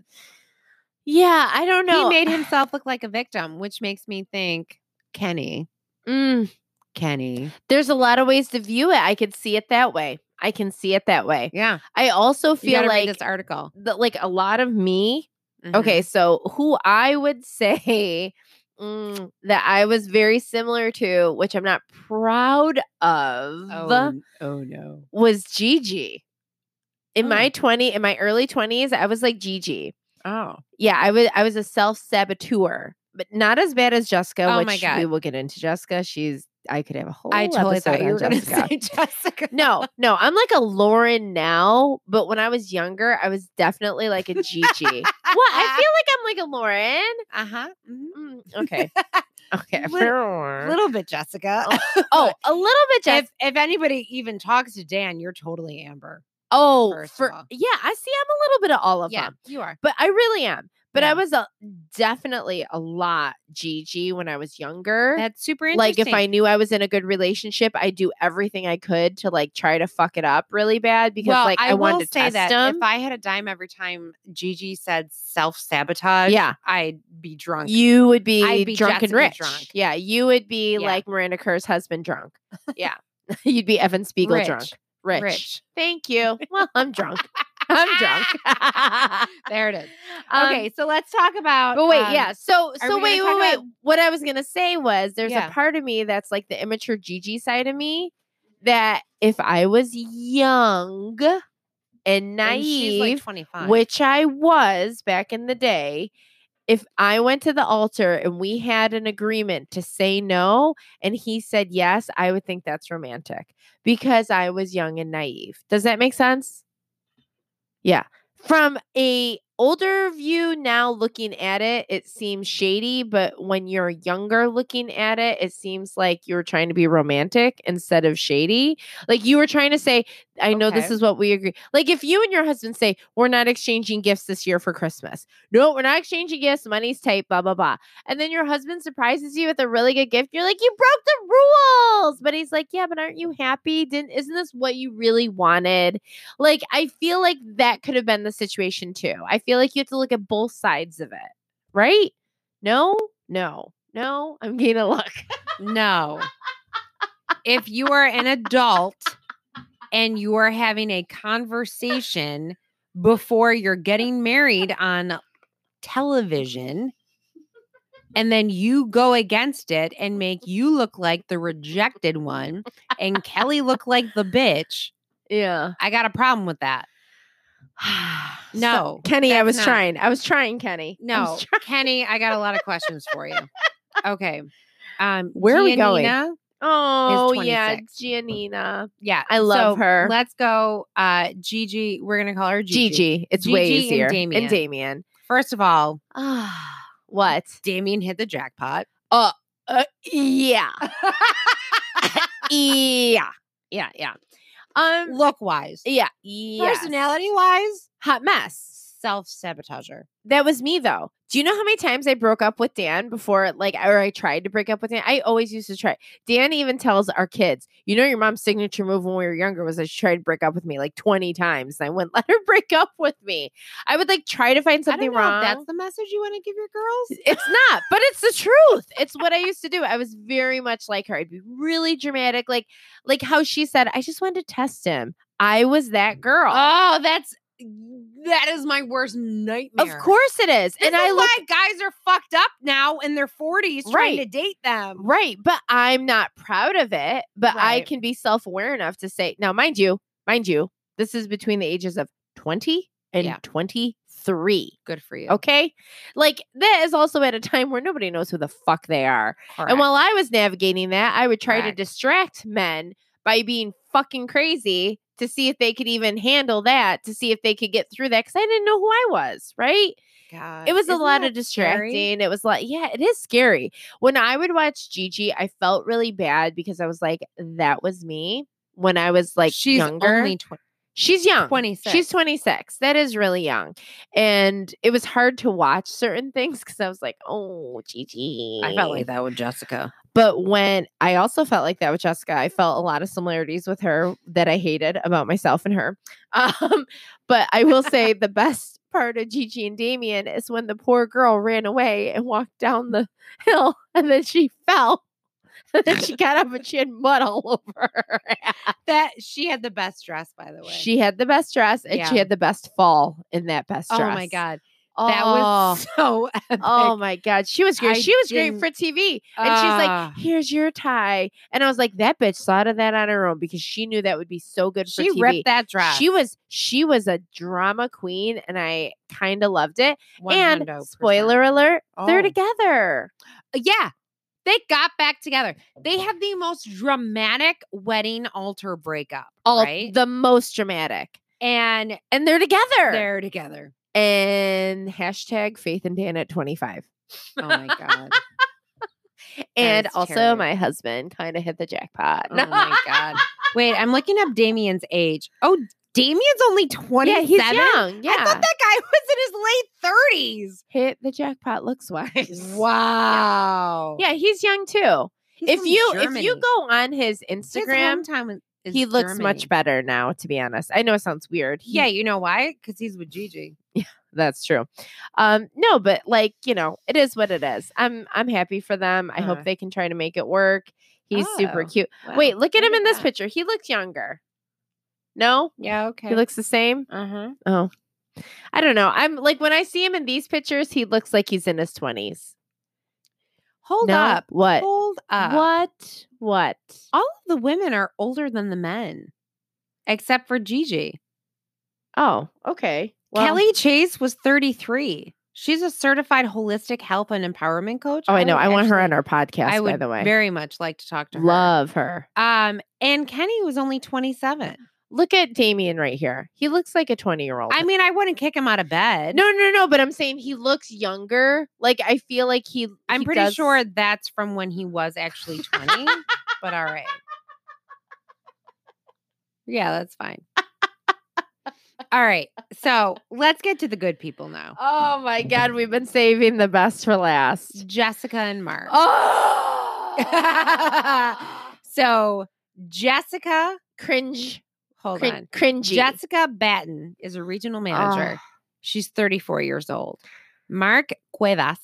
Yeah, I don't know.
He made himself look like a victim, which makes me think Kenny,
Mm,
Kenny.
there's a lot of ways to view it. I could see it that way. I can see it that way.
Yeah.
I also
You got
feel
to
like
read this article.
that, like a lot of me
Mhm.
Okay, so who I would say mm, that I was very similar to, which I'm not proud of,
Oh, n- oh no.
was Gigi. In
Oh.
my 20 in my early 20s, I was like Gigi.
Oh.
Yeah, I was I was a self-saboteur, but not as bad as Jessica,
Oh my
which we
God.
will get into Jessica. She's I could have a whole
I totally
episode
thought you
on
were going to
Jessica.
say Jessica.
No, no, I'm like a Lauren now, but when I was younger, I was definitely like a Gigi. what? I feel like I'm like a Lauren.
Uh huh.
Mm, okay. okay.
Lit- Little bit, Jessica.
oh, a little bit. Jess.
if, if anybody even talks to Dan, you're totally Amber.
oh,
first of
for,
all.
yeah. I see. I'm a little bit of all of them,
you are.
but I really am. But
Yeah.
I was a, definitely a lot Gigi when I was younger.
That's super
like
interesting.
if I knew I was in a good relationship, I'd do everything I could to like try to fuck it up really bad because
well,
like I,
will
wanted to
say
test
that
him.
if I had a dime every time Gigi said self sabotage,
Yeah.
I'd be drunk.
you would be,
I'd be
drunk and
Jessica
rich.
drunk.
Yeah, you would be
Yeah.
like Miranda Kerr's husband drunk. Yeah, you'd be Evan Spiegel
Rich.
drunk. rich. Thank you. Well, I'm drunk. I'm drunk.
There it is.
Um,
okay, so let's talk about.
But wait,
um,
yeah. So
are
so
we gonna
wait, wait,
talk
wait.
about-
What I was gonna say was there's
Yeah.
a part of me that's like the immature Gigi side of me that if I was young and
and she's like
naive,
25.
which I was back in the day, if I went to the altar and we had an agreement to say no and he said yes, I would think that's romantic because I was young and naive. Does that make sense? Yeah. From a older view now looking at it, it seems shady, but when you're younger looking at it, it seems like you were trying to be romantic instead of shady. Like you were trying to say, I know this
Okay.
is what we agree. Like if you and your husband say, We're not exchanging gifts this year for Christmas. No, we're not exchanging gifts, money's tight, blah, blah, blah. And then your husband surprises you with a really good gift. You're like, You broke the rules. But he's like, Yeah, but aren't you happy? Didn't isn't this what you really wanted? Like, I feel like that could have been the situation too. I feel like you have to look at both sides of it, right? No, no, no. I'm getting a look.
No. if you are an adult and you are having a conversation before you're getting married on television, and then you go against it and make you look like the rejected one and Kelly look like the bitch,
Yeah.
I got a problem with that.
So-
No,
Kenny, I
that's
was
not-
trying. I was trying, Kenny. I
No,
was try-
Kenny, I got a lot of questions for you. Okay. Um,
Where are we going?
Giannina-
oh, yeah.
26.
Giannina.
Yeah,
I love her.
Let's go, uh, Gigi. We're gonna call her Gigi.
Gigi. It's way
Gigi and
easier.
Damien.
And Damien.
First of all,
what?
Damien hit the jackpot.
Uh, yeah. yeah. Yeah. Yeah. Um,
Look wise,
yeah. Yeah.
personality wise,
Hot mess.
self sabotager.
That was me though. Do you know how many times I broke up with Dan before, like, or I tried to break up with Dan? I always used to try. Dan even tells our kids, you know, your mom's signature move when we were younger was that she tried to break up with me like 20 times. And I wouldn't let her break up with me. I would like try to
I
find
don't
something
know if
wrong.
That's the message you want to give your girls.
It's not, but it's the truth. It's what I used to do. I was very much like her. I'd be really dramatic, like like how she said, I just wanted to test him. I was that girl.
Oh, that's that is my worst nightmare.
of course it is.
This
and
is
I look
why guys are fucked up now in their 40s
Right.
trying to date them.
right, but I'm not proud of it. But I
Right.
can be self-aware enough to say, now mind you, mind you, this is between the ages of 20 and
Yeah.
23.
Good for you.
Okay. Like that is also at a time where nobody knows who the fuck they are. And while I was navigating that, I would try
Correct.
to distract men by being fucking crazy to see if they could even handle that, to see if they could get through that. Cause I didn't know who I was, right?
God,
It was a
Uh, isn't
lot
that
of
scary?
distracting. It was like, yeah, it is scary. When I would watch Gigi, I felt really bad because I was like, that was me when I was like
she's
younger.
only tw-
She's young.
26.
She's 26. That is really young. And it was hard to watch certain things because I was like, oh, Gigi.
I felt like that with Jessica.
But when I also felt like that with Jessica, I felt a lot of similarities with her that I hated about myself and her. Um, but I will say the best part of Gigi and Damien is when the poor girl ran away and walked down the hill and then she fell. And then she got up and she had mud all over her.
That she had the best dress, by the way.
She had the best dress and she
Yeah.
had the best fall in that best
oh
dress.
my god,
Oh,
that was so. Epic.
Oh my God. She was great.
I
she was great
didn't-
for TV. And she's like,
Ah.
here's your tie. And I was like, that bitch thought of that on her own because she knew that would be so good for
she
TV.
ripped that dress.
She was she was a drama queen and I kind of loved it. And
100%.
spoiler alert, they're
Oh.
together.
yeah, they got back together. They had the most dramatic wedding altar breakup.
All
right?
the most dramatic.
and
And they're together.
they're together.
and hashtag Faith and Dan at 25.
Oh my god.
And
is
also
terrible.
my husband kind of hit the jackpot.
Oh my god. Wait, I'm looking up Damien's age. Oh, Damien's only 27.
yeah, he's young. Yeah.
I thought that guy was in his
hit the jackpot looks
late
wise.
30s. Wow.
Yeah, he's young too.
He's
if
from
you if you
Germany.
go on his
His
Instagram,
hometown is- is
he looks
Germany.
much better now, to be honest. I know it sounds weird. He-
Yeah, you know why? Because he's with Gigi.
that's true. Um, no, but like, you know, it is what it is. I'm I'm happy for them. I
Uh.
hope they can try to make it work. He's super
Oh,
cute.
Wow,
Wait, look at him in this
that.
picture. He looks younger. No?
Yeah, okay.
He looks the same?
uh-huh.
Oh. I don't know. I'm like when I see him in these pictures, he looks like he's in his 20s.
Hold
No?
up.
What?
Hold up.
What? What?
All of the women are older than the men, except for Gigi.
Oh, okay.
Kelly Chase was 33. She's a certified holistic health and empowerment coach.
Oh, I know.
would
I want her on
actually-
our podcast,
I would
by the way.
very much like to talk to her.
Love her.
Um, and Kenny was only 27.
Look at Damien right here. He looks like a 20 year old.
I mean, I wouldn't kick him out of bed.
no, no, no, but I'm saying he looks younger. Like, I feel like he.
I'm
he
pretty
does-
sure that's from when he was actually 20. but all right. Yeah, that's fine. all right. So let's get to the good people now.
Oh my God. We've been saving the best for last.
Jessica and Mark.
Oh.
So Jessica,
Cringe.
hold
Crin-
on.
cringy.
Jessica Batten is a regional manager.
Ah.
She's 34 years old. Mark Cuevas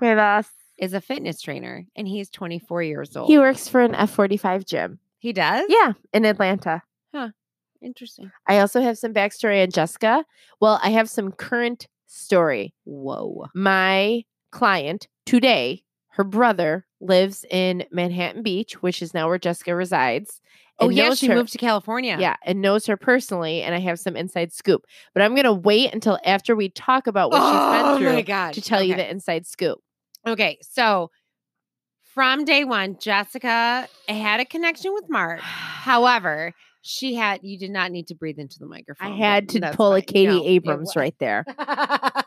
With us.
is a fitness trainer and he's 24 years old.
He works for an F45 gym.
He does?
Yeah, in Atlanta.
Interesting.
I also have some backstory on Jessica. Well, I have some current story.
Whoa.
my client today, her brother lives in Manhattan Beach, which is now where Jessica resides.
Oh,
and
yeah.
knows
She
her-
moved to California.
Yeah. and knows her personally. And I have some inside scoop, but I'm going to wait until after we talk about what
oh,
she's been
my
through
God.
to tell you
Okay.
the inside scoop.
Okay. So from day one, Jessica had a connection with Mark. However, she had, you did not need to breathe into the
I
microphone. but
had to
Oh, that's
pull a
fine.
Katie
No, it
Abrams
was-
right there.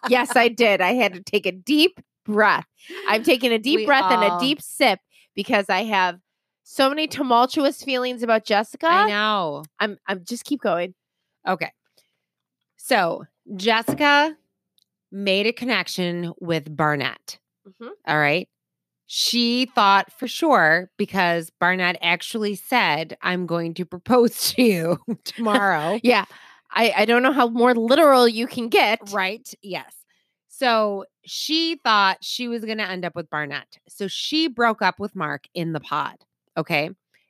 yes, I did. I had to take a deep breath. I'm taking a deep
We
breath and a
all-
deep sip because I have so many tumultuous feelings about Jessica.
I know.
I'm I'm just keep going.
Okay. So Jessica made a connection with Barnett.
Mhm.
All right. She thought for sure because Barnett actually said, I'm going to propose to you tomorrow.
Yeah. I, I don't know how more literal you can get.
right? Yes. So she thought she was going to end up with Barnett. So she broke up with Mark in the pod. Okay.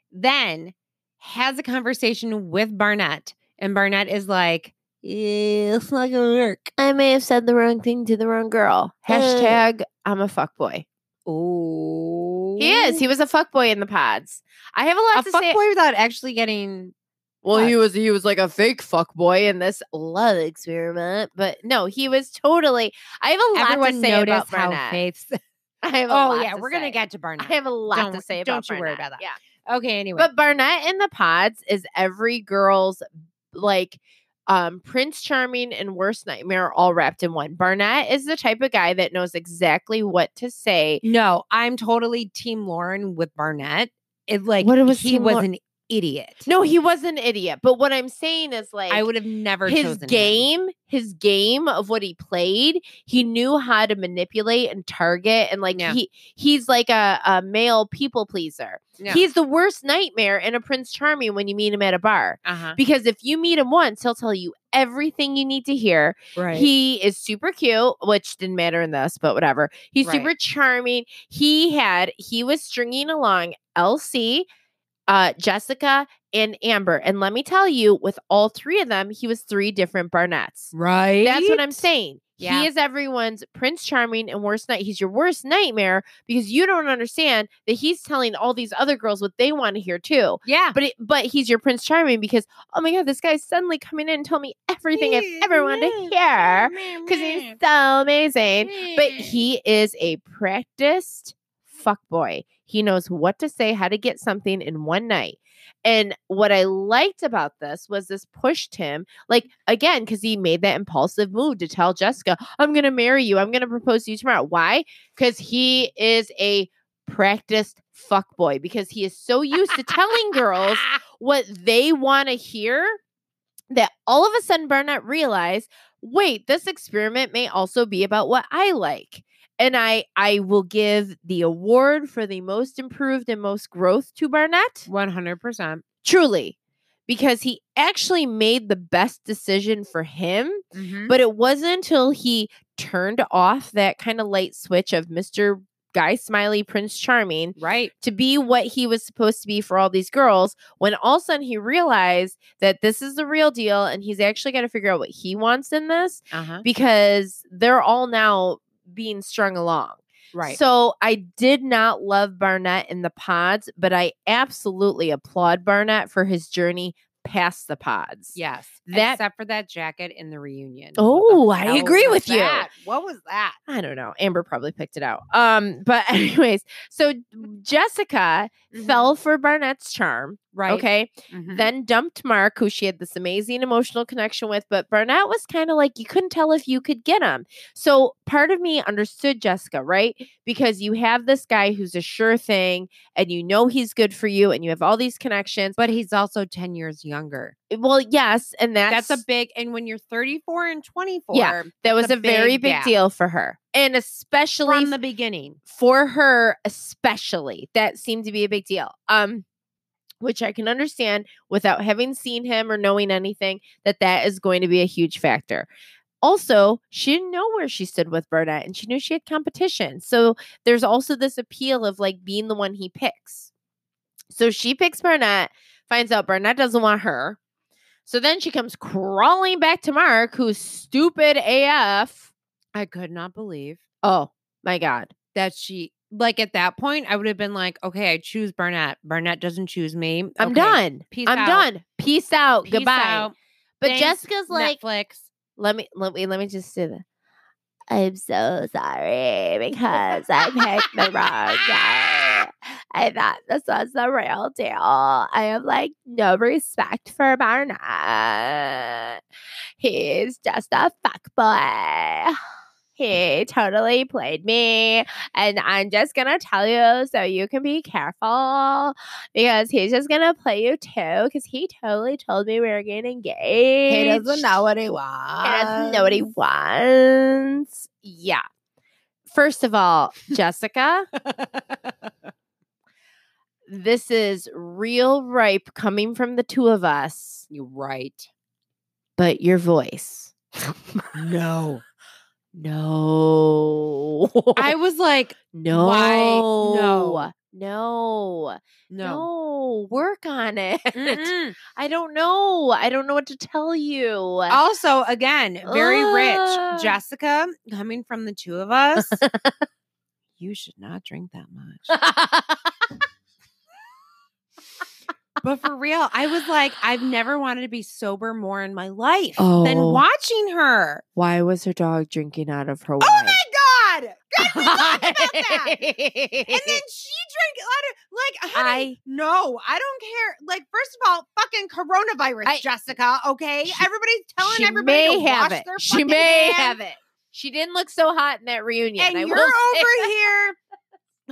Then has a conversation with Barnett, and Barnett is like, "Eh, it's not going to work.
I may have said the wrong thing to the wrong girl. Hashtag I'm a fuckboy.
Oh.
He is. He was a fuckboy in the pods. I have a lot
a
to say.
fuckboy without actually getting.
Well, he
Fuck.
was he was like a fake fuck boy in this love experiment, but no, he was totally. I have a lot
Everyone
to say about
noticed how
Barnett.
Faith's.
I have a
Oh
lot
yeah,
to
we're gonna
say.
get to Barnett.
I have a lot to
Don't-
say about.
don't you worry
Barnett.
about that.
Yeah,
okay, anyway,
but Barnett in the pods is every girl's like um Prince Charming and worst nightmare all wrapped in one. Barnett is the type of guy that knows exactly what to say.
No, I'm totally Team Lauren with Barnett. It like
What was
he
Team
was
Lau-
an idiot.
No, he was an idiot. But what I'm saying is like
I would have never
his
chosen him.
game, his game of what he played, he knew how to manipulate and target, and like
Yeah.
he he's like a, a male people pleaser.
No.
He's the worst nightmare in a Prince Charming when you meet him at a bar
uh-huh.
because if you meet him once, he'll tell you everything you need to hear.
right.
He is super cute, which didn't matter in this, but whatever. He's
Right.
super charming. He had he was stringing along Elsie, uh, Jessica, and Amber, and let me tell you, with all three of them, he was three different Barnetts.
right.
That's what I'm saying.
Yeah.
He is everyone's Prince Charming and worst night. He's your worst nightmare because you don't understand that he's telling all these other girls what they want to hear too.
Yeah.
But it, but he's your Prince Charming because oh my god, this guy's suddenly coming in and telling me everything I've ever wanted to hear because he's so amazing. But he is a practiced fuckboy. He knows what to say, how to get something in one night. And what I liked about this was this pushed him, like again, because he made that impulsive move to tell Jessica, I'm gonna marry you, I'm gonna propose to you tomorrow. Why? Because he is a practiced fuckboy because he is so used to telling girls what they want to hear that all of a sudden Barnett realized, wait, this experiment may also be about what I like. And I I will give the award for the most improved and most growth to Barnett,
one hundred percent.
truly, because he actually made the best decision for him
Mm-hmm.
but it wasn't until he turned off that kind of light switch of Mr. Guy Smiley, Prince Charming,
Right.
to be what he was supposed to be for all these girls when all of a sudden he realized that this is the real deal and he's actually got to figure out what he wants in this
Uh huh.
because they're all now being strung along.
Right.
So I did not love Barnett in the pods, but I absolutely applaud Barnett for his journey past the pods.
yes.
that-
except for that jacket in the reunion. What the
Oh, I
hell
agree
was
with you.
that? What was that?
I don't know. Amber probably picked it out. Um, but anyways, so Jessica fell for Barnett's charm.
Mm-hmm. right.
Okay.
Mhm.
Then dumped Mark, who she had this amazing emotional connection with. But Barnett was kind of like, you couldn't tell if you could get him. So part of me understood Jessica, right? Because you have this guy who's a sure thing and you know he's good for you and you have all these connections.
But he's also ten years younger.
Well, yes. And that's,
That's, a big. And when you're 34 and 24,
that was
that's
a, very big
gap
deal for her. And especially
from the beginning.
for her especially that seemed to be a big deal um which i can understand without having seen him or knowing anything that that is going to be a huge factor also she didn't know where she stood with burnett and she knew she had competition so there's also this appeal of like being the one he picks so she picks burnett finds out burnett doesn't want her so then she comes crawling back to mark who's stupid af
I could not believe
oh my god
that she like at that point I would have been like, okay, I choose Barnett. Barnett doesn't choose me.
i'm
Okay,
done
Peace
I'm
out.
done. Peace out.
Peace
Goodbye.
out.
But
Thanks,
Jessica's like,
Netflix.
let me let me let me just do this. I'm so sorry because I picked the wrong guy. I thought this was the real deal. I have like no respect for Barnett. He's just a fuckboy. He totally played me. And I'm just going to tell you so you can be careful because he's just going to play you too because he totally told me we were getting engaged.
He doesn't know what he
He
wants.
doesn't know what he wants. Yeah. First of all, Jessica, this is real ripe coming from the two of us,
You're right.
but your voice.
No.
No.
I was like,
no.
why?
No.
No.
No.
no.
Work on it.
Mm-mm.
I don't know. I don't know what to tell you.
Also, again, very
Ugh.
rich. Jessica, coming from the two of us, you should not drink that much. But for real, I was like, I've never wanted to be sober more in my life than
Oh.
watching her.
Why was her dog drinking out of her
Oh
wine?
my God. And then she drank a lot of like honey, no, I don't care. Like, first of all, fucking coronavirus,
I-
Jessica. Okay,
She-
everybody's telling
she
everybody
may
to
have
wash
it.
their
She
fucking
may
hands,
have it. She didn't look so hot in that reunion. I
and
will
you're
say.
over here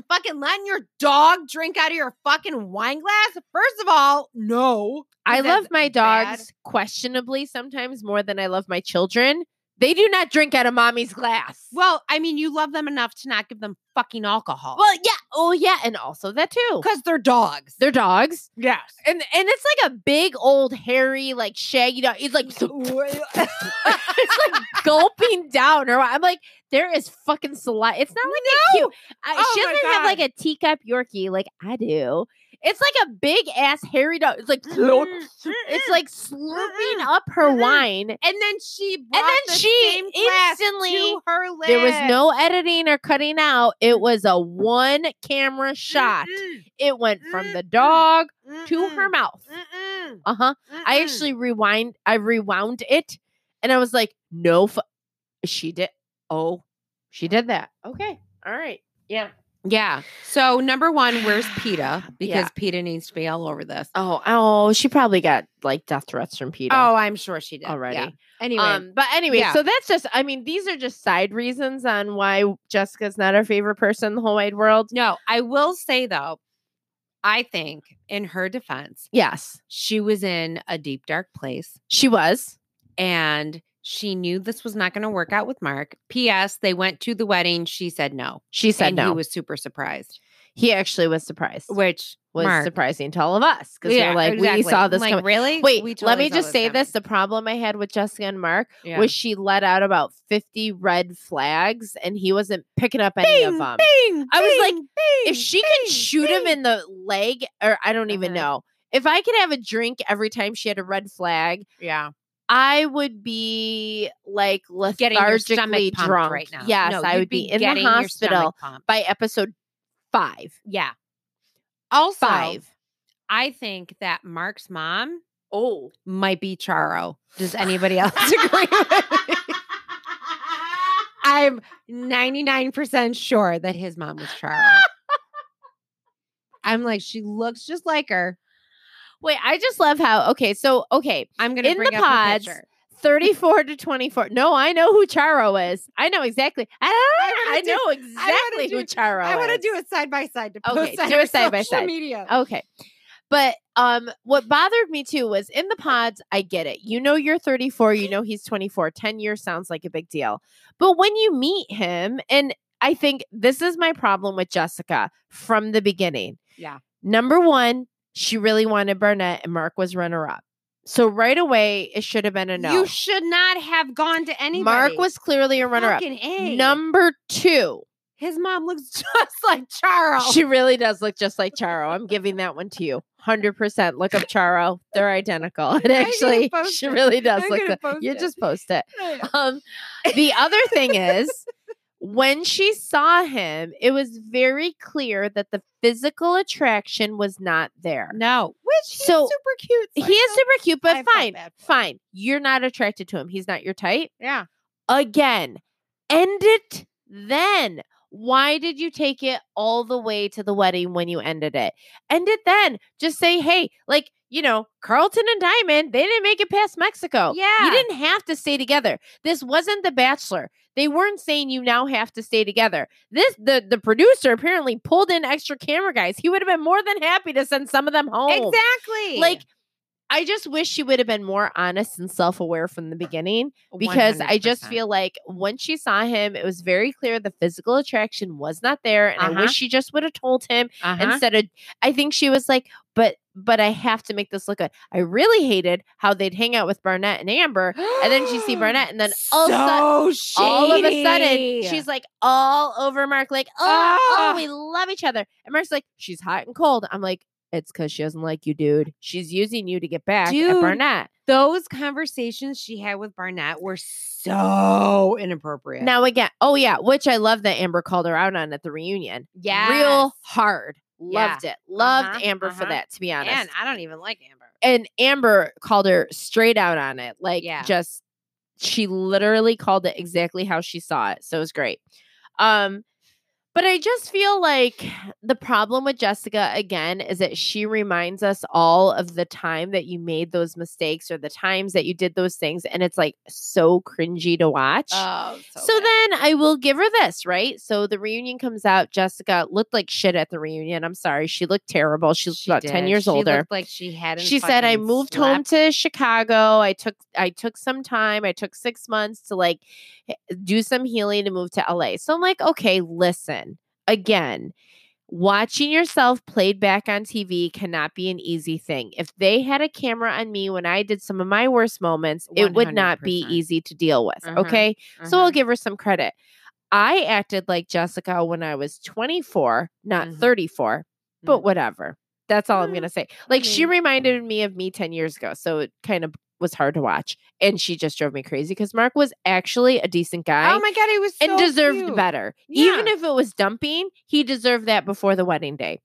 fucking letting your dog drink out of your fucking wine glass. First of all, no,
I
That's
love my
bad.
dogs questionably sometimes more than I love my children. They do not drink out of mommy's glass.
Well, I mean, you love them enough to not give them fucking alcohol.
well, yeah, oh yeah, and also that too.
because they're dogs.
They're dogs,
Yes.
and and it's like a big old hairy like shaggy dog. It's like
uh,
it's like gulping down or I'm like there is fucking saliva. It's not like a cute. I,
Oh
she
my
doesn't have like a teacup Yorkie like I do. It's like a big ass hairy dog. It's like
Mm-mm,
it's like
Mm-hmm.
slurping
Mm-mm.
up her
Mm-mm.
wine.
and then she brought
And
the
then she
same glass
instantly
to her lips.
there was no editing or cutting out. It
Mm-hmm.
was a one camera shot.
Mm-mm,
It went from the
Mm-mm.
dog to her
mm-mm,
mouth.
mm-mm,
Uh huh. I
mm-mm.
actually rewind. I rewound it, and I was like, "No, fu- she did. Oh, she did that. Okay, all right, yeah.
yeah. So number one, where's PETA? Because
Yeah.
PETA needs to be all over this.
Oh, oh, she probably got like death threats from Peter
Oh, I'm sure she did yeah.
already.
Anyway,
Um, but anyway,
yeah.
so that's just. I mean, these are just side reasons on why Jessica's not our favorite person in the whole wide world.
no, I will say though, I think in her defense,
Yes,
she was in a deep dark place.
she was.
and she knew this was not going to work out with Mark. P.S. They went to the wedding. She said no.
She said
and
no.
He
He,
was super surprised,
actually was surprised.
which
was
Mark,
surprising to all of us because
yeah,
we're like, we
exactly.
saw this.
Like
coming.
really?
Wait,
We
let
totally
me
saw
just say
coming.
this. The problem I had with Jessica and Mark
Yeah.
was she let out about 50 red flags and he wasn't picking up any of
bing,
them.
bing,
I was like,
bing, bing,
If she could
bing,
shoot him
bing.
in the leg, or I don't even
Uh-huh.
know, if I could have a drink every time she had a red flag,
yeah,
I would be like
getting your
lethargically
stomach pumped
drunk.
right now.
Yes,
No,
I
you'd
would be, in the
getting your stomach
hospital
pumped.
by episode five.
Yeah. Also,
Five.
I think that Mark's mom
Oh.
might be Charo. Does anybody else agree with me? I'm 99% sure that his mom was Charo. I'm like, she looks just like her.
Wait, I just love how okay, so okay,
I'm gonna
In the
bring up
pods,
her picture.
34 to 24. No, I know who Charo is. I know exactly. I,
wanna
I
do-
know exactly who
do-
Charo
I want to
is.
do it side by side to
Okay,
post on
do
our
it side by
social
side. Oh,
media.
Okay. But um what bothered me too was in the pods, I get it. You know you're 34, you know he's 24. 10 years sounds like a big deal. But when you meet him and I think this is my problem with Jessica from the beginning.
Yeah.
Number 1, she really wanted Burnett and Mark was runner up. So right away it should have been a no.
You should not have gone to anybody.
Mark was clearly a runner up.
Fucking A.
Number two,
His mom looks just like Charo.
she really does look just like Charo. I'm giving that one to you. 100%. Look up Charo. They're identical. And
gonna
actually,
post
she
it.
really does
I'm
look
gonna
like
post
You
it.
just post it. Um, the other thing is, when she saw him, it was very clear that the physical attraction was not there.
no, which he's
So,
super cute. so I
He is
feel-
super cute,
I
but
felt
fine.
bad for
Fine. You're not attracted to him. He's not your type.
yeah.
again. End it then. Why did you take it all the way to the wedding when you ended it? End it then. Just say, hey, like, you know, Carlton and Diamond, they didn't make it past Mexico.
Yeah.
You didn't have to stay together. This wasn't The Bachelor. They weren't saying you now have to stay together. This the the producer apparently pulled in extra camera guys. He would have been more than happy to send some of them home.
Exactly.
Like I just wish she would have been more honest and self-aware from the beginning because I just
100%.
feel like once she saw him, it was very clear the physical attraction was not there. And I
Uh-huh.
wish she just would have told him
Uh-huh.
instead of, I think she was like, but, but I have to make this look good. I really hated how they'd hang out with Barnett and Amber. And then she see Barnett, and then all of a
so
All of a sudden,
shady.
she's like all over Mark, like, oh, oh,
Ah.
we love each other. And Mark's like, she's hot and cold. I'm like, it's because she doesn't like you, dude. She's using you to get back at
Dude,
Barnett.
those conversations she had with Barnett were so inappropriate.
Now again, oh yeah, which I love that Amber called her out on at the reunion.
yeah,
Real hard. Loved it. Loved
Uh-huh,
Amber for
uh-huh.
that, to be honest.
And I don't even like Amber.
And Amber called her straight out on it. Like
Yeah.
just she literally called it exactly how she saw it. So it was great. Um but I just feel like the problem with Jessica again is that she reminds us all of the time that you made those mistakes or the times that you did those things. And it's like so cringy to watch.
Oh, so,
So then I will give her this, right? So the reunion comes out. Jessica looked like shit at the reunion. I'm sorry. She looked terrible. She's about 10 years older.
like she had.
She said I moved home to Chicago. I took I took some time. I took 6 months to like h- do some healing to move to LA. So I'm like, "Okay, listen. Again, watching yourself played back on TV cannot be an easy thing. If they had a camera on me when I did some of my worst moments, it would not be
100%.
easy to deal with,
Uh-huh.
okay? So I'll give her some credit. I acted like Jessica when I was 24, not
Mhm.
34, but
Mm.
whatever. That's all I'm
Mm,
going to say. Like she
mean-
reminded me of me 10 years ago. So it kind of was hard to watch. And she just drove me crazy because Mark was actually a decent guy
Oh my god, it was
and
so
deserved
cute.
better. Even if it was dumping, he deserved that before the wedding day.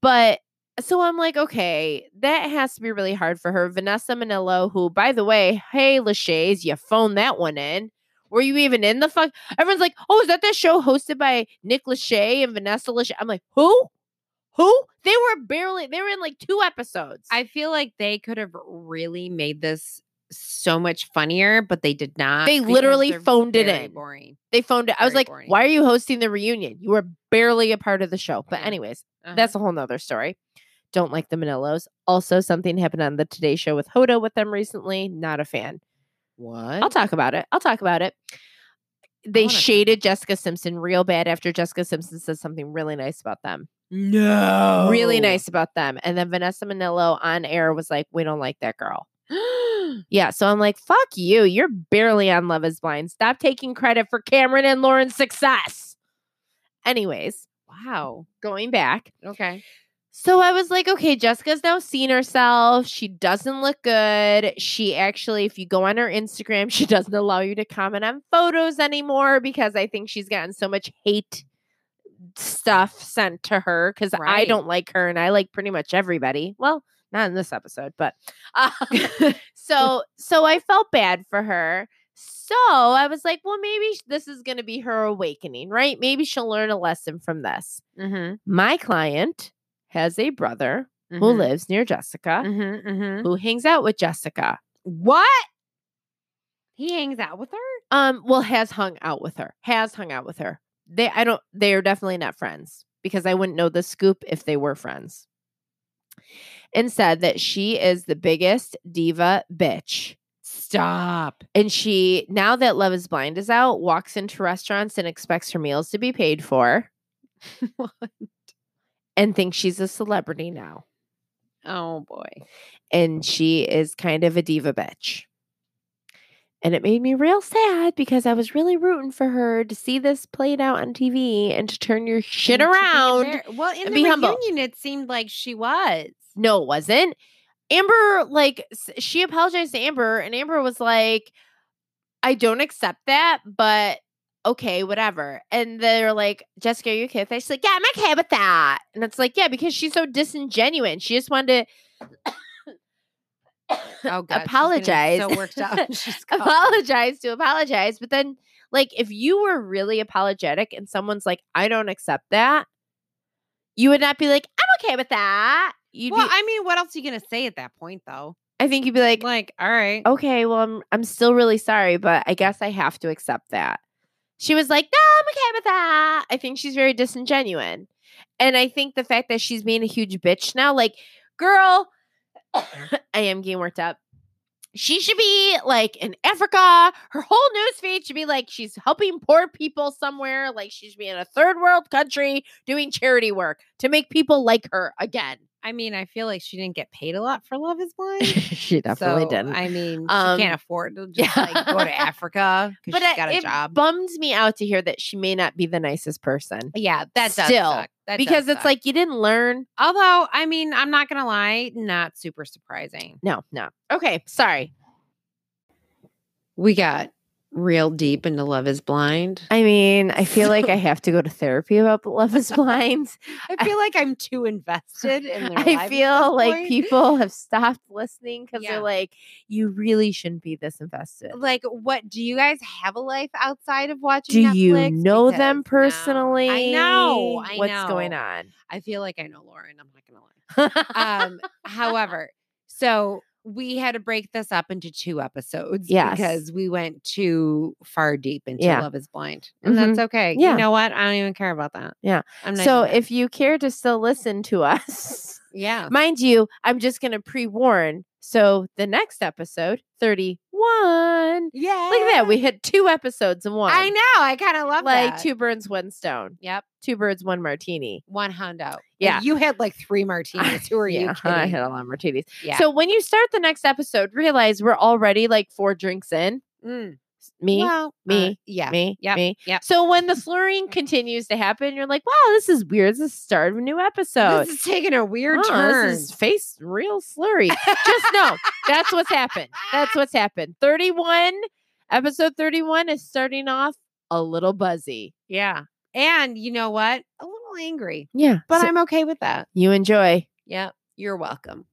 But so I'm like, okay, that has to be really hard for her. Vanessa Manillo, who, by the way, hey, Lachey's, you phoned that one in. Were you even in the fuck? Everyone's like, oh, is that that show hosted by Nick Lachey and Vanessa Lachey? I'm like, who? Who? They were barely, they were in like two episodes.
I feel like they could have really made this so much funnier, but they did not.
They
because
literally
they're
phoned it
very
in.
Boring.
they phoned it. I was
very
like,
boring.
why are you hosting the reunion? You were barely a part of the show. But,
Yeah.
anyways,
Uh-huh.
That's a whole nother story. Don't like the Manillos. Also, something happened on the Today Show with Hoda with them recently. Not a fan.
what
I'll talk about it. I'll talk about it. They
wanna talk
shaded Jessica Simpson real bad after Jessica Simpson said something really nice about them.
No,
Really
Oh.
nice about them. And then Vanessa Manillo on air was like, We don't like that girl.
Mm.
Yeah. So I'm like, Fuck you. You're barely on Love is Blind. Stop taking credit for Cameron and Lauren's success. Anyways,
wow.
going back,
Okay.
So I was like, okay, Jessica's now seen herself. She doesn't look good. She actually, if you go on her Instagram, she doesn't allow you to comment on photos anymore because I think she's gotten so much hate stuff sent to her because I
Right.
don't like her and I like pretty much everybody. Well, not in this episode, but um, so so I felt bad for her. So I was like, well, maybe sh- this is going to be her awakening, right? Maybe she'll learn a lesson from this
Mm-hmm.
my client has a brother who lives near Jessica
Mm-hmm, mm-hmm.
who hangs out with Jessica.
What? He hangs out with her.
Um, well, has hung out with her. Has hung out with her. They, I don't. They are definitely not friends because I wouldn't know the scoop if they were friends. And said that she is the biggest diva bitch.
Stop.
And she, now that Love is Blind is out, walks into restaurants and expects her meals to be paid for and thinks she's a celebrity now.
Oh boy.
and she is kind of a diva bitch. And it made me real sad because I was really rooting for her to see this played out on TV and to turn your shit
And to be
around.
embar- Well, in
and
the
be humble.
reunion, it seemed like she was.
No, it wasn't. Amber, like, s- she apologized to Amber, and Amber was like, I don't accept that, but okay, whatever. And they're like, Jessica, are you okay with that? She's like, Yeah, I'm okay with that. And it's like, Yeah, because she's so disingenuous. She just wanted to.
Oh God, she's getting
Apologize.
So worked up. She's coughing.
apologize to apologize. But then, like, if you were really apologetic and someone's like, I don't accept that, you would not be like, I'm okay with that. You'd
Well,
be,
I mean, what else are you gonna say at that point, though?
I think you'd be like, Oh.
Like, all right,
okay, well, I'm, I'm still really sorry, but I guess I have to accept that. She was like, No, I'm okay with that. I think she's very disingenuous. And I think the fact that she's being a huge bitch now, like, girl, I am getting worked up. She should be like in Africa. Her whole news feed should be like she's helping poor people somewhere. Like she should be in a third world country doing charity work to make people like her again.
I mean, I feel like she didn't get paid a lot for Love Is Blind.
she
So, I mean,
Um,
she can't afford to just like go to
yeah.
Africa because
but
she's
I-
got a
it
job.
bums me out to hear that she may not be the nicest person
yeah, that does
still,
suck. That does
because it's
suck.
like you didn't learn.
although I mean, I'm not gonna lie, not super surprising.
No, no. Okay, sorry.
We got real deep into Love Is Blind.
I mean, I feel like I have to go to therapy about Love Is Blind.
I feel like I'm too invested in their lives
I
at
feel
this
like
point.
people have stopped listening because
Yeah.
they're like, you really shouldn't be this invested.
like what do you guys have a life outside of watching
Do you
Netflix?
know them
Because no.
personally?
I know. I
What's going
know.
on?
I feel like I know Lauren. I'm not gonna lie. Um, however, so we had to break this up into two episodes
Yes.
because we went too far deep into
Yeah.
Love Is Blind, and
Mhm.
that's okay.
Yeah.
You know what? I don't even care about that.
Yeah.
I'm not
so
even-
if you care to still listen to us,
yeah,
Mind you, I'm just going to pre warn. So the next episode, 31.
yeah,
Look at that. We hit two episodes in one.
I know. I kind of love
Like
that.
two birds, one stone.
Yep,
Two birds, one martini.
one hundo.
Yeah.
you had like three martinis. Who are you?
yeah, I
kidding?
had a lot of martinis.
Yeah.
So when you start the next episode, realize we're already like four drinks in.
Mm.
Me,
Well, uh,
me,
yeah,
me,
yep,
me.
yep.
So when the slurring continues to happen, you're like, wow, this is weird. This is the start of a new episode.
This is taking a weird
Oh,
turn.
This is face real slurry. Just know that's what's happened. That's what's happened. 31, episode 31 is starting off a little buzzy.
yeah. And you know what? A little angry,
Yeah.
but
But
I'm okay with that.
you enjoy.
Yeah. You're welcome.